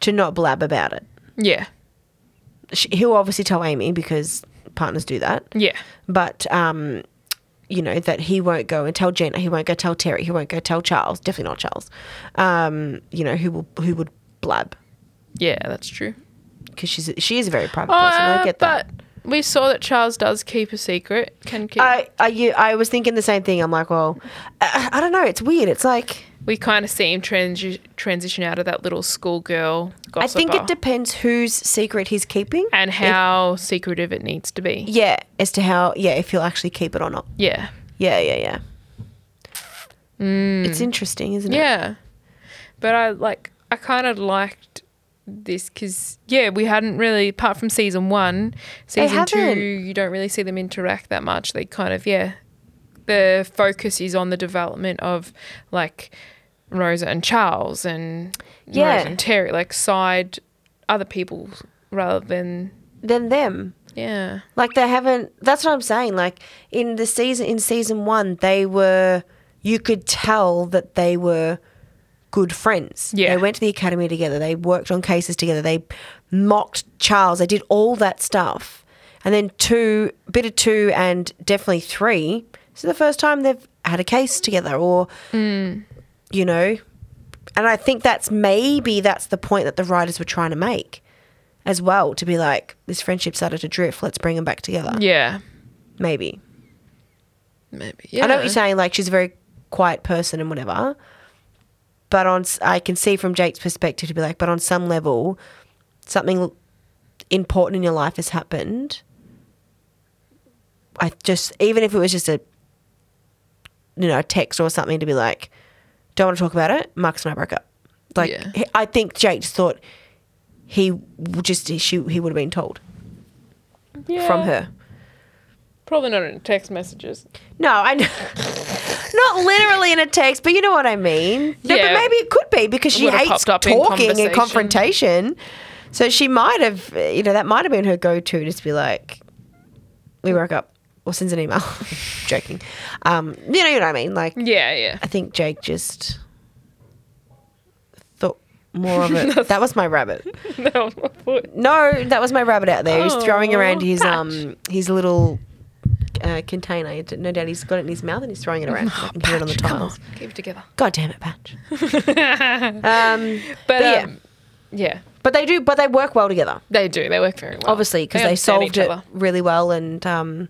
to not blab about it. Yeah, She, he'll obviously tell Amy because partners do that. yeah, but um, you know that he won't go and tell Gina, he won't go tell Terry, he won't go tell Charles, definitely not Charles. Um, you know who will who would blab yeah. That's true. because she's she is a very private Oh, person. I get that. But we saw that Charles does keep a secret. Can keep. I I you I was thinking the same thing. I'm like, well, uh, I, I don't know. It's weird. It's like we kind of see him transi- transition out of that little schoolgirl gossiper. I think it depends whose secret he's keeping and If- how secretive it needs to be. yeah, as to how yeah if he'll actually keep it or not. Yeah. Yeah, yeah, yeah. It's interesting, isn't it? Mm. Hmm. Yeah. But I like I kind of liked this cuz yeah, we hadn't really apart from season 1, season 2 haven't. you don't really see them interact that much. They kind of yeah. The focus is on the development of like Rosa and Charles and Yeah. Rosa and Terry like side other people rather than Then them. yeah. Like they haven't. That's what I'm saying. Like in the season, in season one, they were. You could tell that they were good friends. Yeah. They went to the academy together. They worked on cases together. They mocked Charles. They did all that stuff. And then two, bit of two, and definitely three. This is the first time they've had a case together, or you know, and I think that's maybe that's the point that the writers were trying to make as well to be like this friendship started to drift let's bring them back together Yeah. maybe Maybe. Yeah. i know what you're saying like she's a very quiet person and whatever but on s- i can see from jake's perspective to be like but on some level something l- important in your life has happened i just even if it was just a you know a text or something to be like don't want to talk about it marcus and i broke up like Yeah. he- i think jake just thought he w- just she, he would have been told from Yeah. her Probably not in text messages. No, I know. (laughs) Not literally in a text, but you know what I mean. No, Yeah. but maybe it could be because she Would've hates popped up in talking and conversation. confrontation. So she might have, you know, that might have been her go-to, just be like, "We broke up," or sends an email, (laughs) joking. Um, you know, you know what I mean. Like, Yeah, yeah. I think Jake just thought more (laughs) of it. that was my rabbit. (laughs) No, I thought- No, that was my rabbit out there. He's throwing Oh, around his Patch. um his little uh, container. No doubt he's got it in his mouth and he's throwing it around. so I can hear it on the Oh, Patch, come tiles. on, keep it together. God damn it, Patch. um, (laughs) But, yeah. um, yeah, but they do. But they work well together, they do. They work very well. obviously, because they, understand solved each it other. really well and um,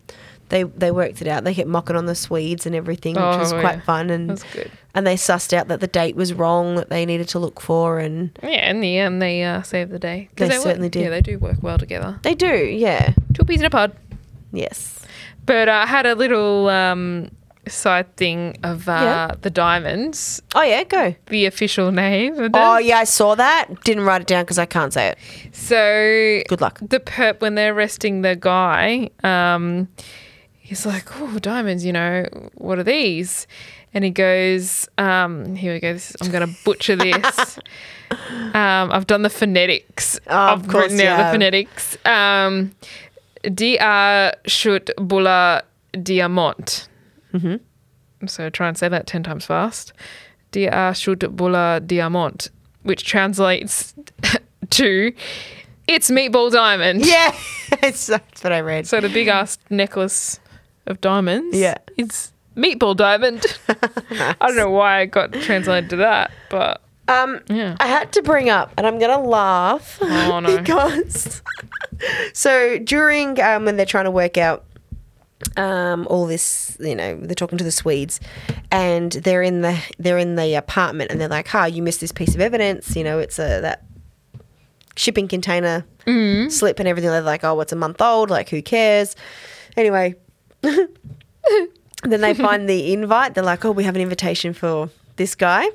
they they worked it out. They kept mocking on the Swedes and everything, which was Oh, quite yeah. fun. And That's good. and they sussed out that the date was wrong that they needed to look for, and Yeah, in the end, they uh, saved the day. 'Cause They work- certainly did. Yeah, they do work well together. they do. Yeah. Two peas in a pod. Yes. But uh, I had a little um, side thing of uh, Yeah. the diamonds, Oh yeah. Go. the official name. Of them. Oh yeah, I saw that. Didn't write it down because I can't say it. So Good luck. the perp when they're arresting the guy, um, he's like, "Oh, diamonds! You know what are these?" And he goes, um, "Here we go. This, I'm going to butcher (laughs) this. um, I've done the phonetics. Oh, of I've course written you down the have. phonetics. Um, Dr. Shut Bula Diamant. So try and say that 10 times fast. Dia should bula diamant, which translates (laughs) to it's meatball diamond. (laughs) Yeah, it's, that's what I read. So the big ass necklace of diamonds. Yeah. It's meatball (laughs) diamond. I don't know why I got translated to that, but Um, Yeah. (laughs) I had to bring up, and I'm gonna laugh Oh, no. (laughs) because So during um, when they're trying to work out um, all this, you know, they're talking to the Swedes, and they're in the they're in the apartment, and they're like, "Ha, you missed this piece of evidence. You know, it's a that shipping container Mm. slip and everything." They're like, "Oh, it's a month old. Like, who cares?" Anyway, (laughs) then (laughs) they find the invite. They're like, "Oh, we have an invitation for this guy."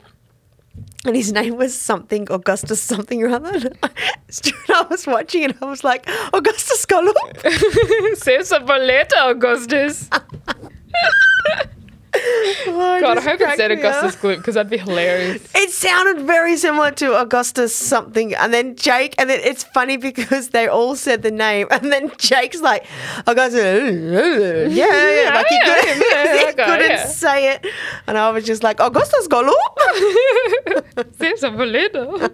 and his name was something Augustus something or other. (laughs) Stuart, I was watching and I was like, Augustus (laughs) Oh, Gollum. Save some for later, (laughs) Augustus. Oh, God, I just hope it cracked said me up. Augustus Gloop because that'd be (laughs) hilarious. It sounded very similar to Augustus something, and then Jake, and then it's funny because they all said the name, and then Jake's like, Augustus, (laughs) yeah, yeah, yeah, like he Yeah, couldn't, yeah, (laughs) he okay, couldn't yeah. say it, and I was just like, (laughs) Augustus (laughs) Gollum. Save some for (laughs) later.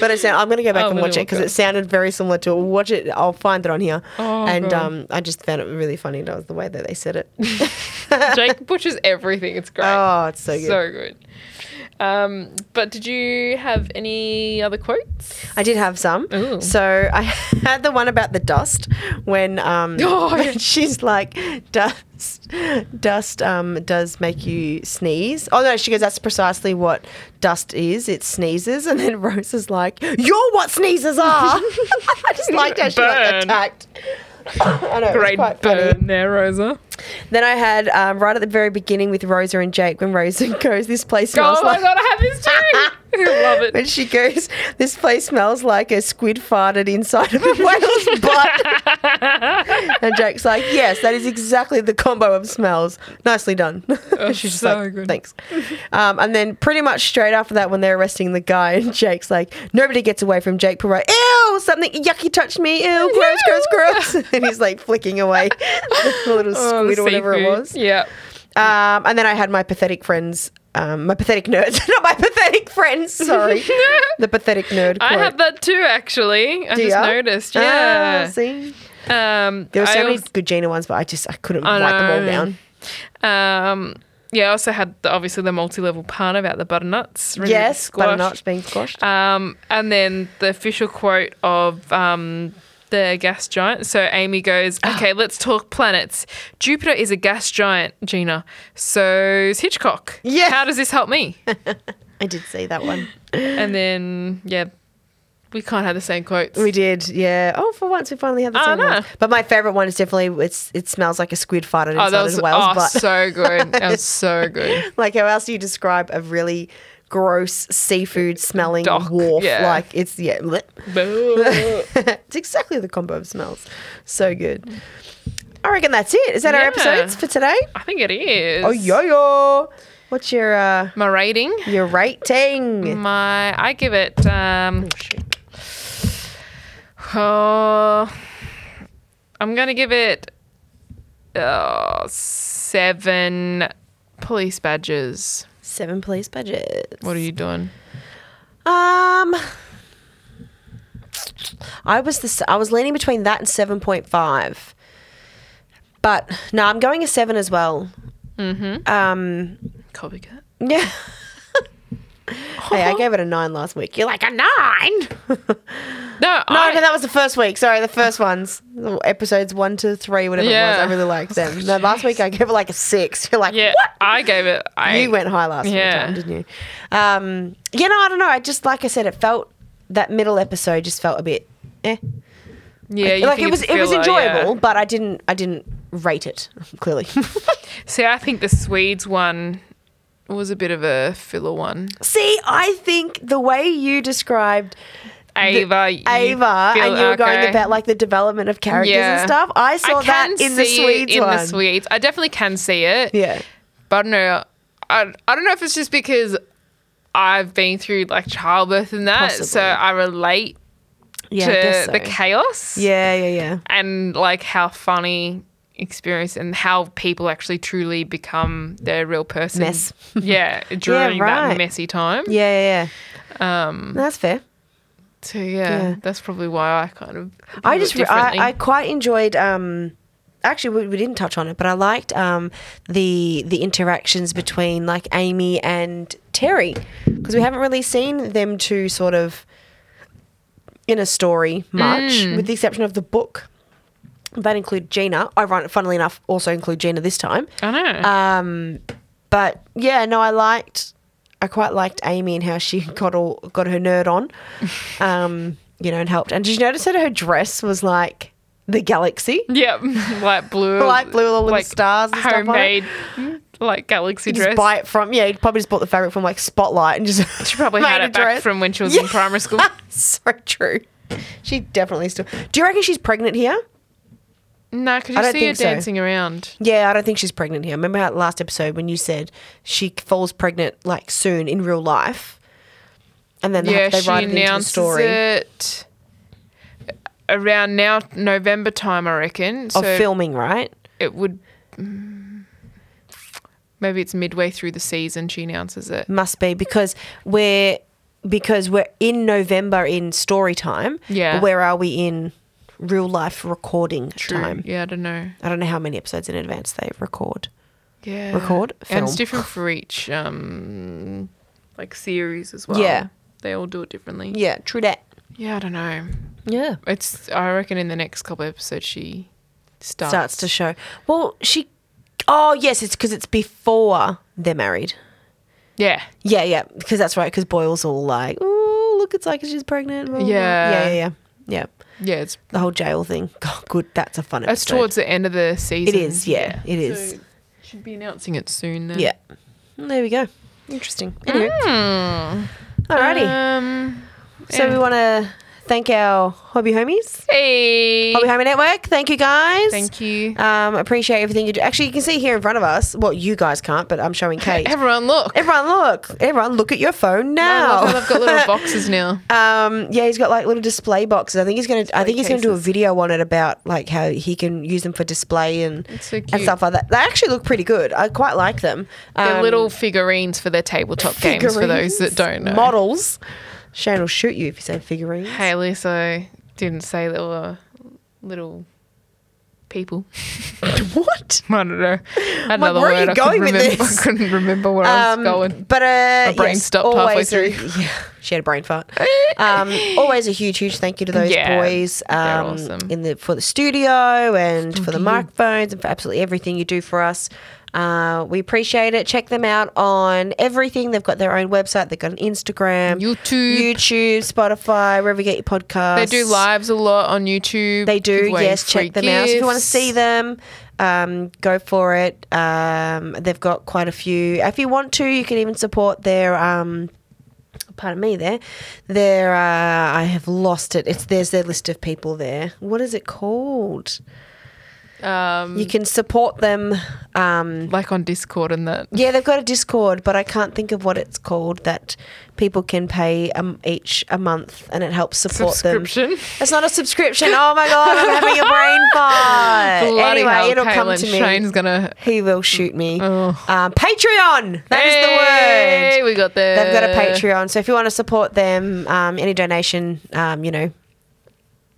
But it sound, I'm going to go back Oh, and Willy watch it because Wonka. it sounded very similar to it. Watch it. I'll find it on here. Oh, and God. um, I just found it really funny. That was the way that they said it. (laughs) (laughs) Jake butchers everything. It's great. oh, it's so good. so good. Um, but did you have any other quotes? I did have some. Ooh. So (laughs) I had the one about the dust when um, (laughs) Oh, yeah. she's like, dust, dust um, does make you sneeze. Oh, no, she goes, that's precisely what dust is. It sneezes. (laughs) And then Rose is like, you're what sneezes are. (laughs) I (laughs) just liked how she got Burn. attacked. (laughs) I know, it was Great burn quite funny. there, Rosa. Then I had um, right at the very beginning with Rosa and Jake when Rosa (laughs) goes, "This place smells oh my like." god, I have this too. (laughs) (laughs) I love it. When she goes, "This place smells like a squid farted inside of (laughs) a whale's butt," and Jake's like, "Yes, that is exactly the combo of smells. Nicely done." (laughs) She's just Oh, so like, good. "Thanks." Um, and then pretty much straight after that, when they're arresting the guy, (laughs) and Jake's like, "Nobody gets away from Jake Perot." Ew, something yucky touched me. Ew, gross, (laughs) gross, (laughs) gross. and he's like flicking away (laughs) the little Oh, the squid or whatever it seafood. was. Yeah. Um, and then I had my pathetic friends, um, my pathetic nerds, (laughs) not my pathetic (laughs) friends. Sorry, the pathetic nerd. I quote. have that too, actually. I Do just ya? noticed. Ah, Yeah. see, um, there were so I many als- good Gina ones, but I just I couldn't I write them all know. down. um, yeah, I also had the, obviously the multi-level pun about the butternuts. really Yes, squashed. but not being squashed. Um, and then the official quote of um, the gas giant. So Amy goes, Ah. "Okay, let's talk planets. Jupiter is a gas giant, Gina. So is Hitchcock. Yeah. How does this help me?" I did see that one. and then yeah, we can't have the same quotes. We did, yeah. Oh, for once we finally had the I same know. one. But my favorite one is definitely it's it smells like a squid farted Oh, inside that of was a whale's oh, butt. so good. That was so good. (laughs) like how else do you describe a really gross seafood smelling Dock, wharf? yeah. Like it's yeah. bleh. Boo. (laughs) it's exactly the combo of smells. So good. I reckon that's it. Is that our Yeah. episodes for today? I think it is. Oh yo yo. What's your uh My rating. your rating? My I give it um oh, I'm gonna give it uh, seven police badges. Seven police budget. What are you doing? Um I was the s- I was leaning between that and seven point five. But no, I'm going a seven as well. Mm-hmm. Um Copycat. (laughs) yeah. hey, I gave it a nine last week. You're like a nine. (laughs) No, No, I, no, that was the first week. Sorry, the first ones, episodes one to three, whatever it Yeah. was. I really (laughs) liked them. No, last week I gave it like a six. (laughs) You're like, yeah, what? I gave it. I You went high last Yeah. time, didn't you? Um, yeah, no, I don't know. I just like I said, it felt that middle episode just felt a bit, eh. Yeah, you like think it was, it's a it was filler, yeah. enjoyable, but I didn't, I didn't rate it (laughs) clearly. See, I think the Swedes one was a bit of a filler one. See, I think the way you described Ava, you Ava feel- and you were going okay. about like the development of characters Yeah. and stuff, I saw that can in the see it Swedes in one. the Swedes. I definitely can see it. yeah. But I don't know. I, I don't know if it's just because I've been through like childbirth and that, so Possibly. I relate Yeah, I to guess so. the chaos. Yeah, yeah, yeah. And like how funny experience and how people actually truly become their real person. Mess. (laughs) yeah, during right. that messy time. Yeah, yeah, Um. No, that's fair. So yeah, Yeah. that's probably why I kind of. view I it just, re- I, I differently. quite enjoyed. Um, actually, we, we didn't touch on it, but I liked um, the the interactions between like Amy and Terry because we haven't really seen them two sort of Skinner story much, Mm. with the exception of the book. That include Gina. I run, funnily enough, also include Gina this time. I know. (laughs) Um, but yeah, no, I liked, I quite liked Amy and how she (laughs) got all got her nerd on, (laughs) um, you know, and helped. And did you notice that her dress was like the galaxy? yep. Light blue. Light blue with all little stars and stuff on it. Mm-hmm. homemade, like galaxy You dress. Just buy it from yeah. You probably just bought the fabric from like Spotlight and just She probably (laughs) made had a it back dress. from when (laughs) she was in Yeah. primary school. so true. She definitely still. Do you reckon she's pregnant here? No, because I you don't see her think so. dancing around. Yeah, I don't think she's pregnant here. Remember how last episode when you said she falls pregnant like soon in real life, and then they, yeah, have, they she write it into the announces story it around now November time, I reckon. So of filming, right? it would. mm, Maybe it's midway through the season she announces it. Must be because we're because we're in November in story time. Yeah. but where are we in real life recording True. time? Yeah, I don't know. I don't know how many episodes in advance they record. Yeah. Record, And it's film. different for each um like series as well. Yeah. They all do it differently. Yeah, true that. Yeah, I don't know. Yeah. It's I reckon in the next couple episodes she starts, starts to show. Well, she. Oh yes, it's because it's before they're married. Yeah. Yeah, yeah, because that's right. Because Boyle's all like, "Oh, look, it's like she's pregnant." blah, blah, blah." Yeah. yeah, yeah, yeah, yeah. Yeah, it's The whole jail thing. (laughs) God, good. That's a fun episode. it's towards the end of the season. is, yeah, it is. So should be announcing it soon then. Yeah. There we go. Interesting. Ah, Anyway. Alrighty. Hmm. Um so we want to thank our hobby homies, Hey Hobby Homie Network. Thank you guys. Thank you. Um, appreciate everything you do. Actually, you can see here in front of us. Well, you guys can't, but I'm showing (laughs) Kate. Everyone look. Everyone, look! Everyone, look at your phone now. Oh, look, I've got (laughs) little boxes now. Um, yeah, he's got like little display boxes. I think he's gonna. I think he's gonna do a cases. video on it about like how he can use them for display and so cute. and stuff like that. They actually look pretty good. I quite like them. They're Um, little figurines for their tabletop games for those that don't figurines, know. models. Shane will shoot you if you say figurines. Haley, so didn't say that were little people. (laughs) (laughs) what? I don't know. I Like, another where are you word. I going couldn't with remember. (laughs) this? I couldn't remember where I was going. But uh, My brain yes, stopped halfway always a- through. (laughs) yeah, she had a brain fart. Um, always a huge, huge thank you to those Yeah, boys they're um, awesome. in the for the studio and for the microphones and for absolutely everything you do for us. Uh, we appreciate it. Check them out on everything. They've got their own website. They've got an Instagram, YouTube. YouTube, Spotify, wherever you get your podcasts. They do lives a lot on YouTube. They do, give away yes. free Check them out. So if you want to gifts. see them, um, go for it. Um, they've got quite a few. If you want to, you can even support their. Um, pardon me, there. Their uh, I have lost it. It's there's their list of people there. What is it called? um, You can support them. Um, like on Discord and that. yeah, they've got a Discord, but I can't think of what it's called that people can pay um, each a month, and it helps support them. (laughs) Subscription. (laughs) It's not a subscription. Oh my god, I'm having a brain fart. Bloody anyway, hell, it'll come Caitlin, to me. Shane's gonna. He will shoot me. Oh. Um, Patreon. That is hey, the word. We got there. They've got a Patreon, so if you want to support them, um, any donation, um, you know.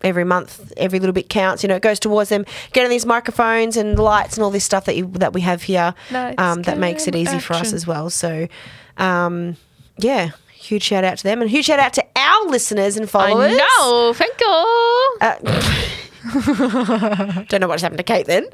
Every month, every little bit counts. You know, it goes towards them getting these microphones and lights and all this stuff that you that we have here. Lights, Um, that makes it camera, easy for us action. as well. So, um, yeah, huge shout out to them and huge shout out to our listeners and followers. I know. Thank you. Uh, (laughs) don't know what's happened to Kate then.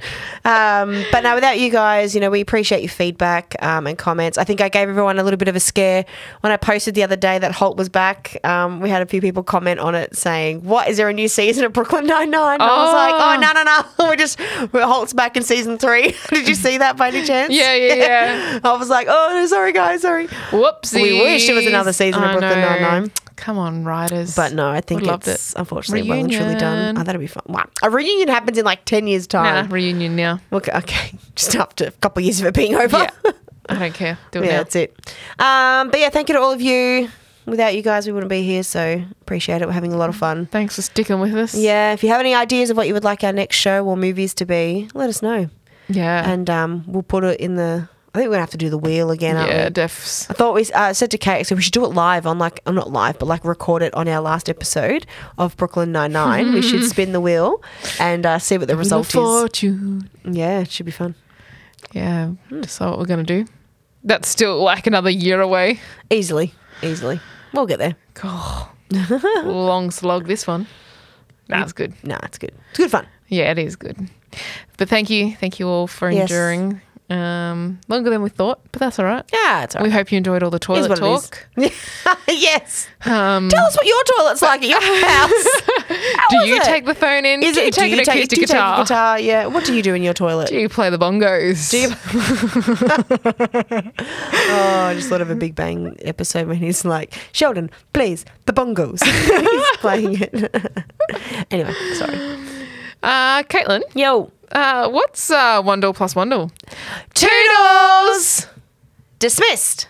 Um, but now, without you guys, you know, we appreciate your feedback um, and comments. I think I gave everyone a little bit of a scare when I posted the other day that Holt was back. Um, we had a few people comment on it saying, What? Is there a new season of Brooklyn Nine-Nine? And I was like, Oh. Oh, no, no, (laughs) no. We're just, we're Holt's back in season three. (laughs) Did you see that (laughs) by any chance? Yeah, yeah, yeah. (laughs) I was like, Oh, no, sorry, guys, sorry. Whoopsie. We wish it was another season of Brooklyn Nine-Nine. Come on, writers. But no, I think Would loved it's it. unfortunately well and truly done. Reunion. Oh, that'll be fun. Wow. A reunion happens in like 10 years' Nah, time. reunion now. Okay, okay. (laughs) Just after a couple of years of it being over. Yeah. (laughs) Yeah, I don't care. Do it now. that's it. Um, but yeah, thank you to all of you. Without you guys, we wouldn't be here. So appreciate it. We're having a lot of fun. Thanks for sticking with us. Yeah, if you have any ideas of what you would like our next show or movies to be, let us know. Yeah. And um, we'll put it in the. I think we're going to have to do the wheel again, aren't yeah, we? defs. I thought we uh, I said to Kate, so we should do it live on like, oh, not live, but like record it on our last episode of Brooklyn Nine Nine. we (laughs) should spin the wheel and uh, see what the The result is. fortune. Yeah, it should be fun. Yeah. Hmm. So what we're gonna do? (laughs) That's still like another year away. Easily, easily, we'll get there. God. Long slog this one. That's good. Nah, it's good. It's good fun. Yeah, it is good. But thank you, thank you all for Yes. enduring um, longer than we thought. But that's all right. Yeah, it's all We right. hope you enjoyed all the It is toilet what talk. it is. (laughs) yes. Um, Tell us what your toilet's like (laughs) at your house. How do was you it? take the phone in? Is do it, you take do an you take, acoustic do you take a guitar? guitar? Yeah. What do you do in your toilet? Do you play the bongos? Do you- (laughs) oh, I just thought of a Big Bang episode when he's like, Sheldon, please, the bongos. (laughs) (laughs) he's playing it. (laughs) anyway, sorry. uh, Caitlin, Yo, uh, what's uh, one door plus one door? Toodles! Dismissed.